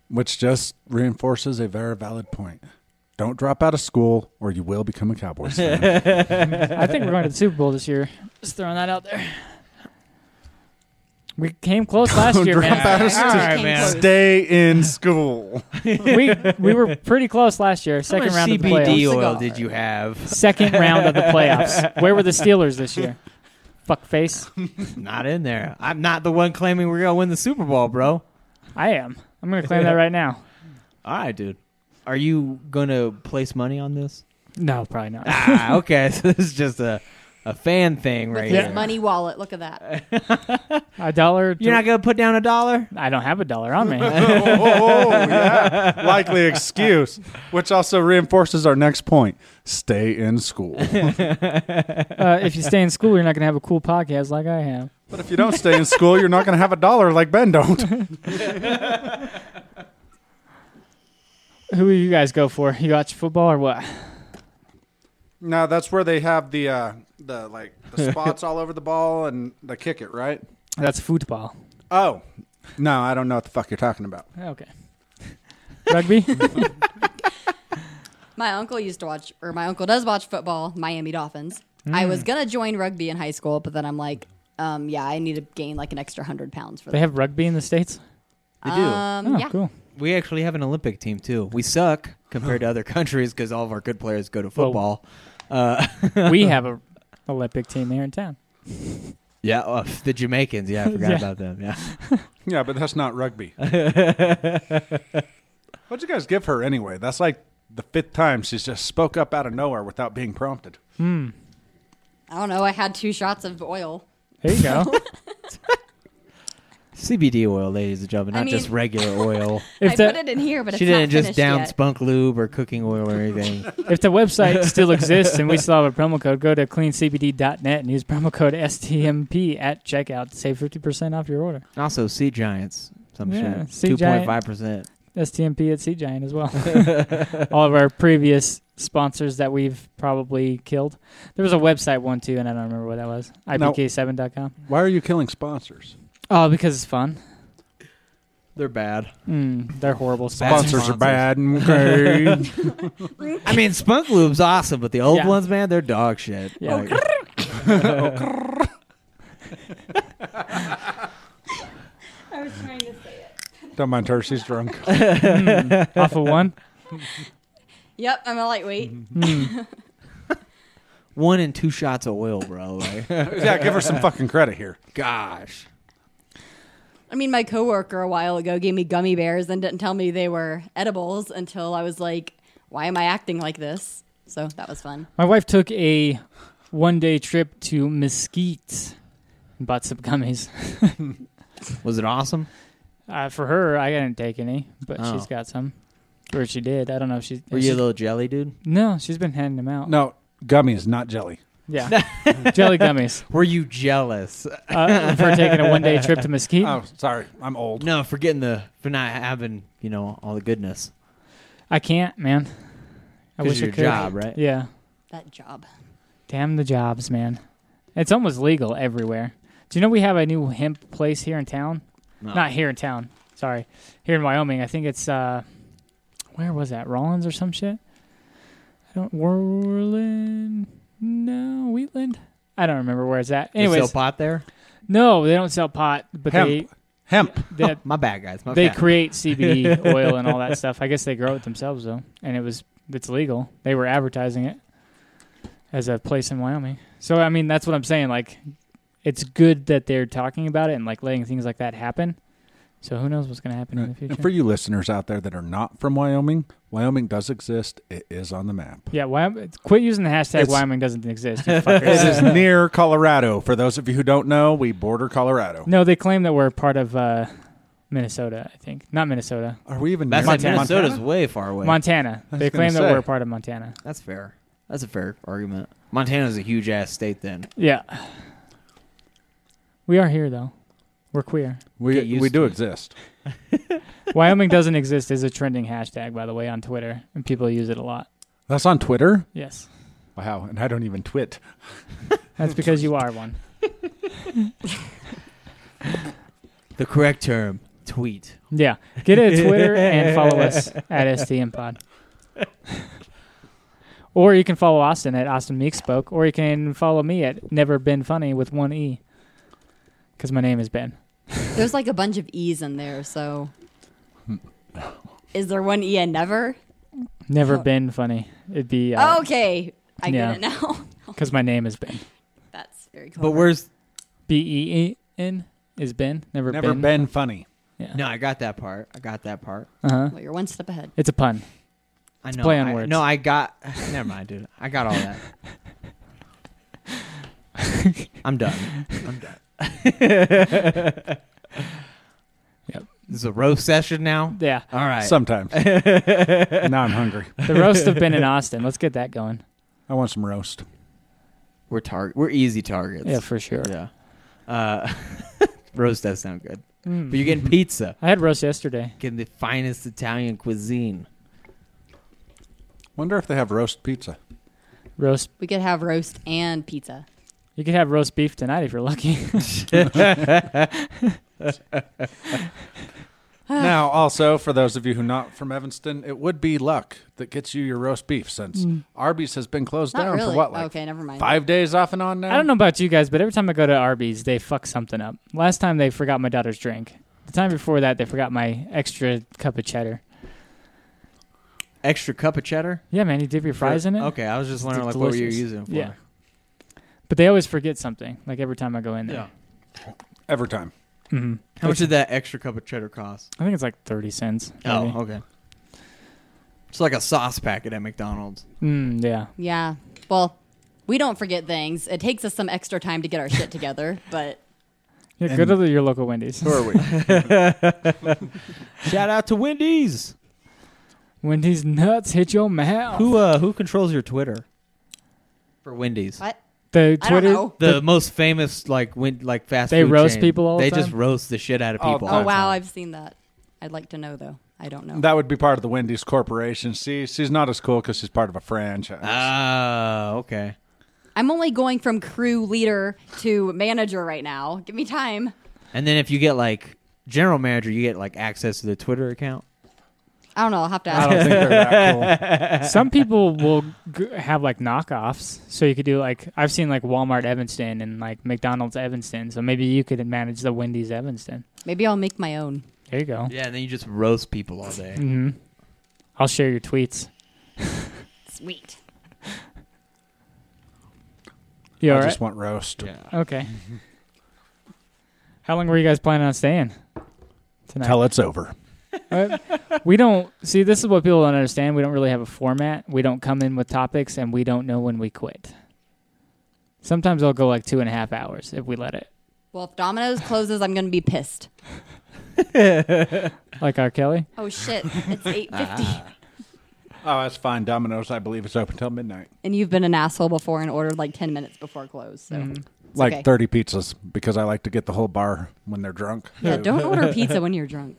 G: Which just reinforces a very valid point. Don't drop out of school or you will become a Cowboys fan.
E: I think we're going to the Super Bowl this year. Just throwing that out there. We came close last year,
G: drop
E: man.
G: out of
H: All right, man.
G: Stay in school.
E: We we were pretty close last year.
F: How
E: Second
F: much
E: round of the
F: CBD
E: playoffs.
F: oil did you have?
E: Second round of the playoffs. Where were the Steelers this year? Fuck face.
F: not in there. I'm not the one claiming we're going to win the Super Bowl, bro.
E: I am. I'm going to claim that right now.
F: All right, dude. Are you going to place money on this?
E: No, probably not.
F: ah, okay. So this is just a, a fan thing
H: With
F: right
H: his
F: here.
H: money wallet. Look at that.
E: A dollar?
F: You're not going to put down a dollar?
E: I don't have a dollar on me.
G: oh, yeah. Likely excuse, which also reinforces our next point. Stay in school.
E: uh, if you stay in school, you're not going to have a cool podcast like I have.
G: But if you don't stay in school, you're not going to have a dollar like Ben don't.
E: Who do you guys go for? You watch football or what?
G: No, that's where they have the uh, the like the spots all over the ball and they kick it, right?
E: That's football.
G: Oh. No, I don't know what the fuck you're talking about.
E: Okay. Rugby?
H: My uncle used to watch, or my uncle does watch football, Miami Dolphins. I was going to join rugby in high school, but then I'm like, um, yeah, I need to gain like an extra 100 pounds for
E: Mm. they
H: that.
E: have rugby in the States?
F: They do.
H: Um,
E: Oh,
H: yeah.
E: cool.
F: We actually have an Olympic team too. We suck compared to other countries because all of our good players go to football. Uh,
E: We have a Olympic team here in town.
F: yeah, uh, the Jamaicans. Yeah, I forgot
E: Yeah.
F: about them. Yeah,
G: Yeah, but that's not rugby. What'd you guys give her anyway? That's like the fifth time she's just spoke up out of nowhere without being prompted.
H: I don't know. I had two shots of oil.
E: There you go.
F: CBD oil, ladies and gentlemen,
H: I
F: not just
H: mean-
F: regular oil.
H: I
E: If
H: put
E: the,
H: it in here, but
F: she
H: it's
F: didn't
H: not
F: just
H: finished
F: down
H: yet.
F: spunk lube or cooking oil or anything.
E: if the website still exists and we still have a promo code, go to cleancbd.net and use promo code STMP at checkout to save 50% off your order.
F: And also, sea giants. Some
E: Yeah,
F: shit.
E: sea
F: Two point
E: giant.
F: five percent.
E: STMP at Sea Giant as well. All of our previous sponsors that we've probably killed. There was a website one too, and I don't remember what that was.
G: No.
E: IPK7.com.
G: Why are you killing sponsors?
E: Oh, because it's fun.
F: They're bad.
E: Mm, they're horrible sponsors.
G: Sponsors are bad. Okay.
F: I mean, spunk lube's awesome, but the old
E: Yeah.
F: ones, man, they're dog shit.
E: Yeah. Oh,
F: Like-
H: I was trying to say it.
G: don't mind her. She's drunk.
E: Hmm, Off of one.
H: Yep, I'm a lightweight.
E: Mm-hmm. Hmm.
F: one and two shots of oil, bro. Like,
G: yeah, give her some fucking credit here.
F: gosh.
H: I mean, my coworker a while ago gave me gummy bears and didn't tell me they were edibles until I was like, why am I acting like this? So that was fun.
E: My wife took a one day trip to Mesquite and bought some gummies.
F: Was it awesome?
E: Uh, for her, I didn't take any, but
F: Oh.
E: she's got some. Or she did. I don't know if she.
F: Were
E: if
F: you
E: she-
F: a little jelly, dude?
E: no, she's been handing them out.
G: No, Gummies, not jelly.
E: Yeah, jelly gummies
F: Were you jealous?
E: uh, for taking a one-day trip to Mesquite.
G: Oh, sorry, I'm old.
F: No, for getting the for not having you know all the goodness.
E: I can't, man. I
F: 'Cause
E: wish
F: your
E: I could.
F: job, right?
E: Yeah.
H: That job.
E: Damn the jobs, man. It's almost legal everywhere. Do you know we have a new hemp place here in town? Not here in town. Sorry. Here in Wyoming. I think it's uh where was that? Rollins or some shit? I don't Worland no, Wheatland? I don't remember where it's at.
F: They sell
E: Anyways,
F: pot there.
E: no, they don't sell pot, but
G: Hemp. Hemp.
E: they they,
F: Oh, My bad, guys. My
E: they
F: bad.
E: create CBD oil and all that stuff. I guess they grow it themselves though, and it was it's legal. They were advertising it as a place in Wyoming. So I mean, that's what I'm saying. Like, it's good that they're talking about it and like letting things like that happen. So who knows what's going to happen in the future?
G: And for you listeners out there that are not from Wyoming, Wyoming does exist. It is on the map.
E: yeah, Wyoming, quit using the hashtag
G: It's-
E: Wyoming doesn't exist. You
G: It
E: fuckers.
G: is near Colorado. For those of you who don't know, we border Colorado.
E: no, they claim that we're part of uh, Minnesota. I think not Minnesota,
G: Are we even
F: That's
G: near
F: like
E: Montana.
F: Minnesota's way far away.
E: Montana.
G: was
E: They
G: gonna
E: claim that
G: say.
E: we're part of Montana.
F: That's fair. That's a fair argument. Montana's a huge ass state. Then
E: Yeah, we are here though. We're queer.
F: Get
G: We,
F: used
G: we do
F: to it.
G: exist.
E: Wyoming doesn't exist is a trending hashtag, by the way, on Twitter, and people use it a lot.
G: That's on Twitter.
E: Yes,
G: Wow, and I don't even twit.
E: that's because you are one.
F: the correct term tweet.
E: Yeah, get a Twitter and follow us at STM Pod. Or you can follow Austin at Austin Meek Spoke, or you can follow me at Never Been Funny with one E, because my name is Ben.
H: There's like a bunch of E's in there, so. Is there one E and never?
E: Never
H: Oh.
E: been funny. It'd be uh
H: okay. I
E: Yeah.
H: get it now.
E: 'cause my name is Ben.
H: That's very cool.
F: But where's
E: B E E N is Ben. Never,
G: Never been, funny.
F: no? I got that part. I got that part.
E: Uh huh.
H: Well, you're one step ahead.
E: It's a pun.
F: I know.
E: play on
F: I,
E: words.
F: No, I got. Never mind, dude. I got all that. I'm done. I'm done. yep. This is a roast session now.
E: Yeah.
F: All right.
G: Sometimes. now I'm hungry.
E: The roast of Ben and Austin. Let's get that going.
G: I want some roast.
F: we're target. We're easy targets.
E: Yeah, for sure.
F: Yeah. Uh, roast does sound good.
E: Mm.
F: But you're getting pizza.
E: I had roast yesterday.
F: Getting the finest Italian cuisine.
G: Wonder if they have roast pizza.
E: Roast.
H: We could have roast and pizza.
E: You could have roast beef tonight if you're lucky.
G: now, also for those of you who are not from Evanston, it would be luck that gets you your roast beef since
E: Mm.
G: Arby's has been closed
H: Not
G: down
H: really.
G: for what, like
H: okay, never mind.
G: five days off and on now.
H: Oh.
E: I don't know about you guys, but every time I go to Arby's, they fuck something up. Last time they forgot my daughter's drink. The time before that, they forgot my extra cup of cheddar.
F: Extra cup of cheddar.
E: Yeah, man, you dip your fries in it.
F: Okay, I was
E: It's
F: just learning like what you're
E: delicious.
F: using it for.
E: Yeah. But they always forget something. Like every time I go in there,
G: Every time.
E: Mhm.
F: How much did that extra cup of cheddar cost?
E: I think it's like thirty cents. maybe.
F: Oh, okay. It's like a sauce packet at McDonald's.
E: Mm, yeah.
H: Yeah. Well, we don't forget things. It takes us some extra time to get our shit together, but
E: Yeah, go to your local Wendy's.
G: Who are we?
F: Shout out to Wendy's.
E: Wendy's nuts hit your mouth.
F: Who uh who controls your Twitter? For Wendy's.
H: what?
E: the
H: I
E: Twitter?
H: don't know.
F: The most famous like win like fast
E: They
F: food
E: roast
F: chain.
E: people all the
F: They
E: time?
F: just roast the shit out of people.
H: Oh
F: all the
H: wow,
F: time.
H: I've seen that. I'd like to know though. I don't know.
G: that would be part of the Wendy's Corporation. See, she's not as cool because she's part of a franchise.
F: Ah, okay.
H: I'm only going from crew leader to manager right now. Give me time.
F: And then if you get like general manager, you get like access to the Twitter account.
H: I don't know. I'll have to
G: I
H: ask.
G: don't think they're that cool.
E: Some people will g- have like knockoffs, so you could do like I've seen like Walmart Evanston and like McDonald's Evanston, so maybe you could manage the Wendy's Evanston.
H: Maybe I'll make my own.
E: There you go.
F: Yeah, and then you just roast people all day.
E: hmm I'll share your tweets.
H: Sweet.
E: You
G: I
E: all right?
G: just want roast.
E: okay. How long were you guys planning on staying tonight?
G: Till it's over.
E: Uh, we don't see. This is what people don't understand. We don't really have a format. We don't come in with topics, and we don't know when we quit. Sometimes I'll go like two and a half hours if we let it.
H: Well, if Domino's closes, I'm going to be pissed.
E: Like our Kelly.
H: Oh shit! It's eight fifty.
G: Oh, that's fine. Domino's, I believe, is open till midnight.
H: And you've been an asshole before and ordered like 10 minutes before close. So
F: Mm.
H: it's
G: like
H: okay.
G: 30 pizzas because I like to get the whole bar when they're drunk.
H: Yeah, don't order pizza when you're drunk.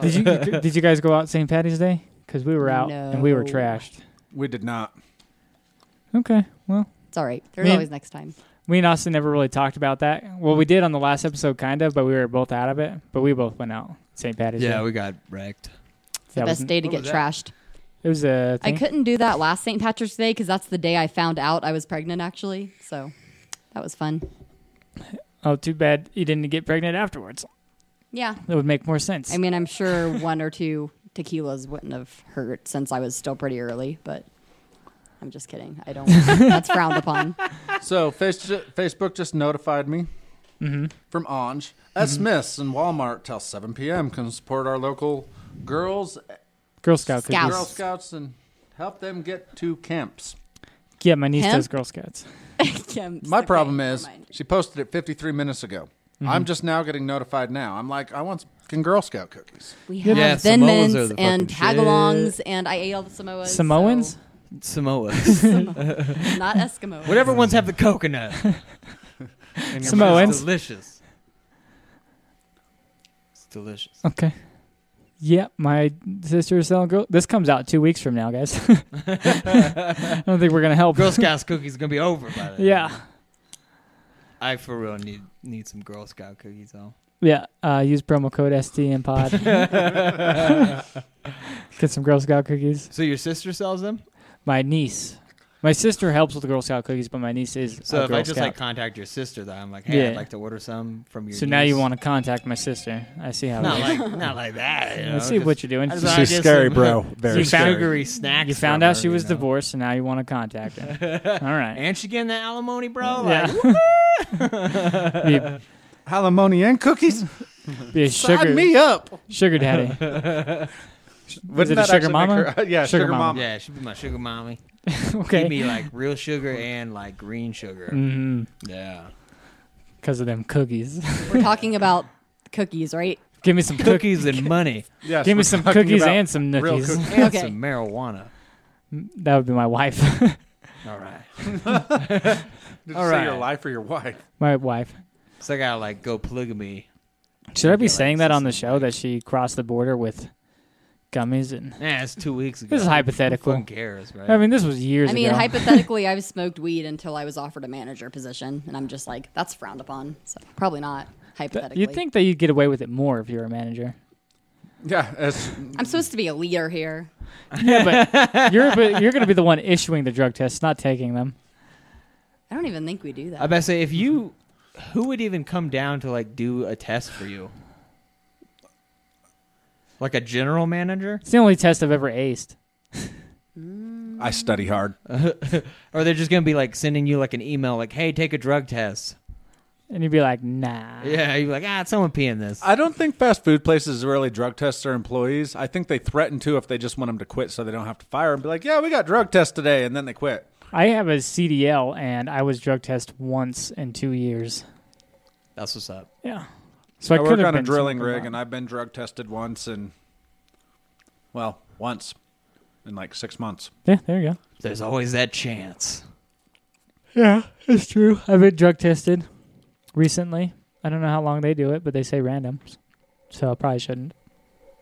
E: Did you did you guys go out St. Patty's Day? Because we were out and we were
H: No.
E: trashed.
G: We did not.
E: Okay, well,
H: It's all right. There's
E: Man.
H: always next time.
E: me and Austin never really talked about that. Well, we did on the last episode, kind of, but we were both out of it. But we both went out St. Patty's Day.
F: Yeah, we got wrecked.
H: It's the
E: That
H: best
E: was-
H: day to get trashed.
E: it was a
H: I
E: thing.
H: couldn't do that last St. Patrick's Day because that's the day I found out I was pregnant, actually. So that was fun.
E: Oh, too bad you didn't get pregnant afterwards.
H: Yeah.
E: That would make more sense.
H: I mean, I'm sure one or two tequilas wouldn't have hurt since I was still pretty early, but I'm just kidding. I don't. that's frowned upon.
G: So face, Facebook just notified me
E: Mm-hmm.
G: from Ange at Smith's and Walmart till 7 p.m. Can support our local girls,
E: Girl Scout cookies.
H: Scout.
G: Girl Scouts, and help them get to camps.
E: Yeah, my niece
H: Hemp?
E: does Girl Scouts.
H: Yeah, I'm just
G: My
H: okay,
G: problem
H: never
G: is
H: mind.
G: she posted it 53 minutes ago. I'm just now getting notified now. I'm like, I want some Girl Scout cookies.
H: we have
F: Yeah,
H: Thin
F: Samoas
H: Mints
F: are the
H: and
F: fucking shit.
H: Tagalongs, and I ate all the Samoas. so-
E: Samoans?
F: Samoas.
H: not Eskimos.
F: Whatever ones have the coconut. And your
E: Samoans.
F: mouth's delicious. It's delicious.
E: Okay. Yeah, my sister is selling girl. This comes out two weeks from now, guys. I don't think we're gonna help.
F: Girl Scouts cookies gonna be over by then.
E: yeah,
F: I for real need need some Girl Scout cookies though.
E: yeah. Uh, use promo code STM Pod. Get some Girl Scout cookies.
F: So your sister sells them.
E: My niece, my sister helps with the Girl Scout cookies, but my niece is
F: So
E: a
F: if
E: Girl
F: I just
E: Scout.
F: like contact your sister, though, I'm like, hey, I'd
E: Yeah.
F: like to order some from your.
E: so now you
F: niece.
E: want to contact my sister. I see how.
F: Not
E: it is.
F: like not like that. You know,
E: I see what you're doing.
F: I just-
E: You
F: I
G: She's
F: just-
G: scary, bro. Very
F: you
E: scary.
F: found sugary snacks.
E: You found
F: from
E: out
F: her,
E: she was
F: you know?
E: divorced, and now you want to contact her. All right.
F: and she getting that alimony, bro. Like,
E: yeah.
G: Alimony and cookies?
E: Be, be a sugar,
G: Sign me up.
E: sugar daddy. Was
G: Wouldn't
E: it a
G: that
E: sugar
G: actually make
E: mama?
G: her- yeah, sugar
E: mama.
G: mama.
F: yeah, she'd be my sugar mommy.
E: Okay. Mm.
F: Give me like real sugar and like green sugar. Yeah.
E: because Mm-hmm. of them cookies.
H: We're talking about cookies, right?
E: Give me some cookies.
F: Cookies and money
G: Yes,
E: Give me
G: we're
E: some
G: talking
E: cookies
G: about
E: and some
G: real
E: nookies.
G: cookies.
F: and
H: Okay.
F: some marijuana.
E: That would be my wife.
F: All right.
G: Did you
F: All
G: say
F: right.
G: your life or your wife?
E: my wife.
F: So I gotta like go polygamy.
E: Should I be
F: Yeah, like,
E: saying that on the
F: this is
E: show that she crossed the border with gummies and?
F: Nah, it's two weeks ago.
E: This is hypothetical.
F: Who cares, right?
E: I mean, this was years
H: I mean,
E: ago.
H: hypothetically, I've smoked weed until I was offered a manager position, and I'm just like, that's frowned upon. So probably not hypothetically.
E: You'd think that you'd get away with it more if you were a manager.
G: Yeah, as
H: I'm supposed to be a leader here?
E: Yeah, but you're but you're going to be the one issuing the drug tests, not taking them.
H: I don't even think we do that.
F: I bet say if you, who would even come down to like do a test for you? Like a general manager,
E: It's the only test I've ever aced.
G: I study hard.
F: or they're just gonna be like sending you like an email, like, "Hey, take a drug test."
E: And you'd be like, nah.
F: Yeah, you're like, "Ah, someone peeing this."
G: I don't think fast food places really drug test their employees. I think they threaten to if they just want them to quit so they don't have to fire them. Be like, yeah, we got drug test today, and then they quit.
E: I have a CDL, and I was drug tested once in two years.
F: That's what's up.
E: Yeah. So I,
G: I
E: could
G: work
E: have
G: on a
E: been
G: drilling
E: something
G: rig,
E: wrong.
G: and I've been drug tested once, and well, once in like six months.
E: yeah, there you go.
F: There's always that chance.
E: Yeah, it's true. I've been drug tested recently. I don't know how long they do it, but they say randoms. So I probably shouldn't.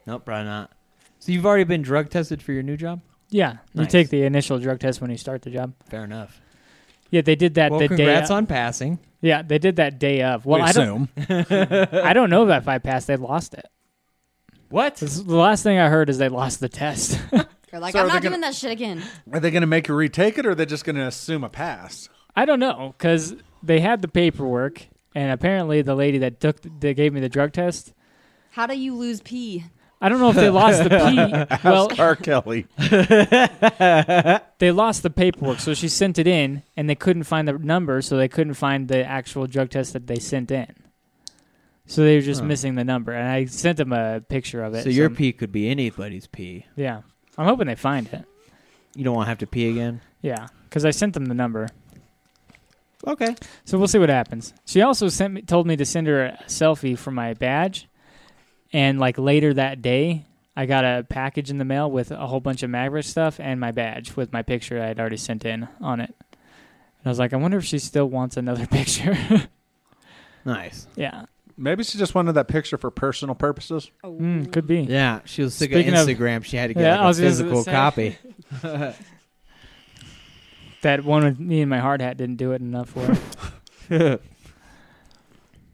F: Nope, probably not. So you've already been drug tested for your new job.
E: Yeah, you
F: Nice.
E: take the initial drug test when you start the job.
F: Fair enough.
E: Yeah, they did that
F: Well,
E: the day.
F: congrats
E: of-
F: on passing.
E: yeah, they did that day of. Well,
G: We
E: I don't.
G: assume.
E: I don't know if I passed. They lost it.
F: What?
E: This is- the last thing I heard is they lost the test.
H: They're like,
G: So
H: I'm
G: are they
H: not
G: gonna-
H: doing that shit again.
G: Are they going to make you retake it, or are they just going to assume a pass?
E: I don't know because they had the paperwork, and apparently the lady that took that gave me the drug test.
H: How do you lose pee?
E: I don't know if they lost the P. Well,
G: R. Kelly.
E: they lost the paperwork, so she sent it in, and they couldn't find the number, so they couldn't find the actual drug test that they sent in. So they were just missing the number, and I sent them a picture of it.
F: So your
E: I'm-
F: pee could be anybody's pee.
E: yeah, I'm hoping they find it.
F: You don't want to have to pee again.
E: Yeah, because I sent them the number,
F: Okay.
E: so we'll see what happens. She also sent me, told me to send her a selfie for my badge, and like later that day, I got a package in the mail with a whole bunch of Maverick stuff and my badge with my picture I had already sent in on it. And I was like, I wonder if she still wants another picture.
F: Nice.
E: yeah,
G: Maybe she just wanted that picture for personal purposes.
E: mm, could be.
F: Yeah, she was sick
E: Speaking
F: of
E: of-
F: Instagram. she had to get
E: Yeah, I
F: like,
E: was
F: a
E: gonna
F: physical
E: say.
F: copy.
E: That one with me and my hard hat didn't do it enough for her.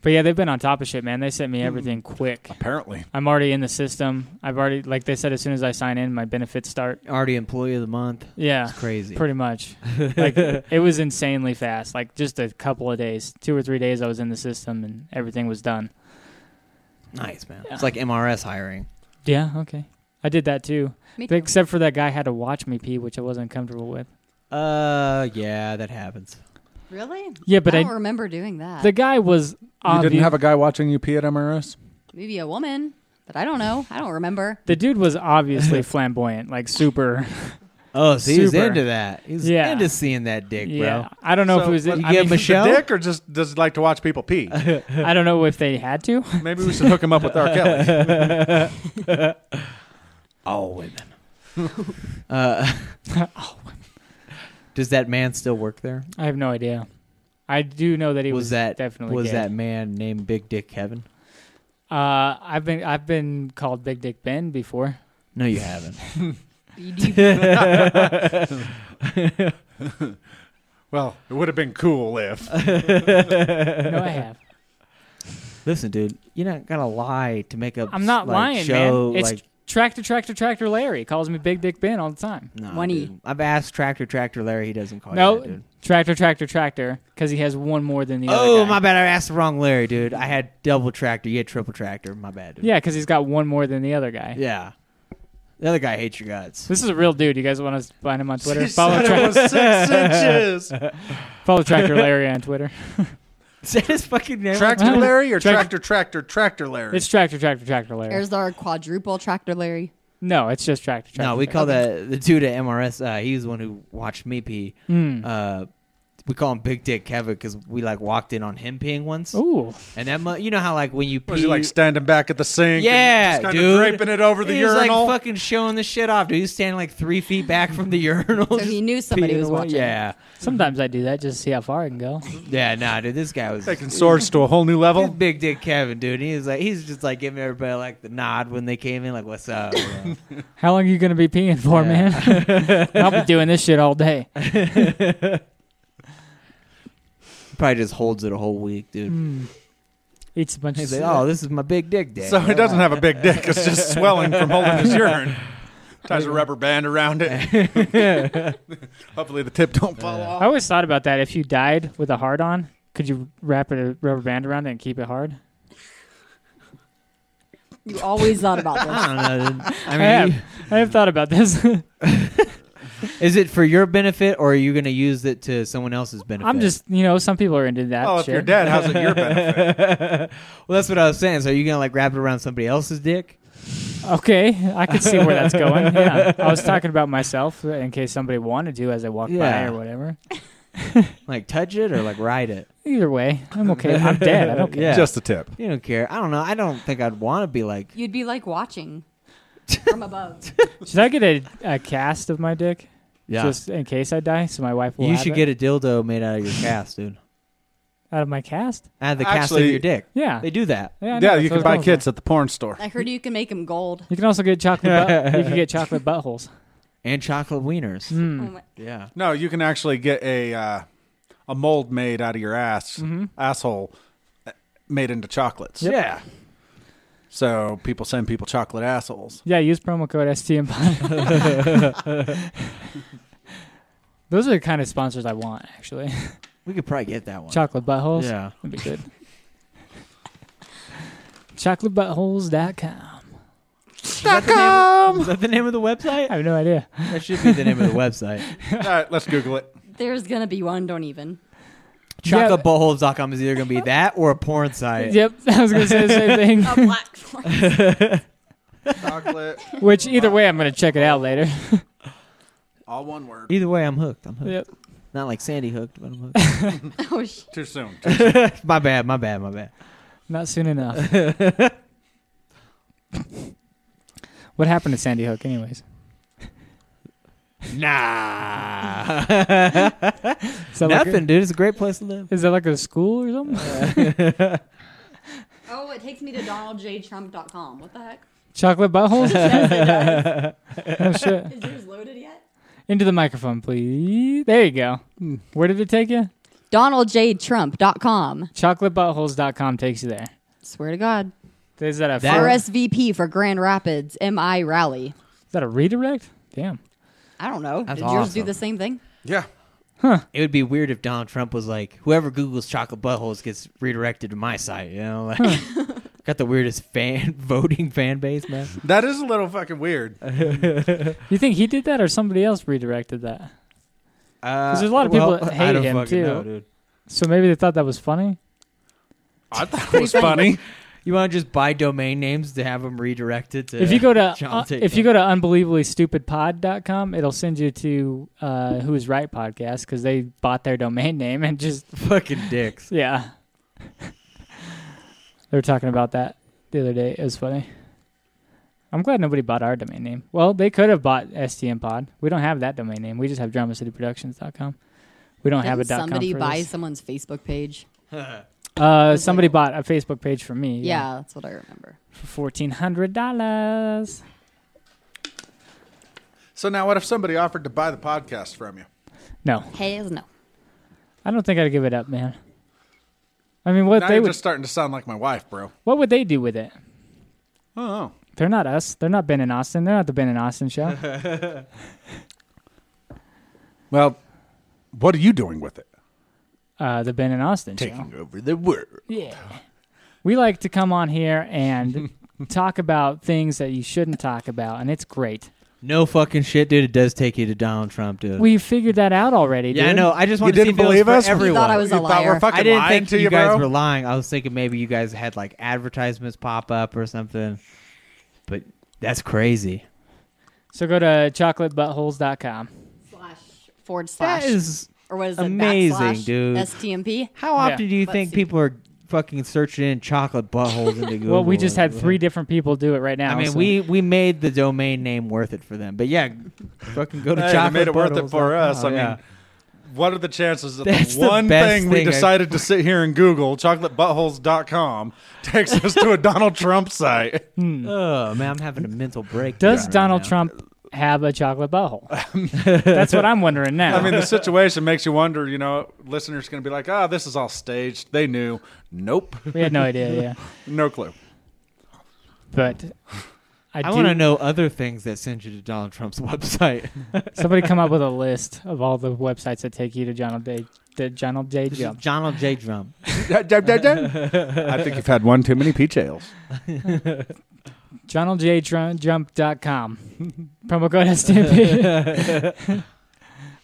E: But yeah, they've been on top of shit, man. They sent me everything quick.
G: Apparently,
E: I'm already in the system. I've already, like they said, as soon as I sign in, my benefits start.
F: Already employee of the month.
E: Yeah,
F: It's crazy.
E: pretty much. Like it was insanely fast. Like just a couple of days, two or three days, I was in the system and everything was done.
F: nice, man.
E: Yeah.
F: It's like MRS hiring.
E: Yeah, okay. I did that too,
H: Me too.
E: except for that guy had to watch me pee, which I wasn't comfortable with.
F: Uh, yeah, that happens.
H: Really?
E: Yeah, but
H: I
E: I,
H: don't remember doing that.
E: the guy was.
G: you
E: obvi-
G: didn't have a guy watching Ah, you pee at MRS.
H: Maybe a woman, but I don't know. I don't remember.
E: the dude was obviously flamboyant, like super.
F: Oh, so he was
E: Super.
F: into that. He was
E: Yeah.
F: into seeing that dick,
E: Yeah,
F: bro.
E: I don't know if
G: So,
E: it was.
G: what-
E: I
F: you give
E: mean,
F: him a sh- Michelle?
G: The dick or just does like to watch people pee?
E: I don't know if they had to.
G: Maybe we should hook him up with R. Kelly.
F: All women. uh, does that man still work there?
E: I have no idea. I do know that he was,
F: was that
E: definitely
F: was
E: gay.
F: that man named Big Dick Kevin?
E: Uh, I've been I've been called Big Dick Ben before.
F: No, you haven't.
G: well, it would have been cool if.
E: No, I have.
F: Listen, dude, you're not gonna lie to make up.
E: I'm not
F: like,
E: lying,
F: show,
E: man. It's
F: like,
E: tractor tractor tractor Larry calls me Big Dick Ben all the time.
F: Nah,
H: One E.
F: dude. I've asked Tractor Tractor Larry. He doesn't call you
E: no,
F: that, Oh, dude.
E: tractor tractor tractor because he has one more than the other.
F: Oh,
E: guy.
F: my bad. I asked the wrong Larry, dude. I had double tractor. You had triple tractor. My bad, dude.
E: Yeah, because he's got one more than the other guy.
F: Yeah. The other guy hates your guts.
E: This is a real dude. You guys want to find him on Twitter?
G: Oh,
E: Follow, tra-
G: six inches.
E: follow Tractor Larry on Twitter.
F: Is that his fucking name?
G: Tractor Larry or
E: Tractor-
G: tractor tractor tractor Larry?
E: It's Tractor Tractor Tractor Larry.
H: There's our quadruple tractor, Larry.
E: no, it's just Tractor Tractor.
F: No, we call that the dude at MRS. Uh, he's the one who watched me pee.
H: Hmm.
F: Uh, we call him Big Dick Kevin because we like walked in on him peeing once.
E: Ooh,
F: And that, mu- you know how like when you pee,
G: was he like standing back at the sink?
F: yeah,
G: and just kinda
F: dude,
G: draping it over the
F: He was,
G: urinal.
F: like fucking showing the shit off, dude. He's standing like three feet back from the urinal.
H: So he
F: just
H: knew somebody
F: peeing
H: was
F: away.
H: watching.
F: Yeah,
E: sometimes I do that just to see how far I can go.
F: yeah, nah, dude. This guy was
G: Taking swords to a whole new
F: This
G: level.
F: big dick Kevin, dude. He was like, he's just like giving everybody like the nod when they came in, like, "What's up?" bro?"
E: How long are you gonna be peeing for, man? I'll be doing this shit all day.
F: Probably just holds it a whole week,
H: Mm.
F: dude.
E: Hmm. Eats a bunch
F: He's
E: of.
F: like, "Oh, this is my big dick day."
G: So he doesn't have a big dick. It's just swelling from holding his urine. Ties a rubber band around it. Hopefully the tip don't fall
F: "Oh,
G: off.
E: I always thought about that. If you died with a hard on, could you wrap a rubber band around it and keep it hard?
H: You always thought about this.
F: I don't know. dude. I
E: I,
F: mean,
E: have, I have thought about this.
F: is it for your benefit or are you going to use it to someone else's benefit?
E: I'm just, you know, some people are into that
G: Oh, if
E: shit.
G: you're dead, how's it your benefit?
F: well, that's what I was saying. So are you going to like wrap it around somebody else's dick?
E: Okay, I can see where that's going. Yeah, I was talking about myself in case somebody wanted to as I walked by
F: Yeah.
E: or whatever.
F: Like touch it or like ride it?
E: Either way, I'm okay. I'm dead. I don't care.
F: Yeah.
G: Just the tip.
F: You don't care. I don't know. I don't think I'd want to be like.
H: You'd be like watching from above.
E: Should I get a, a cast of my dick
F: Yeah.
E: just in case I die, so my wife will?
F: you
E: have
F: should
E: it?
F: get a dildo made out of your cast, dude.
E: out of my cast.
F: Out of the cast of
G: Actually-
F: your dick.
E: Yeah,
F: They do that.
E: yeah, I know,
G: Yeah,
E: that's
G: you
E: what I
G: can
E: was
G: buy
E: going for.
G: kits at the porn store.
H: I heard you can make him gold.
E: You can also get chocolate. Butt- you can get chocolate buttholes. Hmm.
F: And chocolate wieners.
E: Mm.
H: Oh my-
F: Yeah.
G: No, you can actually get a uh, a mold made out of your ass
E: Mm-hmm.
G: asshole uh, made into chocolates.
F: Yeah.
G: So people send people chocolate assholes.
E: Yeah, use promo code STMPod. Those are the kind of sponsors I want, actually.
F: We could probably get that one.
E: Chocolate buttholes.
F: Yeah.
E: That'd be good. ChocolateButtholes.com.
F: Is that the name of the
E: I
F: website?
E: have no idea.
F: That should be the name of the website.
G: All right, let's Google it.
H: There's gonna be one. Don't even.
F: Chocolatebowholes.com is either going to be that or a porn site.
E: Yep, I was going to say the same
H: A
E: thing.
H: black fly.
G: Chocolate,
E: Which, either way, I'm going to check it out later.
G: all one word.
F: Either way, I'm hooked. I'm hooked.
E: Yep.
F: Not like Sandy hooked, but I'm hooked.
H: Oh shit.
G: Too soon.
F: my bad, my bad, my bad.
E: Not soon enough. What happened to Sandy Hook, anyways?
F: Nah.
E: Is that like a-
F: Nothing, dude. It's a great place to live.
E: is that like a school or something?
H: Oh, it takes me to DonaldJTrump.com. What the heck?
E: Chocolate butthole?
H: Yes, it does.
E: oh shit!
H: Is yours loaded yet?
E: Into the microphone, please. There you go.
F: Hmm.
E: Where did it take you?
H: DonaldJTrump.com.
E: Chocolatebutholes.com takes you there.
H: Swear to God.
E: Is that a
F: That-
E: fir-
H: RSVP for Grand Rapids MI Rally.
E: is that a redirect? Damn.
H: I don't know.
F: That's
H: Did yours do
F: awesome.
H: the same thing?
G: Yeah.
F: It would be weird if Donald Trump was like, whoever Googles chocolate buttholes gets redirected to my site. You know, like, got the weirdest fan voting fan base, man.
G: That is a little fucking weird.
E: You think he did that or somebody else redirected that?
F: Uh,
E: there's a lot of people that
F: I
E: hate
F: don't
E: him,
F: fucking
E: too.
F: know, dude.
E: So maybe they thought that was funny.
G: I thought it was funny.
F: You want to just buy domain names to have them redirected to.
E: if you go to
F: John
E: uh,
F: Tate
E: if you go to unbelievably it'll send you to uh, Who Is Right podcast because they bought their domain name and just
F: fucking dicks.
E: yeah. they were talking about that the other day. It was funny. I'm glad nobody bought our domain name. Well, they could have bought STM Pod. We don't have that domain name. We just have DramaCityProductions.com. We don't have a
H: Didn't
E: dot com
H: somebody
E: for
H: buy
E: this.
H: someone's Facebook page?
E: Uh,
H: was
E: somebody
H: like-
E: bought a Facebook page for me.
H: Yeah, that's what I remember.
E: for fourteen hundred dollars.
G: So now, what if somebody offered to buy the podcast from you?
E: No,
H: Hells no.
E: I don't think I'd give it up, man. I mean, what
G: now
E: they
G: you're
E: would
G: just starting to sound like my wife, bro.
E: what would they do with it?
G: Oh,
E: They're not us. They're not Ben and Austin. They're not the Ben and Austin show.
G: well, what are you doing with it?
E: uh, the Ben and Austin show.
G: over the world.
E: Yeah. We like to come on here and talk about things that you shouldn't talk about, and it's great.
F: No fucking shit, dude. It does take you to Donald Trump, dude.
E: We figured that out already.
F: yeah, I
E: dude.
F: know. I just
G: You
F: wanted to
G: didn't
F: see if it was
G: believe
F: for
G: us?
F: Everyone.
H: You thought I was a
G: You thought we're
H: liar.
G: fucking
F: I didn't
G: lying
F: think
G: to
F: you,
G: you,
F: guys
G: bro?
F: were lying. I was thinking maybe you guys had like advertisements pop up or something. But that's crazy.
E: So go to chocolatebutholes.com.
H: Slash forward slash
F: That is
H: or what is it?
F: amazing,
H: backslash
F: dude.
H: STMP.
F: how often do you
H: Let's
F: think
H: see.
F: people are fucking searching in chocolate buttholes into Google?
E: Well, we just had
F: Like,
E: three different people do it right now.
F: I mean,
E: so-
F: we we made the domain name worth it for them. But yeah, fucking go to
G: Hey, they
F: chocolate. Oh,
G: made it worth it for us. I mean, what are the chances that the one thing, we decided to sit here and Google chocolatebutholes.com takes us to a Donald Trump site?
F: Oh man, I'm having a mental break.
E: Does Donald Trump have a chocolate butthole? That's what I'm wondering now.
G: I mean, the situation makes you wonder. You know, listeners going to be like, "Ah, this is all staged." They knew. Nope,
E: we had no idea, yeah.
G: no clue.
E: But I,
F: I
E: do-
F: want to know other things that send you to Donald Trump's website.
E: Somebody come up with a list of all the websites that take you to John Day, the John Day
F: This is
E: Jump.
F: Donald J. Trump.
G: I think you've had one too many peach ales.
E: JohnLJJump.com. Promo code STMP.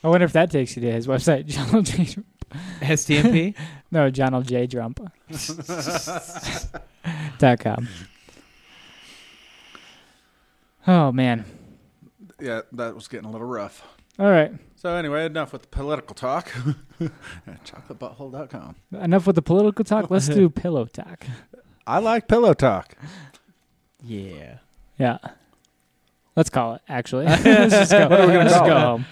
E: I wonder if that takes you to his website. John J.
F: STMP.
E: No, JohnLJJump.com. Oh, man.
G: Yeah, that was getting a little rough.
E: All right.
G: So anyway, enough with the political talk. Chocolatebutthole.com.
E: Enough with the political talk. Let's do pillow talk.
G: I like pillow talk.
F: Yeah.
E: Yeah. Let's call it, actually. Let's just go. Let's just
G: call
E: go
G: it?
E: home.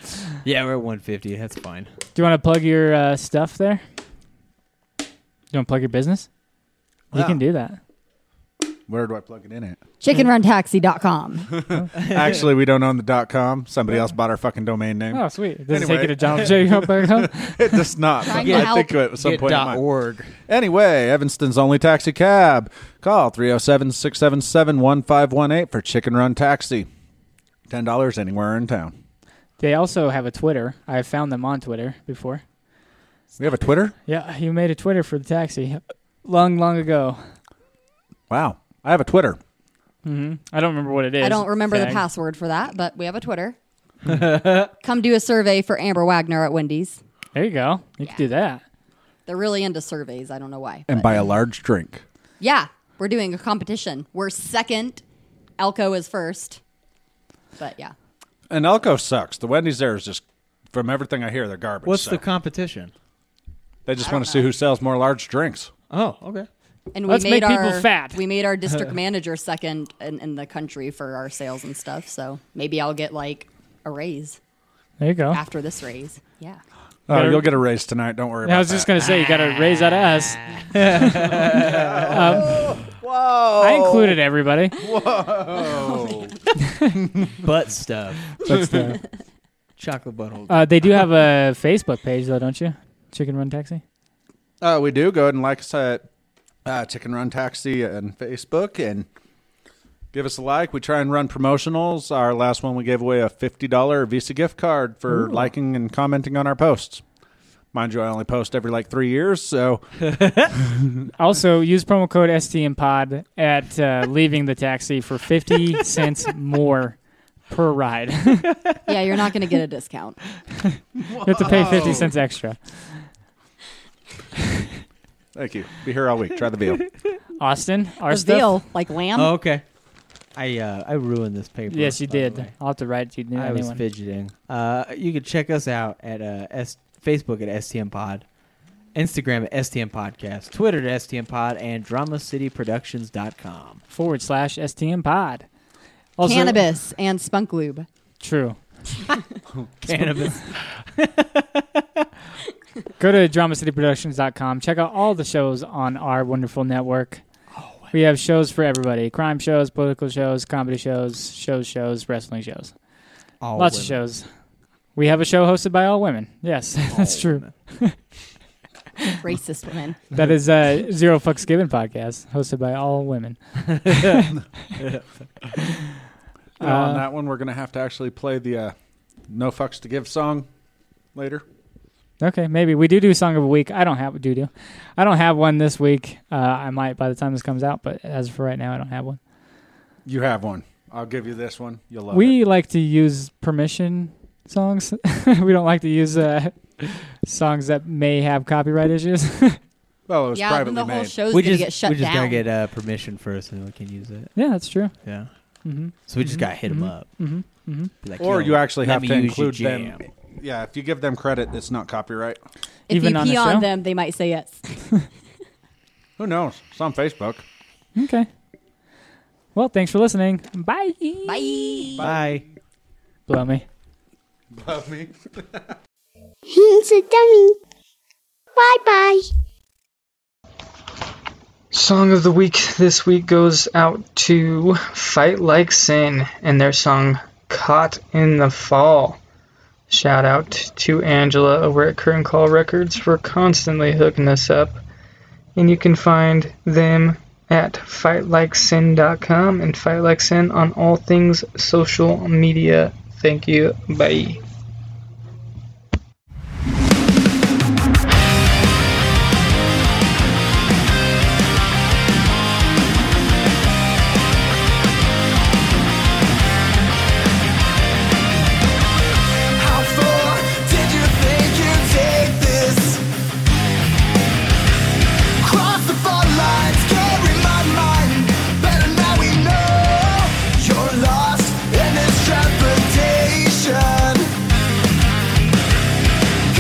F: Yeah, we're at 150. That's fine.
E: Do you want to plug your uh, stuff there? You want to plug your business? You
G: Yeah.
E: can do that.
G: Where do I plug it in at?
H: Chickenruntaxi.com.
G: Actually, we don't own the dot com. Somebody else bought our fucking domain name.
E: Oh, sweet. Does it
G: Anyway.
E: take you to JohnLJJump.com?
G: It does not.
H: Trying
G: but
H: to
G: I think at some point it might. Anyway, Evanston's only taxi cab. Call 307 677 1518 for Chicken Run Taxi. $10 anywhere in town.
E: they also have a Twitter. I found them on Twitter before.
G: We have a Twitter?
E: Yeah, you made a Twitter for the taxi long, long ago.
G: Wow. I have a Twitter.
E: Mm-hmm. I don't remember what it is.
H: I don't remember the
E: Tag.
H: password for that, but we have a Twitter. Come do a survey for Amber Wagner at Wendy's.
E: There you go. You can do that.
H: They're really into surveys. I don't know why.
G: And
H: but-
G: buy a large drink.
H: yeah, we're doing a competition. We're second. Elko is first. But yeah.
G: And Elko sucks. The Wendy's there is just, from everything I hear, they're garbage.
F: What's
G: so
F: the competition?
G: they just want to see who sells more large drinks.
F: Oh, okay.
H: And
E: Let's
H: we made
E: make people
H: our,
E: fat.
H: We made our district manager second in, in the country for our sales and stuff. So maybe I'll get like a raise
E: There you go.
H: after this raise. Yeah.
G: Oh,
E: Better-
G: you'll get a raise tonight. Don't worry
E: Uh, Yeah, I
G: about
E: was just
G: that.
E: gonna say you got to raise that ass. um, Whoa! I included everybody.
F: butt stuff.
E: That's the-
F: Chocolate butthole.
E: uh, they do have a Facebook page though, don't you? Chicken Run Taxi.
G: Uh, we do. Go ahead and like us at uh, Chicken Run Taxi and Facebook and give us a like. We try and run promotionals. Our last one, we gave away a $50 Visa gift card for liking and commenting on our posts. Mind you, I only post every like three years, so
E: Also, use promo code STMPOD at uh, leaving the taxi for fifty cents more per ride. you
H: Yeah, you're not going to get a discount.
E: have to pay fifty cents extra.
G: thank you. Be here all week. Try the veal.
E: Austin, our
H: A
E: stuff.
H: veal, like lamb.
F: Oh, okay. I uh, I ruined this paper.
E: Yes, you
F: by the
E: did.
F: way.
E: I'll have to write you a new
F: I was
E: one.
F: fidgeting. Uh, you can check us out at uh, S- Facebook at STM Pod, Instagram at STM Podcast, Twitter at STM Pod, and DramaCityProductions.com.
E: Forward slash STM Pod. Also,
H: Cannabis and spunk lube.
E: True.
F: Cannabis.
E: Go to dramacityproductions.com. Check out all the shows on our wonderful network. We have shows for everybody crime shows, political shows, comedy shows, shows, shows, wrestling shows.
F: All
E: Lots
F: women.
E: of shows. We have a show hosted by all women. Yes, that's
F: All
E: true.
F: women.
H: Racist women.
E: That is uh, Zero Fucks Given podcast hosted by all women. Uh,
G: And on that one, we're going to have to actually play the uh, No Fucks to Give song later.
E: Okay, maybe we do do song of a week. I don't have do do. I don't have one this week. Uh, I might by the time this comes out, but as for right now, I don't have one.
G: You have one. I'll give you this one. You'll love it.
E: we like to use permission songs. we don't like to use uh, songs that may have copyright issues.
G: Well, Oh, it was
H: Yeah, then
G: privately
H: the whole
G: made.
H: show's
F: We
H: going to
F: just
H: get shut
F: we just
H: down.
F: gotta get uh, permission first, and we can use it.
E: yeah, that's true.
F: Yeah.
E: hmm
F: So we just gotta hit them up.
E: hmm hmm
F: Be like,
G: or
F: "Yo,
G: you actually
F: let
G: have
F: me
G: to
F: use your
G: include them.
F: jam."
G: Yeah, if you give them credit, it's not copyright.
H: If
E: Even
H: you
E: on
H: pee
E: the
H: on
E: show?
H: them, they might say yes.
G: Who knows? It's on Facebook.
E: Okay. Well, thanks for listening. Bye.
H: Bye.
F: Bye.
E: Blow me.
G: Love me.
M: He's a dummy. Bye bye.
N: Song of the week this week goes out to Fight Like Sin and their song Caught in the Fall. Shout out to Angela over at Current Call Records for constantly hooking us up. And you can find them at fightlikesin.com and Fight Like Sin on all things social media. Thank you. Bye.
K: How far did you think you'd take this? Cross the fault lines, can't remind mine. Better now we know you're lost in this trepidation.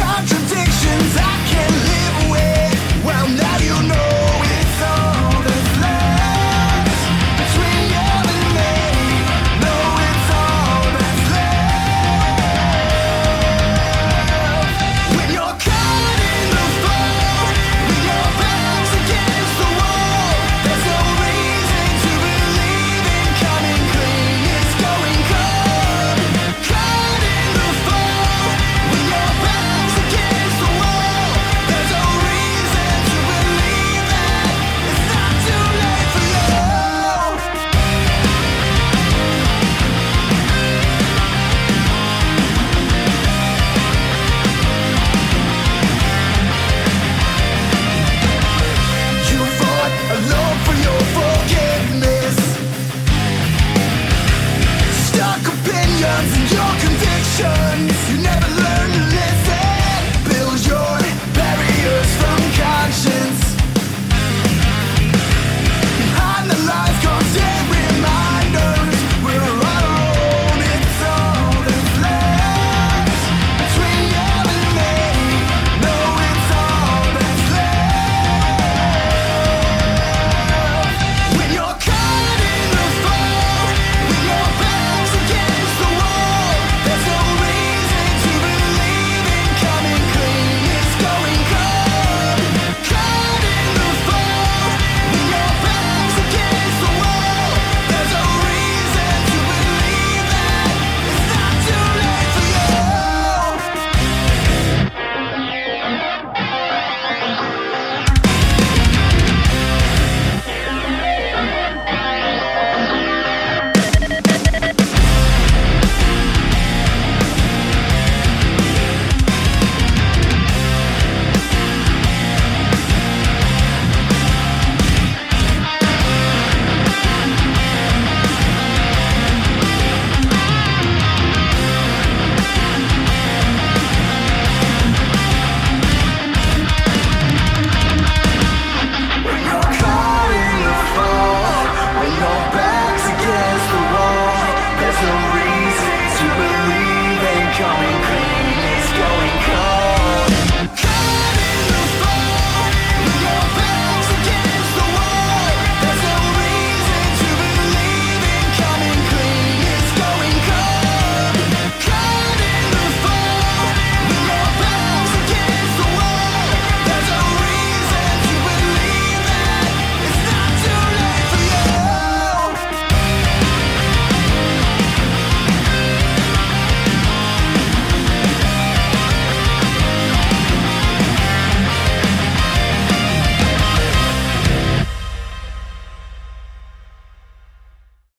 K: Contradictions I can't live with. Well, now you know it's all that's left between you and me. No, it's all that's left. When you're caught in the fall, when your back's against the wall, there's no reason to believe in coming clean. It's going cold. Caught in the fall, when your back's against the wall, there's no reason to believe that it's not too late for love. You fought alone for your forgiveness. Stuck opinions and your conviction.